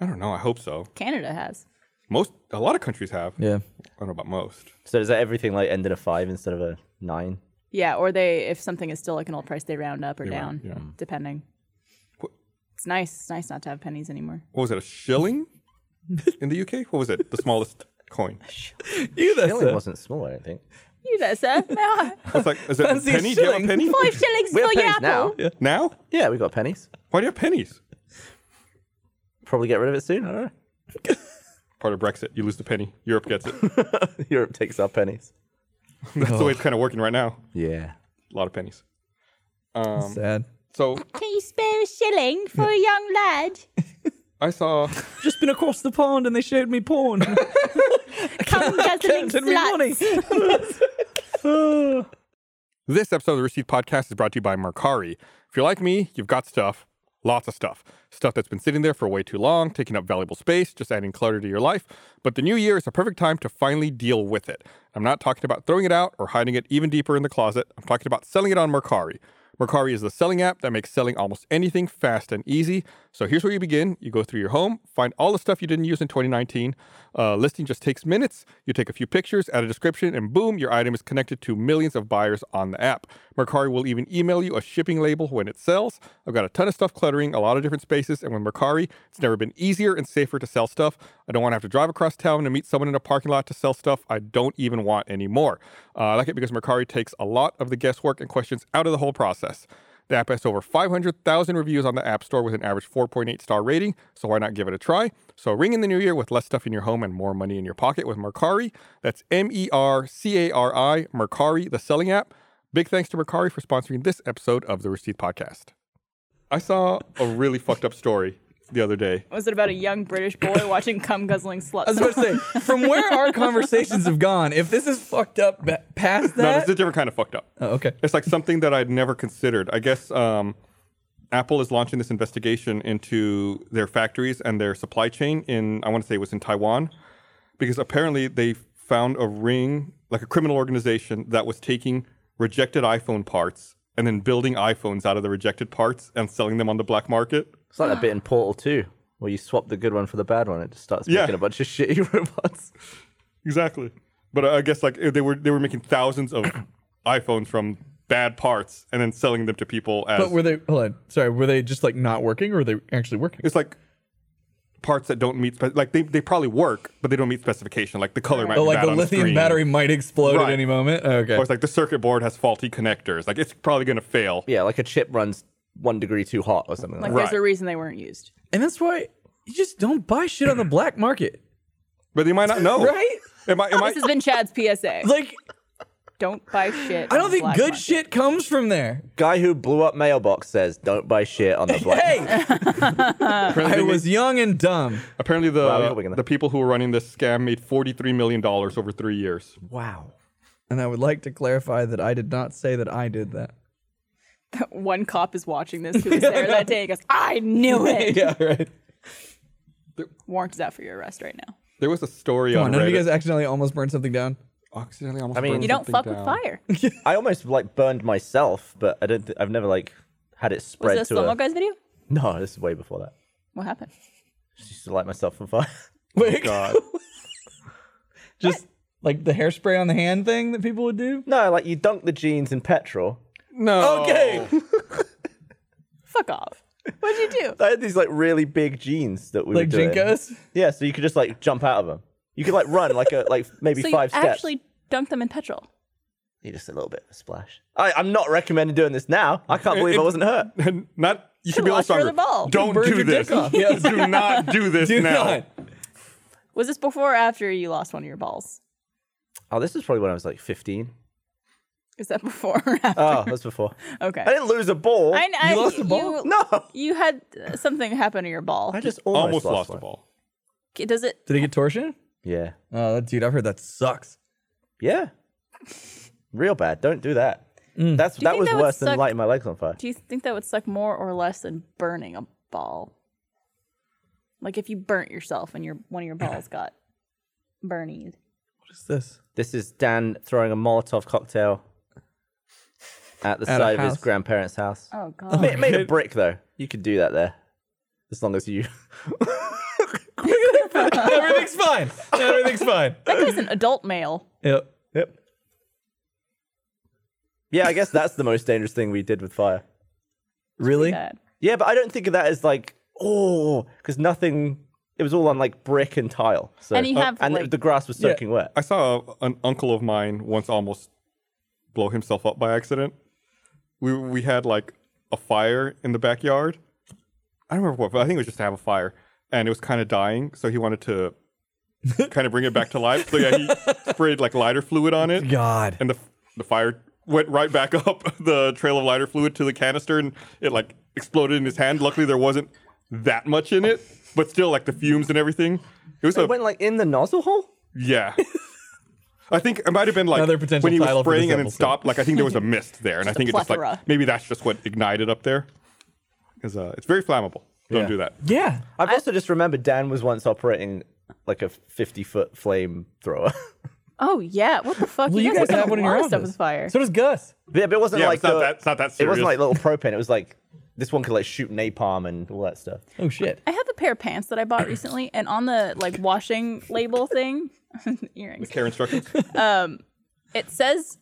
Speaker 2: don't know. I hope so.
Speaker 3: Canada has.
Speaker 2: Most, a lot of countries have.
Speaker 5: yeah.
Speaker 2: I don't know about most.
Speaker 4: wallet. So does that everything like end in a five instead of a nine?
Speaker 3: Yeah, or they if something is still like an old price, they round up or down, depending. It's nice. It's nice not to have pennies anymore.
Speaker 2: What was it? A shilling in the UK? What was it? The smallest coin.
Speaker 5: You that's
Speaker 4: Shilling wasn't small. I don't think.
Speaker 3: You there, sir? No,
Speaker 2: It's like, is it a
Speaker 5: Fancy a
Speaker 2: penny? Do you have a penny
Speaker 5: shilling.
Speaker 3: five shillings
Speaker 4: We have
Speaker 3: for your
Speaker 4: pennies
Speaker 3: apple.
Speaker 4: now.
Speaker 2: now?
Speaker 4: Yeah, we got pennies.
Speaker 2: Why do you have pennies?
Speaker 4: Probably get rid of it soon. I don't know.
Speaker 2: Part of Brexit, you lose the penny. Europe gets it.
Speaker 4: Europe takes our pennies.
Speaker 2: That's the way it's kind of working right now.
Speaker 4: Yeah.
Speaker 2: A lot of pennies. Um,
Speaker 5: sad.
Speaker 2: so
Speaker 3: Can you spare a shilling for a young lad?
Speaker 2: I saw
Speaker 5: Just been across the pond and they showed me porn.
Speaker 3: Come, guzzling sluts.
Speaker 2: This episode of the Receipt Podcast is brought to you by Mercari. If you're like me, you've got stuff, lots of stuff. Stuff that's been sitting there for way too long, taking up valuable space, just adding clutter to your life. But the new year is a perfect time to finally deal with it. I'm not talking about throwing it out or hiding it even deeper in the closet. I'm talking about selling it on Mercari. Mercari is the selling app that makes selling almost anything fast and easy. So here's where you begin. You go through your home, find all the stuff you didn't use in 2019. Uh, listing just takes minutes. You take a few pictures, add a description, and boom, your item is connected to millions of buyers on the app. Mercari will even email you a shipping label when it sells. I've got a ton of stuff cluttering a lot of different spaces, and with Mercari, it's never been easier and safer to sell stuff. I don't want to have to drive across town to meet someone in a parking lot to sell stuff I don't even want anymore. Uh, I like it because Mercari takes a lot of the guesswork and questions out of the whole process. The app has over 500,000 reviews on the App Store with an average 4.8 star rating, so why not give it a try? So ring in the new year with less stuff in your home and more money in your pocket with Mercari. That's M E R C A R I, Mercari, the selling app. Big thanks to Mercari for sponsoring this episode of the Receipt Podcast. I saw a really fucked up story the other day.
Speaker 3: Was it about a young British boy watching cum guzzling sluts?
Speaker 5: I was about to say, from where our conversations have gone, if this is fucked up ba- past
Speaker 2: No, it's
Speaker 5: that,
Speaker 2: a different kind of fucked up.
Speaker 5: oh, okay.
Speaker 2: It's like something that I'd never considered. I guess um, Apple is launching this investigation into their factories and their supply chain in, I want to say it was in Taiwan, because apparently they found a ring, like a criminal organization that was taking rejected iPhone parts and then building iPhones out of the rejected parts and selling them on the black market.
Speaker 4: It's like that bit in Portal 2 where you swap the good one for the bad one. It just starts
Speaker 2: Yeah.
Speaker 4: making a bunch of shitty robots.
Speaker 2: Exactly. But I guess like they were they were making thousands of iPhones from bad parts and then selling them to people as
Speaker 5: But were they, hold on, sorry, were they just like not working or were they actually working?
Speaker 2: it's like parts that don't meet spec- like they, they probably work but they don't meet specification like the color might
Speaker 5: Oh,
Speaker 2: be
Speaker 5: like
Speaker 2: bad
Speaker 5: the
Speaker 2: on
Speaker 5: lithium
Speaker 2: screen.
Speaker 5: battery might explode
Speaker 2: Right.
Speaker 5: at any moment? Okay.
Speaker 2: or it's like the circuit board has faulty connectors like it's probably going to fail
Speaker 4: Yeah, like a chip runs one degree too hot or something like,
Speaker 3: like,
Speaker 4: that.
Speaker 3: there's a reason they weren't used.
Speaker 5: And that's why you just don't buy shit on the black market,
Speaker 2: but they might not know
Speaker 5: right?
Speaker 2: am i am i
Speaker 3: Oh, This has been Chad's PSA.
Speaker 5: Like,
Speaker 3: Don't buy shit.
Speaker 5: I
Speaker 3: on
Speaker 5: don't
Speaker 3: the
Speaker 5: think
Speaker 3: black
Speaker 5: good
Speaker 3: market.
Speaker 5: shit comes from there.
Speaker 4: Guy who blew up mailbox says, don't buy shit on the black.
Speaker 5: Hey,
Speaker 2: apparently,
Speaker 5: I
Speaker 2: they made-
Speaker 5: was young and dumb.
Speaker 2: apparently the
Speaker 4: Wow, we hope we're gonna-
Speaker 2: the people who were running this scam made 43 million dollars over 3 years
Speaker 4: Wow.
Speaker 5: And I would like to clarify that I did not say that I did that.
Speaker 3: One cop is watching this who was there that day and goes, I knew it.
Speaker 5: yeah, right.
Speaker 3: Warrant is out for your arrest right now.
Speaker 2: there was a story
Speaker 5: Come on,
Speaker 2: on
Speaker 5: none of
Speaker 2: Reddit
Speaker 5: you guys accidentally almost burned something down?
Speaker 2: accidentally almost
Speaker 4: I mean-
Speaker 2: burned
Speaker 3: You don't
Speaker 2: something
Speaker 3: fuck
Speaker 2: down.
Speaker 3: with fire.
Speaker 4: I almost like burned myself, but I don't. Th- I've never like had it
Speaker 3: Was
Speaker 4: spread
Speaker 3: this
Speaker 4: to
Speaker 3: Slow
Speaker 4: a.
Speaker 3: Mo Guy's video?
Speaker 4: No, this is way before that.
Speaker 3: What happened?
Speaker 4: Just used to light myself on fire.
Speaker 5: Wait,
Speaker 2: God.
Speaker 5: just like the hairspray on the hand thing that people would do?
Speaker 4: No, like you dunk the jeans in petrol.
Speaker 2: no
Speaker 5: Okay.
Speaker 3: Fuck off. What'd you do?
Speaker 4: I had these like really big jeans that we
Speaker 5: Like
Speaker 4: were doing.
Speaker 5: Jinkos?
Speaker 4: Yeah, so you could just like jump out of them. You could like run like a like maybe
Speaker 3: so you
Speaker 4: five steps.
Speaker 3: actually dunked them in petrol.
Speaker 4: You just a little bit of a splash. I, I'm not recommending doing this now. I can't believe I
Speaker 2: it-
Speaker 4: wasn't hurt.
Speaker 2: not you should be a little
Speaker 3: Lost your
Speaker 2: stronger
Speaker 3: other ball.
Speaker 2: don't
Speaker 5: Burned
Speaker 2: do
Speaker 5: your dick
Speaker 2: this
Speaker 5: off. Yeah.
Speaker 2: do not do this
Speaker 5: Do
Speaker 2: now
Speaker 5: not.
Speaker 3: Was this before or after you lost one of your balls?
Speaker 4: Oh, this is probably when I was like 15.
Speaker 3: Is that before or after?
Speaker 4: Oh, that's before.
Speaker 3: okay.
Speaker 4: I didn't lose a ball.
Speaker 3: I, I,
Speaker 5: You lost the ball?
Speaker 3: You,
Speaker 4: No.
Speaker 3: You had uh, something happen to your ball.
Speaker 4: I just
Speaker 2: Almost
Speaker 4: almost,
Speaker 2: lost the
Speaker 4: one.
Speaker 2: ball.
Speaker 3: K- Does it?
Speaker 5: Did he get torsion?
Speaker 4: Yeah.
Speaker 5: Oh, that- dude, I've heard that sucks.
Speaker 4: Yeah. Real bad. Don't do that. That's
Speaker 3: you
Speaker 4: that
Speaker 3: think
Speaker 4: was
Speaker 3: that would
Speaker 4: worse than
Speaker 3: suck?
Speaker 4: lighting my legs on fire.
Speaker 3: Do you think that would suck more or less than burning a ball? Like if you burnt yourself and your one of your balls got burnied.
Speaker 5: What is this?
Speaker 4: This is Dan throwing a Molotov cocktail at the
Speaker 5: At a
Speaker 4: side of his
Speaker 5: house.
Speaker 4: grandparents' house.
Speaker 3: Oh god.
Speaker 4: made, made of brick though. You could do that there, as long as you.
Speaker 5: Everything's fine. Everything's fine.
Speaker 3: That guy's an adult male.
Speaker 5: Yep.
Speaker 4: Yep. Yeah, I guess that's the most dangerous thing we did with fire.
Speaker 5: Really?
Speaker 3: Bad.
Speaker 4: Yeah, but I don't think of that as like oh, because nothing. It was all on like brick and tile. So
Speaker 3: And you have,
Speaker 4: and
Speaker 3: like-
Speaker 4: the grass was
Speaker 5: Yeah.
Speaker 4: soaking wet.
Speaker 2: I saw a, an uncle of mine once almost blow himself up by accident. We we had like a fire in the backyard. I don't remember what, but I think it was just to have a fire, and it was kind of dying, so he wanted to kind of bring it back to life. So yeah, he sprayed like lighter fluid on it,
Speaker 5: God.
Speaker 2: and the the fire went right back up the trail of lighter fluid to the canister, and it like exploded in his hand. Luckily, there wasn't that much in it, but still like the fumes and everything. It was a
Speaker 4: It went like in the nozzle hole.
Speaker 2: yeah. I think it might have been like
Speaker 5: Another potential
Speaker 2: when he was
Speaker 5: title for this
Speaker 2: spraying and then
Speaker 5: episode.
Speaker 2: stopped. Like I think there was a mist there, and I think it just
Speaker 3: plethora.
Speaker 2: like maybe that's just what ignited up there, because uh, it's very flammable. Don't
Speaker 4: Yeah.
Speaker 2: do that.
Speaker 5: Yeah.
Speaker 4: I've also just remembered Dan was once operating like a 50 foot flame thrower.
Speaker 3: Oh yeah. What the fuck?
Speaker 5: Well, you guys
Speaker 3: were
Speaker 5: have
Speaker 3: doing
Speaker 5: one in
Speaker 3: a
Speaker 5: your
Speaker 3: lot of
Speaker 5: office.
Speaker 3: stuff with fire.
Speaker 5: So does Gus.
Speaker 4: yeah, but it wasn't
Speaker 2: Yeah,
Speaker 4: like
Speaker 2: it's not
Speaker 4: the-
Speaker 2: that. It's not that
Speaker 4: it
Speaker 2: serious.
Speaker 4: wasn't like little propane. It was like this one could like shoot napalm and all that stuff.
Speaker 5: Oh shit.
Speaker 3: I had the pair of pants that I bought recently, and on the like washing label thing, earrings.
Speaker 2: care instructions.
Speaker 3: It says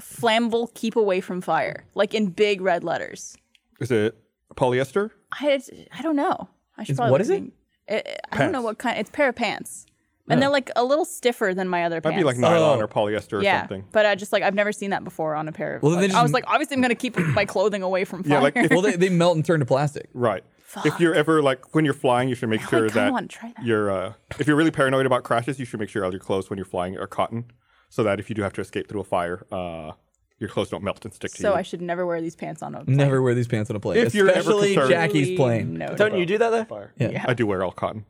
Speaker 3: flammable keep away from fire like in big red letters
Speaker 2: Is it polyester?
Speaker 3: i i don't know i should
Speaker 5: It's-
Speaker 3: probably
Speaker 5: what
Speaker 3: look
Speaker 5: is
Speaker 3: at
Speaker 5: it?
Speaker 3: me. it i don't know
Speaker 2: Pants.
Speaker 3: what kind it's a pair of pants and they're like a little stiffer than my other
Speaker 2: Might
Speaker 3: pants
Speaker 2: be like nylon
Speaker 5: Oh.
Speaker 2: or polyester or
Speaker 3: yeah
Speaker 2: something.
Speaker 3: but i just like i've never seen that before on a pair of
Speaker 5: Well,
Speaker 3: like-
Speaker 5: they just-
Speaker 3: i was like obviously i'm gonna keep my clothing away from fire
Speaker 2: Yeah, like if,
Speaker 5: Well, they, they melt and turn to plastic.
Speaker 2: right. If you're ever like when you're flying, you should make
Speaker 3: I
Speaker 2: sure
Speaker 3: kinda wanna
Speaker 2: that,
Speaker 3: try that.
Speaker 2: you're. Uh, if you're really paranoid about crashes, you should make sure all your clothes when you're flying are cotton, so that if you do have to escape through a fire, uh, your clothes don't melt and stick to
Speaker 3: so
Speaker 2: you.
Speaker 3: i should never wear these pants on a plane.
Speaker 5: Never wear these pants on a plane.
Speaker 2: If you're ever
Speaker 5: Especially
Speaker 2: concerned-
Speaker 5: Jackie's
Speaker 3: Really
Speaker 5: plane.
Speaker 3: no
Speaker 4: Don't you do that though?
Speaker 2: fire.
Speaker 5: Yeah.
Speaker 2: I do wear all cotton.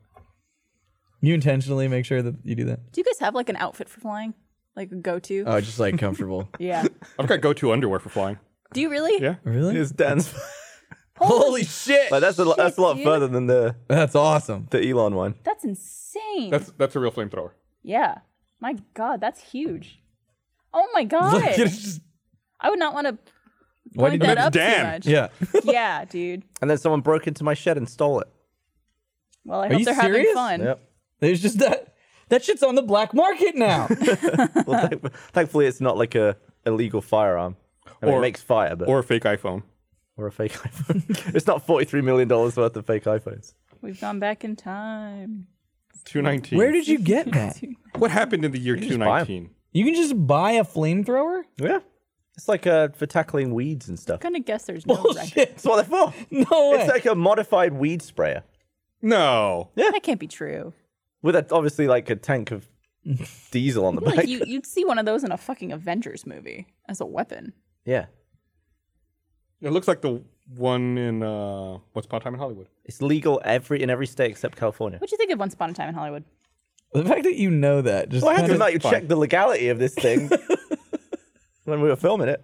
Speaker 5: You intentionally make sure that you do that.
Speaker 3: do you guys have like an outfit for flying like a go-to
Speaker 5: Oh, just like comfortable.
Speaker 3: yeah
Speaker 2: I've got go-to underwear for flying.
Speaker 3: do you really
Speaker 2: Yeah.
Speaker 5: really?
Speaker 4: It's Dan's.
Speaker 5: Holy shit.
Speaker 4: Like, that's a lo- that's a lot
Speaker 3: dude.
Speaker 4: further than the
Speaker 5: That's awesome.
Speaker 4: the Elon one.
Speaker 3: that's insane
Speaker 2: That's that's a real flamethrower.
Speaker 3: yeah my god that's huge oh my
Speaker 5: Look,
Speaker 3: god
Speaker 5: it's just-
Speaker 3: i would not want to
Speaker 5: why
Speaker 3: point
Speaker 5: did you
Speaker 3: that up
Speaker 2: Dan.
Speaker 3: too much.
Speaker 5: Yeah.
Speaker 3: Yeah, dude.
Speaker 4: And then someone broke into my shed and stole it.
Speaker 3: Well, I
Speaker 5: you
Speaker 3: hope they're having
Speaker 5: serious?
Speaker 3: fun.
Speaker 5: There's just that. That shit's on the black market now.
Speaker 4: Well, thank- thankfully, it's not like a illegal firearm. I mean,
Speaker 2: Or-
Speaker 4: it makes fire, but
Speaker 2: Or
Speaker 4: or,
Speaker 2: a fake iPhone.
Speaker 4: a fake iPhone. it's not forty three million dollars worth of fake iPhones.
Speaker 3: We've gone back in time.
Speaker 2: 219.
Speaker 5: Where did you get that?
Speaker 2: what happened in the year
Speaker 4: just buy 'em.
Speaker 2: 219?
Speaker 5: You can just buy a flamethrower?
Speaker 4: Yeah, it's like uh, for tackling weeds and stuff.
Speaker 3: I'm gonna guess there's no record.
Speaker 5: Bullshit.
Speaker 4: That's what they're for.
Speaker 5: No way.
Speaker 4: It's like a modified weed sprayer
Speaker 2: No.
Speaker 3: That can't be true.
Speaker 4: with a, obviously like a tank of diesel on the
Speaker 3: I feel
Speaker 4: back.
Speaker 3: like you, you'd see one of those in a fucking Avengers movie as a weapon.
Speaker 4: Yeah,
Speaker 2: It looks like the one in uh, Once Upon a Time in Hollywood.
Speaker 4: it's legal every in every state except California.
Speaker 3: What'd you think of Once Upon a Time in Hollywood?
Speaker 5: the fact that you know that just
Speaker 4: Well, I had
Speaker 5: kinda-
Speaker 4: to like
Speaker 2: fine.
Speaker 4: check the legality of this thing when we were filming it.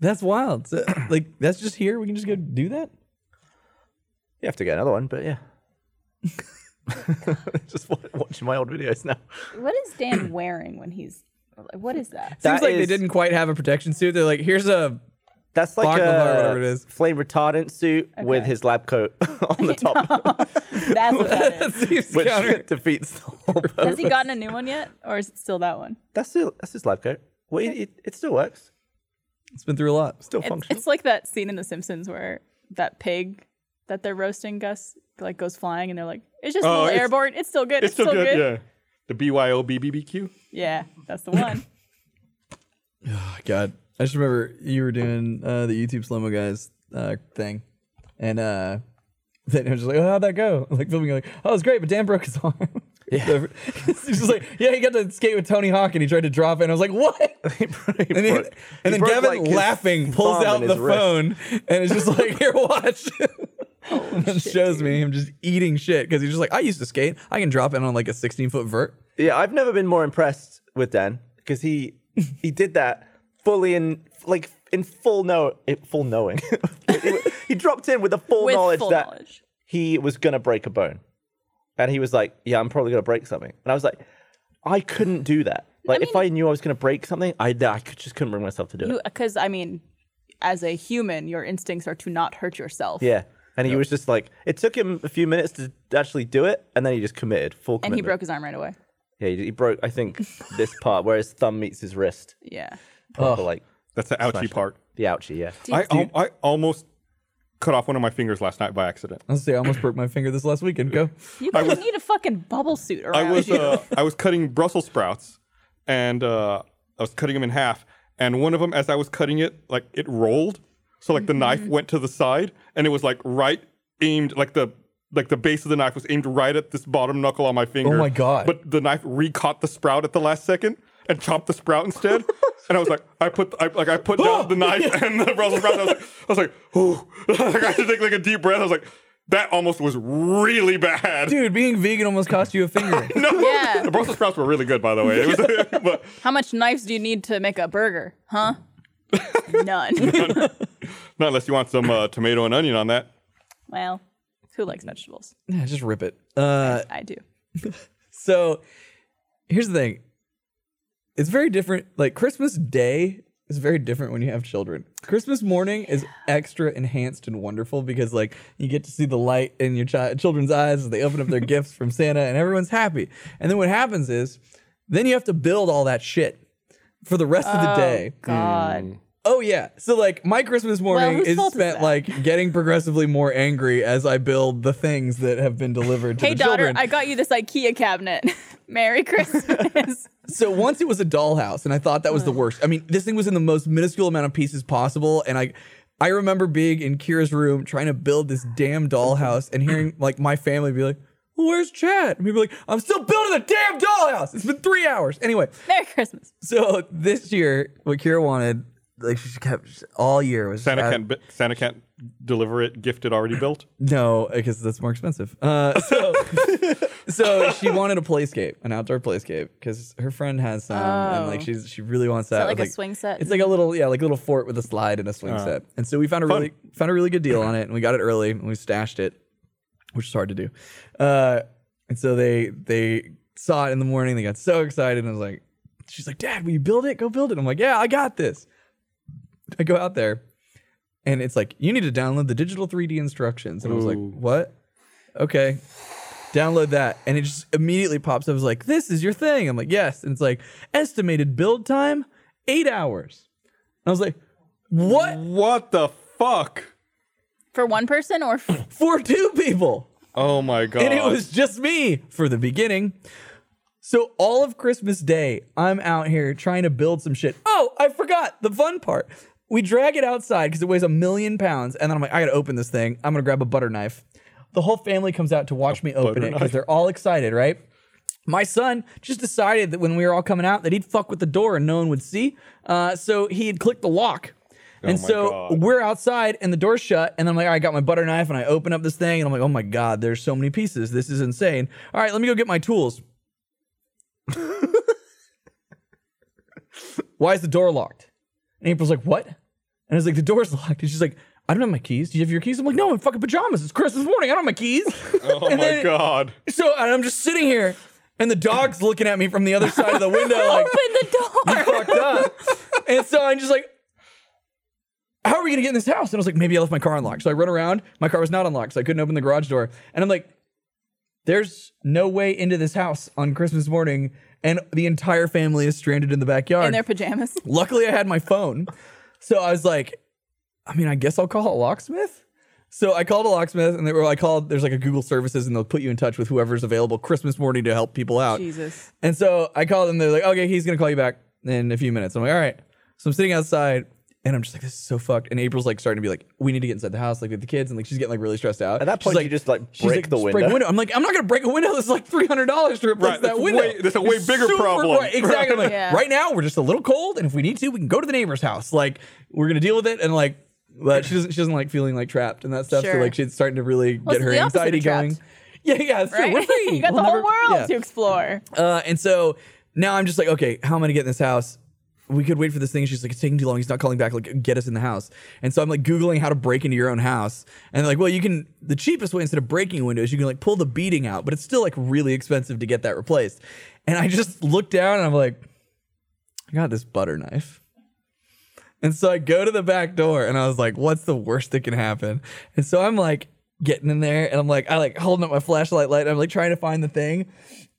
Speaker 5: that's wild. So, like that's just here. We can just go do that.
Speaker 4: You have to get another one, but yeah. Just wa- watching my old videos now.
Speaker 3: What is Dan wearing when he's? What is that?
Speaker 4: That
Speaker 5: Seems like they
Speaker 4: is-
Speaker 5: didn't quite have a protection suit. They're like, here's a
Speaker 4: That's like a
Speaker 5: Baklava or whatever it is.
Speaker 4: flame retardant suit with
Speaker 3: Okay.
Speaker 4: his lab coat on the top,
Speaker 3: That's what that is.
Speaker 5: seems
Speaker 4: which
Speaker 5: counter.
Speaker 4: defeats the whole
Speaker 3: Has
Speaker 4: purpose.
Speaker 3: he gotten a new one yet, or is it still that one?
Speaker 4: That's still that's his lab coat. Well, it, it, it still works.
Speaker 5: It's been through a lot.
Speaker 4: Still
Speaker 3: It's,
Speaker 4: functional.
Speaker 3: it's like that scene in The Simpsons where that pig that they're roasting Gus like goes flying, and they're like, "It's just a
Speaker 2: Oh,
Speaker 3: little
Speaker 2: it's-
Speaker 3: airborne. It's still good. It's, still, good."
Speaker 2: Yeah. The BYOBBBQ.
Speaker 3: yeah, that's the one.
Speaker 5: Oh, God, I just remember you were doing uh, the YouTube slow mo guys uh, thing, and uh, then I was just like, oh, how'd that go? Like filming, you're like, oh, it was great, but Dan broke his arm. Yeah. He's just like, yeah, he got to skate with Tony Hawk and he tried to drop it. And I was like, what?
Speaker 4: He
Speaker 5: and then,
Speaker 4: broke-
Speaker 5: and
Speaker 4: he
Speaker 5: then
Speaker 4: broke,
Speaker 5: Gavin
Speaker 4: like, his
Speaker 5: laughing pulls
Speaker 4: thumb
Speaker 5: out
Speaker 4: and
Speaker 5: the
Speaker 4: his wrist.
Speaker 5: phone and it's just like, here, watch.
Speaker 4: Oh,
Speaker 5: and it shows me him just eating shit because he's just like, I used to skate. I can drop it on like a 16 foot vert.
Speaker 4: Yeah, I've never been more impressed with Dan because he he did that fully in like in full know in full knowing. he dropped in with the full
Speaker 3: With
Speaker 4: knowledge
Speaker 3: full
Speaker 4: that
Speaker 3: knowledge.
Speaker 4: he was gonna break a bone, and he was like, "Yeah, I'm probably gonna break something," and I was like, "I couldn't do that." Like, if I knew I was gonna break something, I I could, just couldn't bring myself to do it.
Speaker 3: Because, I mean, as a human, your instincts are to not hurt yourself.
Speaker 4: Yeah. And he was just like, it took him a few minutes to actually do it, and then he just committed full
Speaker 3: And
Speaker 4: commitment.
Speaker 3: he broke his arm right away.
Speaker 4: Yeah, he, he broke. I think this part where his thumb meets his wrist,
Speaker 3: Yeah.
Speaker 4: proper, like
Speaker 2: That's the ouchy part.
Speaker 4: the ouchie. Yeah.
Speaker 2: I, al- I almost cut off one of my fingers last night by accident.
Speaker 5: Let's see, I almost broke my finger this last weekend. Go.
Speaker 3: You guys need a fucking bubble suit around
Speaker 2: I was
Speaker 3: you.
Speaker 2: uh, I was cutting Brussels sprouts, and uh, I was cutting them in half. And one of them, as I was cutting it, like it rolled, so like the knife went to the side, and it was like right aimed, like the like the base of the knife was aimed right at this bottom knuckle on my finger.
Speaker 5: my God.
Speaker 2: But the knife re-caught the sprout at the last second and chopped the sprout instead. and I was like, I put I, like I put down the knife and the Brussels sprout. And I was like, I was like, Ooh. like I had to take like a deep breath. I was like, that almost was really bad.
Speaker 5: Dude, being vegan almost cost you a finger.
Speaker 2: No,
Speaker 3: Yeah.
Speaker 2: the Brussels sprouts were really good, by the way. It was, but
Speaker 3: How much knives do you need to make a burger? Huh? None.
Speaker 2: not unless you want some uh, tomato and onion on that.
Speaker 3: well, who likes vegetables?
Speaker 5: yeah, just rip it. Uh,
Speaker 3: I do.
Speaker 5: So here's the thing. It's very different. Like Christmas Day is very different when you have children. Christmas morning is extra enhanced and wonderful because like you get to see the light in your chi- children's eyes as they open up their gifts from Santa and everyone's happy. And then what happens is then you have to build all that shit for the rest
Speaker 3: Oh.
Speaker 5: of the day.
Speaker 3: God.
Speaker 5: Oh yeah. So like my Christmas morning
Speaker 3: whose
Speaker 5: is
Speaker 3: fault is
Speaker 5: spent
Speaker 3: that?
Speaker 5: like getting progressively more angry as I build the things that have been delivered to
Speaker 3: Hey,
Speaker 5: the
Speaker 3: daughter,
Speaker 5: children.
Speaker 3: I got you this IKEA cabinet. Merry Christmas.
Speaker 5: So once it was a dollhouse, and I thought that was the worst. I mean, this thing was in the most minuscule amount of pieces possible, and I, I remember being in Kira's room trying to build this damn dollhouse, and hearing like my family be like, well, "Where's Chad?" And people like, "I'm still building the damn dollhouse. It's been three hours." Anyway,
Speaker 3: Merry Christmas.
Speaker 5: so this year, what Kira wanted, like she kept all year was
Speaker 2: Santa
Speaker 5: uh,
Speaker 2: can't bi- Santa can't deliver it gifted already built.
Speaker 5: No, because that's more expensive. Uh, so, so she wanted a playscape, an outdoor playscape, because her friend has some, and like she's she really wants that.
Speaker 3: that like
Speaker 5: with,
Speaker 3: a swing set?
Speaker 5: It's like a little yeah, like a little fort with a slide and a swing set. And so we found a really found a really good deal on it, and we got it early, and we stashed it, which is hard to do. Uh, and so they they saw it in the morning, they got so excited, and I was like, she's like, Dad, will you build it? Go build it. I'm like, Yeah, I got this. I go out there and it's like you need to download the digital 3D instructions. And I was like, what? Okay. Download that. And it just immediately pops up. It's like, this is your thing. I'm like, yes. And it's like, estimated build time, eight hours. And I was like, what?
Speaker 2: What the fuck?
Speaker 3: For one person or f-
Speaker 5: For two people.
Speaker 2: Oh my god!
Speaker 5: And it was just me for the beginning. So all of Christmas Day, I'm out here trying to build some shit. Oh, I forgot the fun part. We drag it outside because it weighs a million pounds, and then I'm like, I gotta open this thing. I'm gonna grab a butter knife. The whole family comes out to watch me open
Speaker 2: butter
Speaker 5: it because
Speaker 2: knife?
Speaker 5: they're all excited, right? My son just decided that when we were all coming out, that he'd fuck with the door and no one would see. Uh, so he had clicked the lock. And
Speaker 2: Oh my
Speaker 5: so
Speaker 2: God.
Speaker 5: we're outside and the door's shut. And I'm like, all right, I got my butter knife and I open up this thing and I'm like, oh my God, there's so many pieces. This is insane. All right, let me go get my tools. Why is the door locked? And April's like, what? And I was like, the door's locked. And she's like, I don't have my keys. Do you have your keys? I'm like, no, I'm in fucking pajamas. It's Christmas morning. I don't have my keys.
Speaker 2: oh my
Speaker 5: then-
Speaker 2: god!
Speaker 5: so and I'm just sitting here and the dog's looking at me from the other side of the window like,
Speaker 3: open the door.
Speaker 5: fucked up. And so I'm just like, how are we gonna get in this house? And I was like, maybe I left my car unlocked. So I run around. My car was not unlocked, so I couldn't open the garage door. And I'm like, there's no way into this house on Christmas morning, and the entire family is stranded in the backyard.
Speaker 3: In their pajamas.
Speaker 5: Luckily, I had my phone. So I was like, I mean, I guess I'll call a locksmith. So I called a locksmith and they were I called there's like a Google services and they'll put you in touch with whoever's available Christmas morning to help people out.
Speaker 3: Jesus.
Speaker 5: And so I called them, they're like, okay, he's gonna call you back in a few minutes. I'm like, all right. So I'm sitting outside And I'm just like, this is so fucked. And April's like starting to be like, we need to get inside the house, like with the kids, and like she's getting like really stressed out.
Speaker 4: At that
Speaker 5: She's
Speaker 4: point, you just, like,
Speaker 5: she's
Speaker 4: break the
Speaker 5: "Just
Speaker 4: window."
Speaker 5: I'm like, I'm not gonna break a window. That's like three hundred dollars to replace
Speaker 2: Right,
Speaker 5: that
Speaker 2: that's
Speaker 5: window.
Speaker 2: way- that's a way bigger
Speaker 5: super
Speaker 2: problem.
Speaker 5: bright. Exactly. I'm like,
Speaker 3: Yeah.
Speaker 5: Right now, we're just a little cold, and if we need to, we can go to the neighbor's house. Like we're gonna deal with it, and like, but she doesn't, she doesn't like feeling like trapped and that stuff. So
Speaker 6: Sure.
Speaker 5: like, she's starting to really
Speaker 3: Well,
Speaker 5: get
Speaker 3: it's
Speaker 5: her
Speaker 3: the opposite of
Speaker 5: anxiety
Speaker 3: trapped.
Speaker 5: going. Yeah, yeah, it's true.
Speaker 3: Right?
Speaker 5: We're free.
Speaker 3: you got
Speaker 5: We'll
Speaker 3: the whole
Speaker 5: never-
Speaker 3: world
Speaker 5: yeah.
Speaker 3: to explore.
Speaker 5: Uh, and so now I'm just like, okay, how am I gonna get in this house? We could wait for this thing. She's like, it's taking too long. He's not calling back. Like, get us in the house. And so I'm like googling how to break into your own house. And they're like, well, you can. The cheapest way instead of breaking windows, you can like pull the beading out, but it's still like really expensive to get that replaced. And I just look down and I'm like, I got this butter knife. And so I go to the back door and I was like, what's the worst that can happen? And so I'm like getting in there and I'm like, I like holding up my flashlight light. And I'm like trying to find the thing.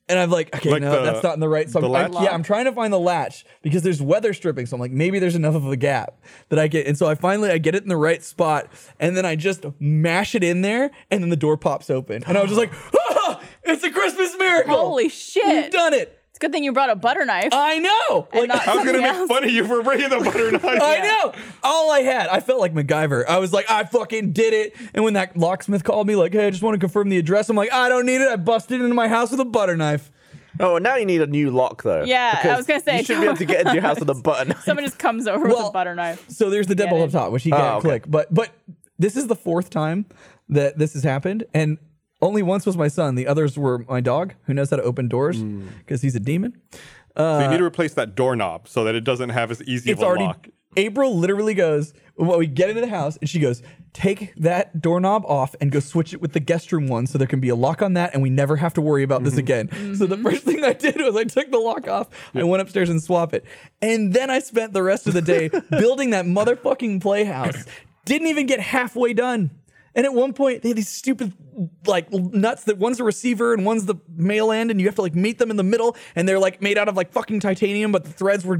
Speaker 5: And I'm like, okay,
Speaker 2: Like
Speaker 5: no,
Speaker 2: the-
Speaker 5: that's not in the right. So
Speaker 2: the
Speaker 5: I'm, I-
Speaker 2: latch?
Speaker 5: yeah, I'm trying to find the latch because there's weather stripping. So I'm like, maybe there's enough of a gap that I get. And so I finally, I get it in the right spot and then I just mash it in there and then the door pops open. And I was just like, ah, it's a Christmas miracle.
Speaker 3: Holy
Speaker 5: We've
Speaker 3: shit!
Speaker 5: done Uh, it.
Speaker 3: It's a good thing you brought a butter knife.
Speaker 5: I know.
Speaker 3: and not
Speaker 2: I was gonna
Speaker 3: something
Speaker 2: make
Speaker 3: else.
Speaker 2: fun of you for breaking the butter knife.
Speaker 5: I know. All I had, I felt like MacGyver. I was like, I fucking did it. And when that locksmith called me, like, hey, I just want to confirm the address, I'm like, I don't need it. I busted into my house with a butter knife.
Speaker 4: Oh, now you need a new lock though.
Speaker 3: Yeah, I
Speaker 4: because
Speaker 3: was gonna say,
Speaker 4: you should be able to get into your house with a button.
Speaker 3: Someone just comes over with
Speaker 5: Well,
Speaker 3: a butter knife.
Speaker 5: So there's the devil
Speaker 3: it.
Speaker 5: up top, which he can't
Speaker 4: okay.
Speaker 5: click. But but this is the fourth time that this has happened, and only once was my son. The others were my dog, who knows how to open doors because he's a demon.
Speaker 2: So you need to replace that doorknob so that it doesn't have as easy
Speaker 5: it's
Speaker 2: of a
Speaker 5: already
Speaker 2: lock.
Speaker 5: April literally goes, well, we get into the house and she goes, take that doorknob off and go switch it with the guest room one so there can be a lock on that and we never have to worry about this again. So the first thing I did was I took the lock off, I went upstairs and swap it. And then I spent the rest of the day building that motherfucking playhouse. Didn't even get halfway done. And at one point, they had these stupid like nuts that one's a receiver and one's the male end, and you have to like meet them in the middle, and they're like made out of like fucking titanium, but the threads were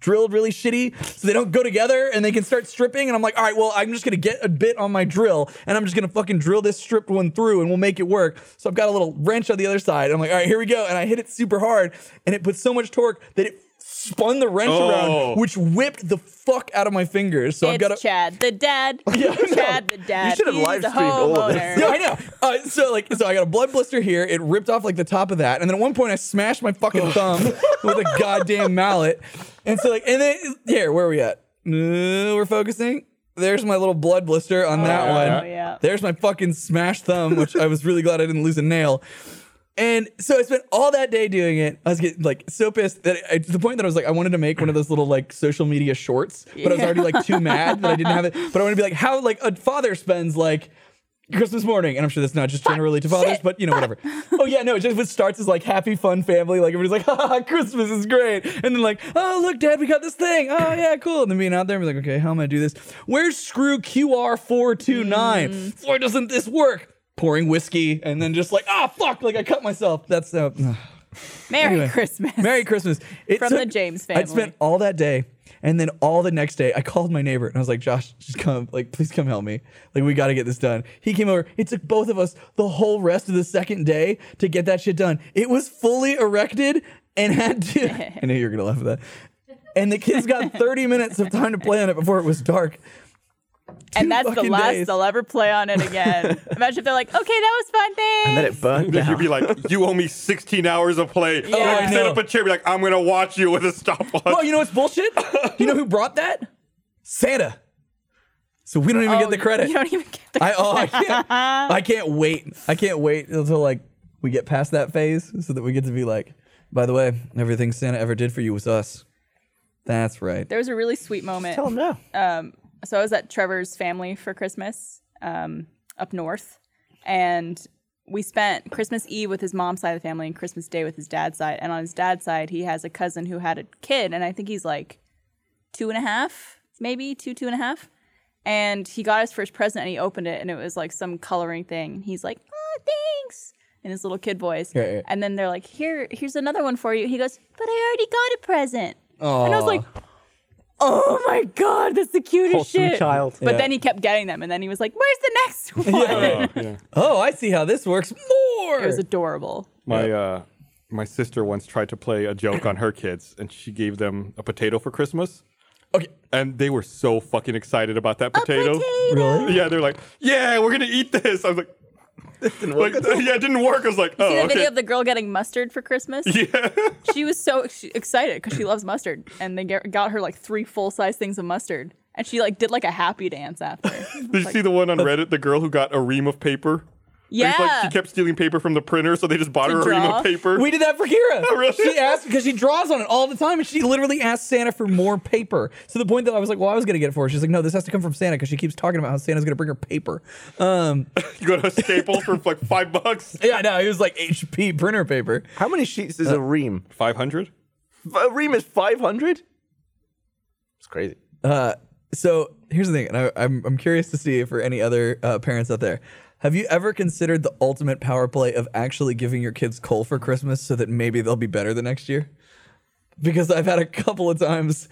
Speaker 5: drilled really shitty, so they don't go together, and they can start stripping. And I'm like, all right, well, I'm just gonna get a bit on my drill, and I'm just gonna fucking drill this stripped one through, and we'll make it work. So I've got a little wrench on the other side. I'm like, all right, here we go, and I hit it super hard, and it put so much torque that it spun the wrench
Speaker 2: Oh.
Speaker 5: around, which whipped the fuck out of my fingers. So I've
Speaker 3: It's
Speaker 5: got to.
Speaker 3: Chad the dad.
Speaker 5: Yeah, I know.
Speaker 3: Chad the dad.
Speaker 4: You should have
Speaker 3: He's a
Speaker 4: live streamed all of this.
Speaker 3: homeowner.
Speaker 5: No, I know. Uh, so like, so I got a blood blister here. It ripped off like the top of that, and then at one point I smashed my fucking thumb with a goddamn mallet. And so like, and then here, where are we at? Uh, we're focusing. There's my little blood blister on that
Speaker 3: Oh,
Speaker 5: one.
Speaker 3: yeah.
Speaker 5: There's my fucking smashed thumb, which I was really glad I didn't lose a nail. And so I spent all that day doing it. I was getting like so pissed that I, to the point that I was like, I wanted to make one of those little like social media shorts, but I was already like too mad that I didn't have it. But I want to be like, how like a father spends like Christmas morning, and I'm sure that's not just generally to fathers, but you know whatever. oh yeah, no, it just it starts as like happy fun family, like everybody's like, ha ha, Christmas is great, and then like, oh look, Dad, we got this thing. Oh yeah, cool. And then being out there, and be like, okay, how am I gonna do this? Where's screw QR four two nine? Why doesn't this work? Pouring whiskey, and then just like, ah fuck, like I cut myself. That's uh,
Speaker 3: Merry
Speaker 5: Anyway,
Speaker 3: Christmas.
Speaker 5: Merry Christmas. It
Speaker 3: From the James
Speaker 5: I
Speaker 3: family.
Speaker 5: spent all that day, and then all the next day, I called my neighbor and I was like, "Josh, just come, like, please come help me. Like, we got to get this done." He came over. It took both of us the whole rest of the second day to get that shit done. It was fully erected and had to. I know you're gonna laugh at that. And the kids got 30 minutes of time to play on it before it was dark. Two
Speaker 3: and that's the
Speaker 5: fucking
Speaker 3: last
Speaker 5: days.
Speaker 3: they'll ever play on it again. Imagine if they're like, okay, that was fun, thanks.
Speaker 4: and then it burned
Speaker 2: Then
Speaker 4: down.
Speaker 2: You'd be like, you owe me 16 hours of play.
Speaker 3: Oh, I
Speaker 2: Like, set
Speaker 5: know.
Speaker 2: up a chair, be like, I'm gonna watch you with a stopwatch.
Speaker 5: Oh, you know what's bullshit? you know who brought that? Santa. So we don't even get the
Speaker 3: Oh,
Speaker 5: credit.
Speaker 3: You don't even get the
Speaker 5: I oh I can't I can't wait. I can't wait until like we get past that phase so that we get to be like, by the way, everything Santa ever did for you was us. That's right.
Speaker 3: There was a really sweet moment.
Speaker 4: Tell him no.
Speaker 3: um, so I was at Trevor's family for Christmas um, up north, and we spent Christmas Eve with his mom's side of the family and Christmas Day with his dad's side. And on his dad's side, he has a cousin who had a kid, and I think he's like two and a half, maybe two, two and a half. And he got his first present, and he opened it, and it was like some coloring thing. And he's like, "Oh, thanks." In his little kid voice,
Speaker 5: Yeah, yeah.
Speaker 3: and then they're like, "Here, here's another one for you." He goes, "But I already got a present," and I was
Speaker 5: Aw.
Speaker 3: like, oh my god, that's the cutest
Speaker 4: Wholesome
Speaker 3: shit.
Speaker 4: child.
Speaker 3: But
Speaker 5: Yeah.
Speaker 3: then he kept getting them, and then he was like, "Where's the next one?"
Speaker 5: Oh, I see how this works more.
Speaker 3: It was adorable.
Speaker 2: My uh, my sister once tried to play a joke on her kids, and she gave them a potato for Christmas.
Speaker 5: oh, Okay.
Speaker 2: And they were so fucking excited about that potato.
Speaker 5: Really?
Speaker 2: Yeah, they're like, yeah, we're gonna eat this. I was like,
Speaker 4: Didn't work
Speaker 2: like
Speaker 4: at all.
Speaker 2: yeah, it didn't work. I was like,
Speaker 3: See
Speaker 2: oh,
Speaker 3: the
Speaker 2: okay.
Speaker 3: video of the girl getting mustard for Christmas?
Speaker 2: yeah.
Speaker 3: She was so ex- excited because she loves mustard, and they get, got her like three full size things of mustard, and she like did like a happy dance after.
Speaker 2: Did you see the one on Reddit? The girl who got a ream of paper.
Speaker 3: yeah,
Speaker 2: It's like she kept stealing paper from the printer, so they just bought
Speaker 3: To
Speaker 2: her a ream
Speaker 3: draw?
Speaker 2: of paper.
Speaker 5: We did that for Kira.
Speaker 3: Oh,
Speaker 2: really?
Speaker 5: She asked because she draws on it all the time, and she literally asked Santa for more paper. To the point that I was like, "Well, I was gonna get it for her." She's like, "No, this has to come from Santa because she keeps talking about how Santa's gonna bring her paper." Um,
Speaker 2: you go to Staples for like five bucks.
Speaker 5: yeah, no, it was like HP printer paper.
Speaker 4: How many sheets is a ream?
Speaker 2: Five hundred.
Speaker 4: A ream is 500? It's crazy.
Speaker 5: Uh, so here's the thing, and I, I'm I'm curious to see for any other uh, parents out there. Have you ever considered the ultimate power play of actually giving your kids coal for Christmas so that maybe they'll be better the next year? Because I've had a couple of times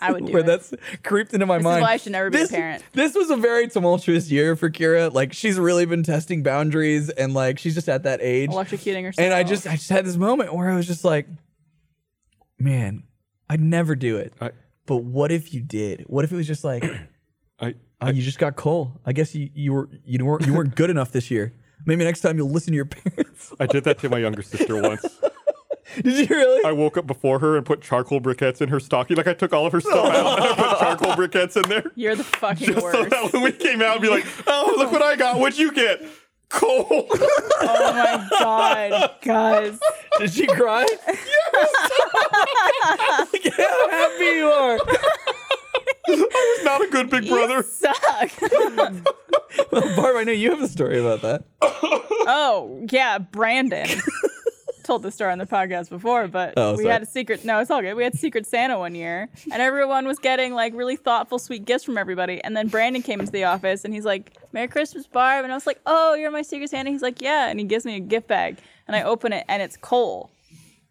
Speaker 3: I would do
Speaker 5: where
Speaker 3: it.
Speaker 5: that's creeped into my
Speaker 3: This is
Speaker 5: mind.
Speaker 3: why I should never be a
Speaker 5: This-
Speaker 3: parent.
Speaker 5: This was a very tumultuous year for Kira. Like she's really been testing boundaries, and like she's just at that age.
Speaker 3: electrocuting herself.
Speaker 5: And I just, I just had this moment where I was just like, man, I'd never do it.
Speaker 2: I-
Speaker 5: but what if you did? What if it was just like,
Speaker 2: I
Speaker 5: oh, you just got coal. I guess you, you were you weren't you weren't good enough this year. Maybe next time you'll listen to your parents.
Speaker 2: I did that to my younger sister once.
Speaker 5: Did you really?
Speaker 2: I woke up before her and put charcoal briquettes in her stocking. Like I took all of her stuff out and I put charcoal briquettes in there.
Speaker 3: You're the fucking
Speaker 2: Just so
Speaker 3: worst.
Speaker 2: that when we came out, be like, oh, look what I got. What'd you get? Coal.
Speaker 3: Oh my god, guys.
Speaker 5: Did she cry? yes. Look at how happy you are.
Speaker 2: Not a good big brother.
Speaker 3: Suck.
Speaker 5: Barb, I know you have a story about that.
Speaker 3: Oh, yeah, Brandon. Told this story on the podcast before, but
Speaker 5: Oh,
Speaker 3: we
Speaker 5: sorry.
Speaker 3: had a secret. No, it's all good. We had Secret Santa one year, and everyone was getting like really thoughtful, sweet gifts from everybody. And then Brandon came into the office and he's like, Merry Christmas, Barb. And I was like, Oh, you're my Secret Santa. He's like, Yeah. And he gives me a gift bag, and I open it, and it's coal.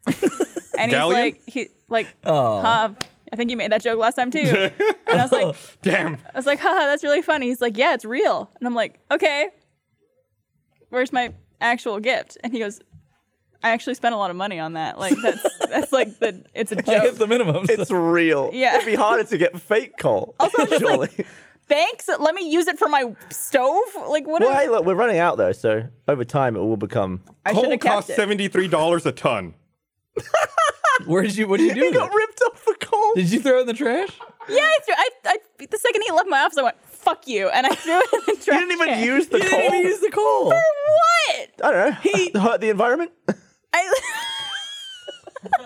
Speaker 3: and he's
Speaker 2: Galleon?
Speaker 3: like, He, like,
Speaker 5: Oh.
Speaker 3: huh, I think you made that joke last time too. and I was like,
Speaker 2: Damn.
Speaker 3: I was like, haha, that's really funny. He's like, yeah, it's real. And I'm like, okay, where's my actual gift? And he goes, I actually spent a lot of money on that. Like, that's, that's like the, it's a
Speaker 5: I hit
Speaker 3: joke.
Speaker 5: the minimum.
Speaker 4: It's real.
Speaker 3: Yeah.
Speaker 4: It'd be harder to get fake coal. surely.
Speaker 3: Thanks. Let me use it for my stove. Like, what?
Speaker 4: well, hey,
Speaker 3: Is,
Speaker 4: look, we're running out though, so over time it will become.
Speaker 3: I should
Speaker 2: Coal
Speaker 3: have kept
Speaker 2: costs
Speaker 3: it.
Speaker 2: $73 a ton.
Speaker 5: Where did you? What did you do?
Speaker 4: He
Speaker 5: with
Speaker 4: got
Speaker 5: it?
Speaker 4: ripped off for coal.
Speaker 5: Did you throw it in the trash?
Speaker 3: yeah, I threw, I, I, the second he left my office, I went, fuck you. And I threw it in the trash.
Speaker 4: You didn't even
Speaker 3: can.
Speaker 4: use the
Speaker 5: You didn't
Speaker 4: coal.
Speaker 5: even use the coal.
Speaker 3: What?
Speaker 4: I don't know. He hurt the environment.
Speaker 3: I.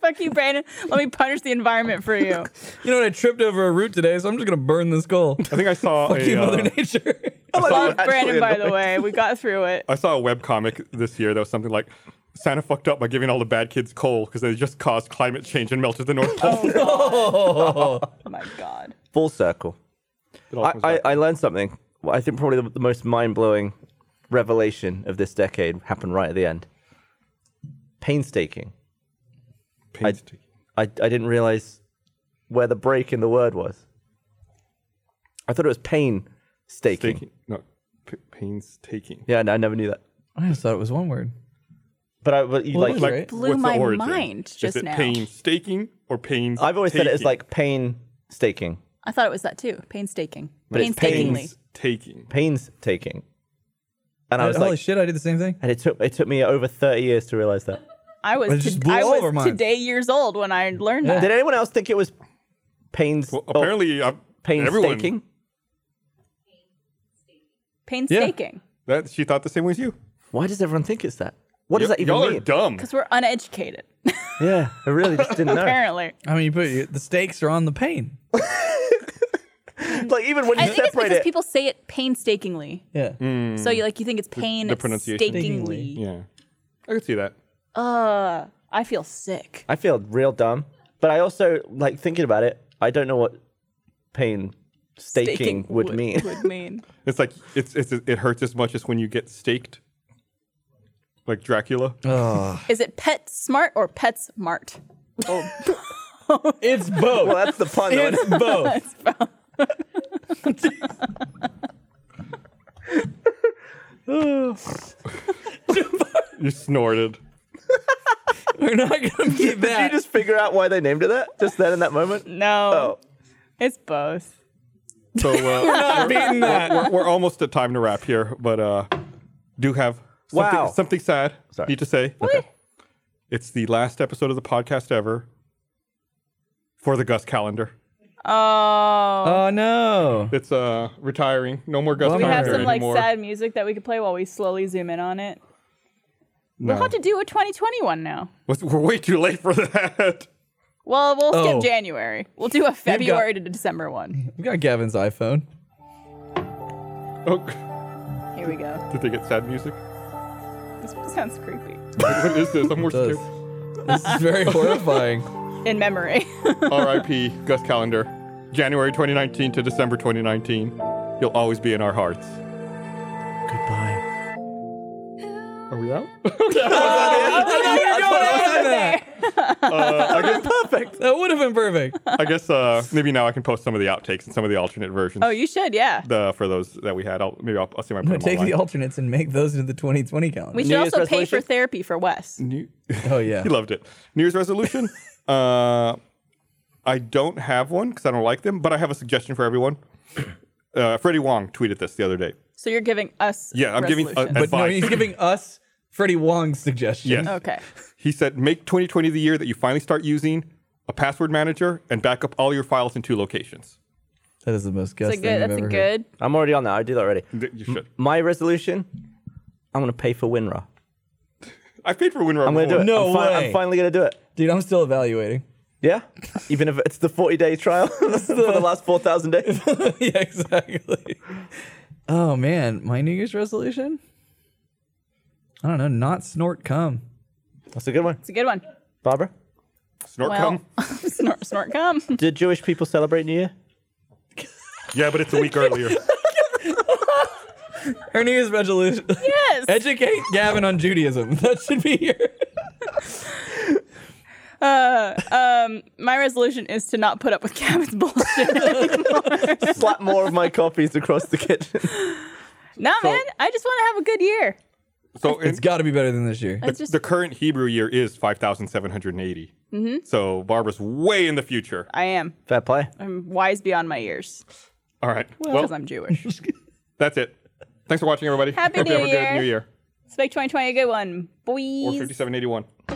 Speaker 3: Fuck you, Brandon. Let me punish the environment for you.
Speaker 5: You know what? I tripped over a root today, so I'm just gonna burn this coal.
Speaker 2: I think I saw
Speaker 5: Fuck you,
Speaker 2: a, uh,
Speaker 5: Mother Nature.
Speaker 3: Fuck
Speaker 4: Actually
Speaker 3: Brandon, by the
Speaker 4: annoying.
Speaker 3: way. We got through it.
Speaker 2: I saw a webcomic this year that was something like Santa fucked up by giving all the bad kids coal because they just caused climate change and melted the North Pole.
Speaker 3: Oh my god.
Speaker 4: Full circle.
Speaker 2: It all
Speaker 4: I,
Speaker 2: comes
Speaker 4: I,
Speaker 2: back.
Speaker 4: I learned something. Well, I think probably the, the most mind blowing revelation of this decade happened right at the end. Painstaking.
Speaker 2: Painstaking.
Speaker 4: I, I didn't realize where the break in the word was. I thought it was painstaking.
Speaker 2: Taking- No, p- painstaking.
Speaker 4: Yeah, no, I never knew that.
Speaker 5: I just thought it was one word.
Speaker 4: But I, but you,
Speaker 5: Well,
Speaker 4: like,
Speaker 5: it was right.
Speaker 3: Blew
Speaker 2: what's the
Speaker 3: my
Speaker 2: origin?
Speaker 3: mind
Speaker 2: Is
Speaker 3: just
Speaker 2: it
Speaker 3: now.
Speaker 2: Painstaking or pain?
Speaker 4: I've always said it as like painstaking,
Speaker 3: I thought it was that too. Painstaking.
Speaker 4: But it's
Speaker 3: Painstakingly.
Speaker 2: taking.
Speaker 4: painstaking, and I was
Speaker 5: Holy
Speaker 4: like,
Speaker 5: shit! I did the same thing.
Speaker 4: and it took it took me over thirty years to realize that.
Speaker 3: I
Speaker 5: It
Speaker 3: was
Speaker 5: just
Speaker 3: to-
Speaker 5: blew
Speaker 3: I
Speaker 5: all of our
Speaker 3: was
Speaker 5: minds.
Speaker 3: today years old when I learned that.
Speaker 4: Did anyone else think it was pains?
Speaker 2: Well,
Speaker 4: oh,
Speaker 2: apparently, uh,
Speaker 4: painstaking.
Speaker 2: everyone
Speaker 3: Painstaking.
Speaker 2: that she thought the same way as you.
Speaker 4: Why does everyone think it's that? What does
Speaker 2: Y-
Speaker 4: that even
Speaker 2: y'all
Speaker 4: mean?
Speaker 2: are dumb.
Speaker 3: Because we're uneducated,
Speaker 4: Yeah, I really just didn't know.
Speaker 3: apparently.
Speaker 5: I mean, you put you- the stakes are on the pain.
Speaker 4: like even when you
Speaker 3: I think it's
Speaker 4: separate
Speaker 3: because
Speaker 4: it,
Speaker 3: people say it painstakingly.
Speaker 5: Yeah.
Speaker 3: So you like you think it's pain
Speaker 2: the pronunciation.
Speaker 3: stakingly.
Speaker 2: Yeah, I can see that.
Speaker 3: Uh I feel sick.
Speaker 4: I feel real dumb. But I also like thinking about it. I don't know what painstaking would, mean.
Speaker 3: Would mean.
Speaker 2: It's like it's, it's it hurts as much as when you get staked, like Dracula.
Speaker 3: Is it pet smart or pets smart? Oh,
Speaker 5: It's both.
Speaker 4: well, that's the pun. though, isn't it?
Speaker 5: it's both.
Speaker 2: you snorted.
Speaker 5: We're not gonna be
Speaker 4: Did you
Speaker 5: that.
Speaker 4: just figure out why they named it that just then in that moment?
Speaker 3: No,
Speaker 4: Oh,
Speaker 3: it's both.
Speaker 2: So uh, we're,
Speaker 5: not beating that.
Speaker 2: we're, we're almost at time to wrap here, but uh, do have something,
Speaker 4: Wow.
Speaker 2: something sad
Speaker 4: Sorry.
Speaker 2: need to say. Okay. It's the last episode of the podcast ever for the Gus calendar.
Speaker 3: Oh,
Speaker 5: Oh no.
Speaker 2: It's uh, retiring. No more Gus
Speaker 5: Well,
Speaker 3: we
Speaker 2: calendar
Speaker 3: have some like
Speaker 2: anymore.
Speaker 3: sad music that we could play while we slowly zoom in on it.
Speaker 2: No.
Speaker 3: We'll have to do a 2021 now.
Speaker 2: What's- We're way too late for that.
Speaker 3: Well, we'll
Speaker 5: Oh.
Speaker 3: skip January. We'll do a
Speaker 5: got-
Speaker 3: February to December one.
Speaker 5: We got Gavin's iPhone.
Speaker 2: Oh,
Speaker 3: Here we go.
Speaker 2: did they get sad music?
Speaker 3: This sounds creepy.
Speaker 2: what is this? I'm more
Speaker 5: Does.
Speaker 2: scared.
Speaker 5: This is very horrifying.
Speaker 3: In memory.
Speaker 2: R.I.P. Gus Calendar. January 2019 to December 2019. You'll always be in our hearts.
Speaker 4: goodbye.
Speaker 2: Are we out?
Speaker 5: that
Speaker 2: Uh, I guess,
Speaker 5: would have been perfect.
Speaker 2: I guess uh, maybe now I can post some of the outtakes and some of the alternate versions.
Speaker 3: oh, you should, yeah.
Speaker 2: the, for those that we had, I'll, maybe I'll, I'll see if I
Speaker 5: I'm gonna
Speaker 2: can put
Speaker 5: take
Speaker 2: them
Speaker 5: the
Speaker 2: online.
Speaker 5: alternates and make those into the 2020 calendar.
Speaker 3: We should
Speaker 4: New Year's
Speaker 3: also pay for
Speaker 4: resolution?
Speaker 3: therapy for Wes.
Speaker 2: New-
Speaker 5: oh yeah.
Speaker 2: he loved it. New Year's resolution. uh, I don't have one because I don't like them, but I have a suggestion for everyone. Uh, Freddie Wong tweeted this the other day.
Speaker 3: So you're giving us.
Speaker 2: Yeah, I'm giving, uh,
Speaker 3: resolutions.
Speaker 2: uh,
Speaker 5: But no,
Speaker 2: Advice.
Speaker 5: he's giving us Freddie Wong's suggestion.
Speaker 2: Yes.
Speaker 3: okay.
Speaker 2: He said, make 2020 the year that you finally start using a password manager and back up all your files in two locations.
Speaker 5: That is the most guess
Speaker 3: That's a good. That's a good.
Speaker 4: I'm already on that. I do that already.
Speaker 2: Th- You should.
Speaker 4: My resolution: I'm gonna pay for WinRAR.
Speaker 2: I paid for WinRAR.
Speaker 4: I'm gonna do it.
Speaker 5: No
Speaker 4: I'm fi-
Speaker 5: way.
Speaker 4: I'm finally gonna do it.
Speaker 5: Dude, I'm still evaluating.
Speaker 4: Yeah, even if it's the 40 day trial for the last 4,000 days.
Speaker 5: yeah, exactly. Oh man, my New Year's resolution? I don't know, not snort cum.
Speaker 4: That's a good one,
Speaker 3: It's a good one.
Speaker 4: Barbara.
Speaker 2: Snort
Speaker 3: Well,
Speaker 2: cum.
Speaker 3: snort, snort, come.
Speaker 4: Did Jewish people celebrate New Year?
Speaker 2: Yeah, but it's a week earlier.
Speaker 5: Her New Year's resolution.
Speaker 3: Yes.
Speaker 5: Educate Gavin on Judaism. That should be here.
Speaker 3: Uh, um, My resolution is to not put up with Gavin's bullshit.
Speaker 4: Slap more of my copies across the kitchen.
Speaker 3: nah, man. I just want to have a good year.
Speaker 2: So in,
Speaker 5: It's got to be better than this year.
Speaker 3: It's just
Speaker 2: the current Hebrew year is 5,780. So Barbara's way in the future.
Speaker 3: I am.
Speaker 4: Fair play.
Speaker 3: I'm wise beyond my years
Speaker 2: All right. Well,
Speaker 3: because I'm Jewish.
Speaker 2: that's it. Thanks for watching, everybody.
Speaker 3: Happy
Speaker 2: Hope you
Speaker 3: New
Speaker 2: have a
Speaker 3: Year.
Speaker 2: good New Year.
Speaker 3: Let's make 2020 a good one,
Speaker 2: Or
Speaker 3: boys.
Speaker 2: 5781.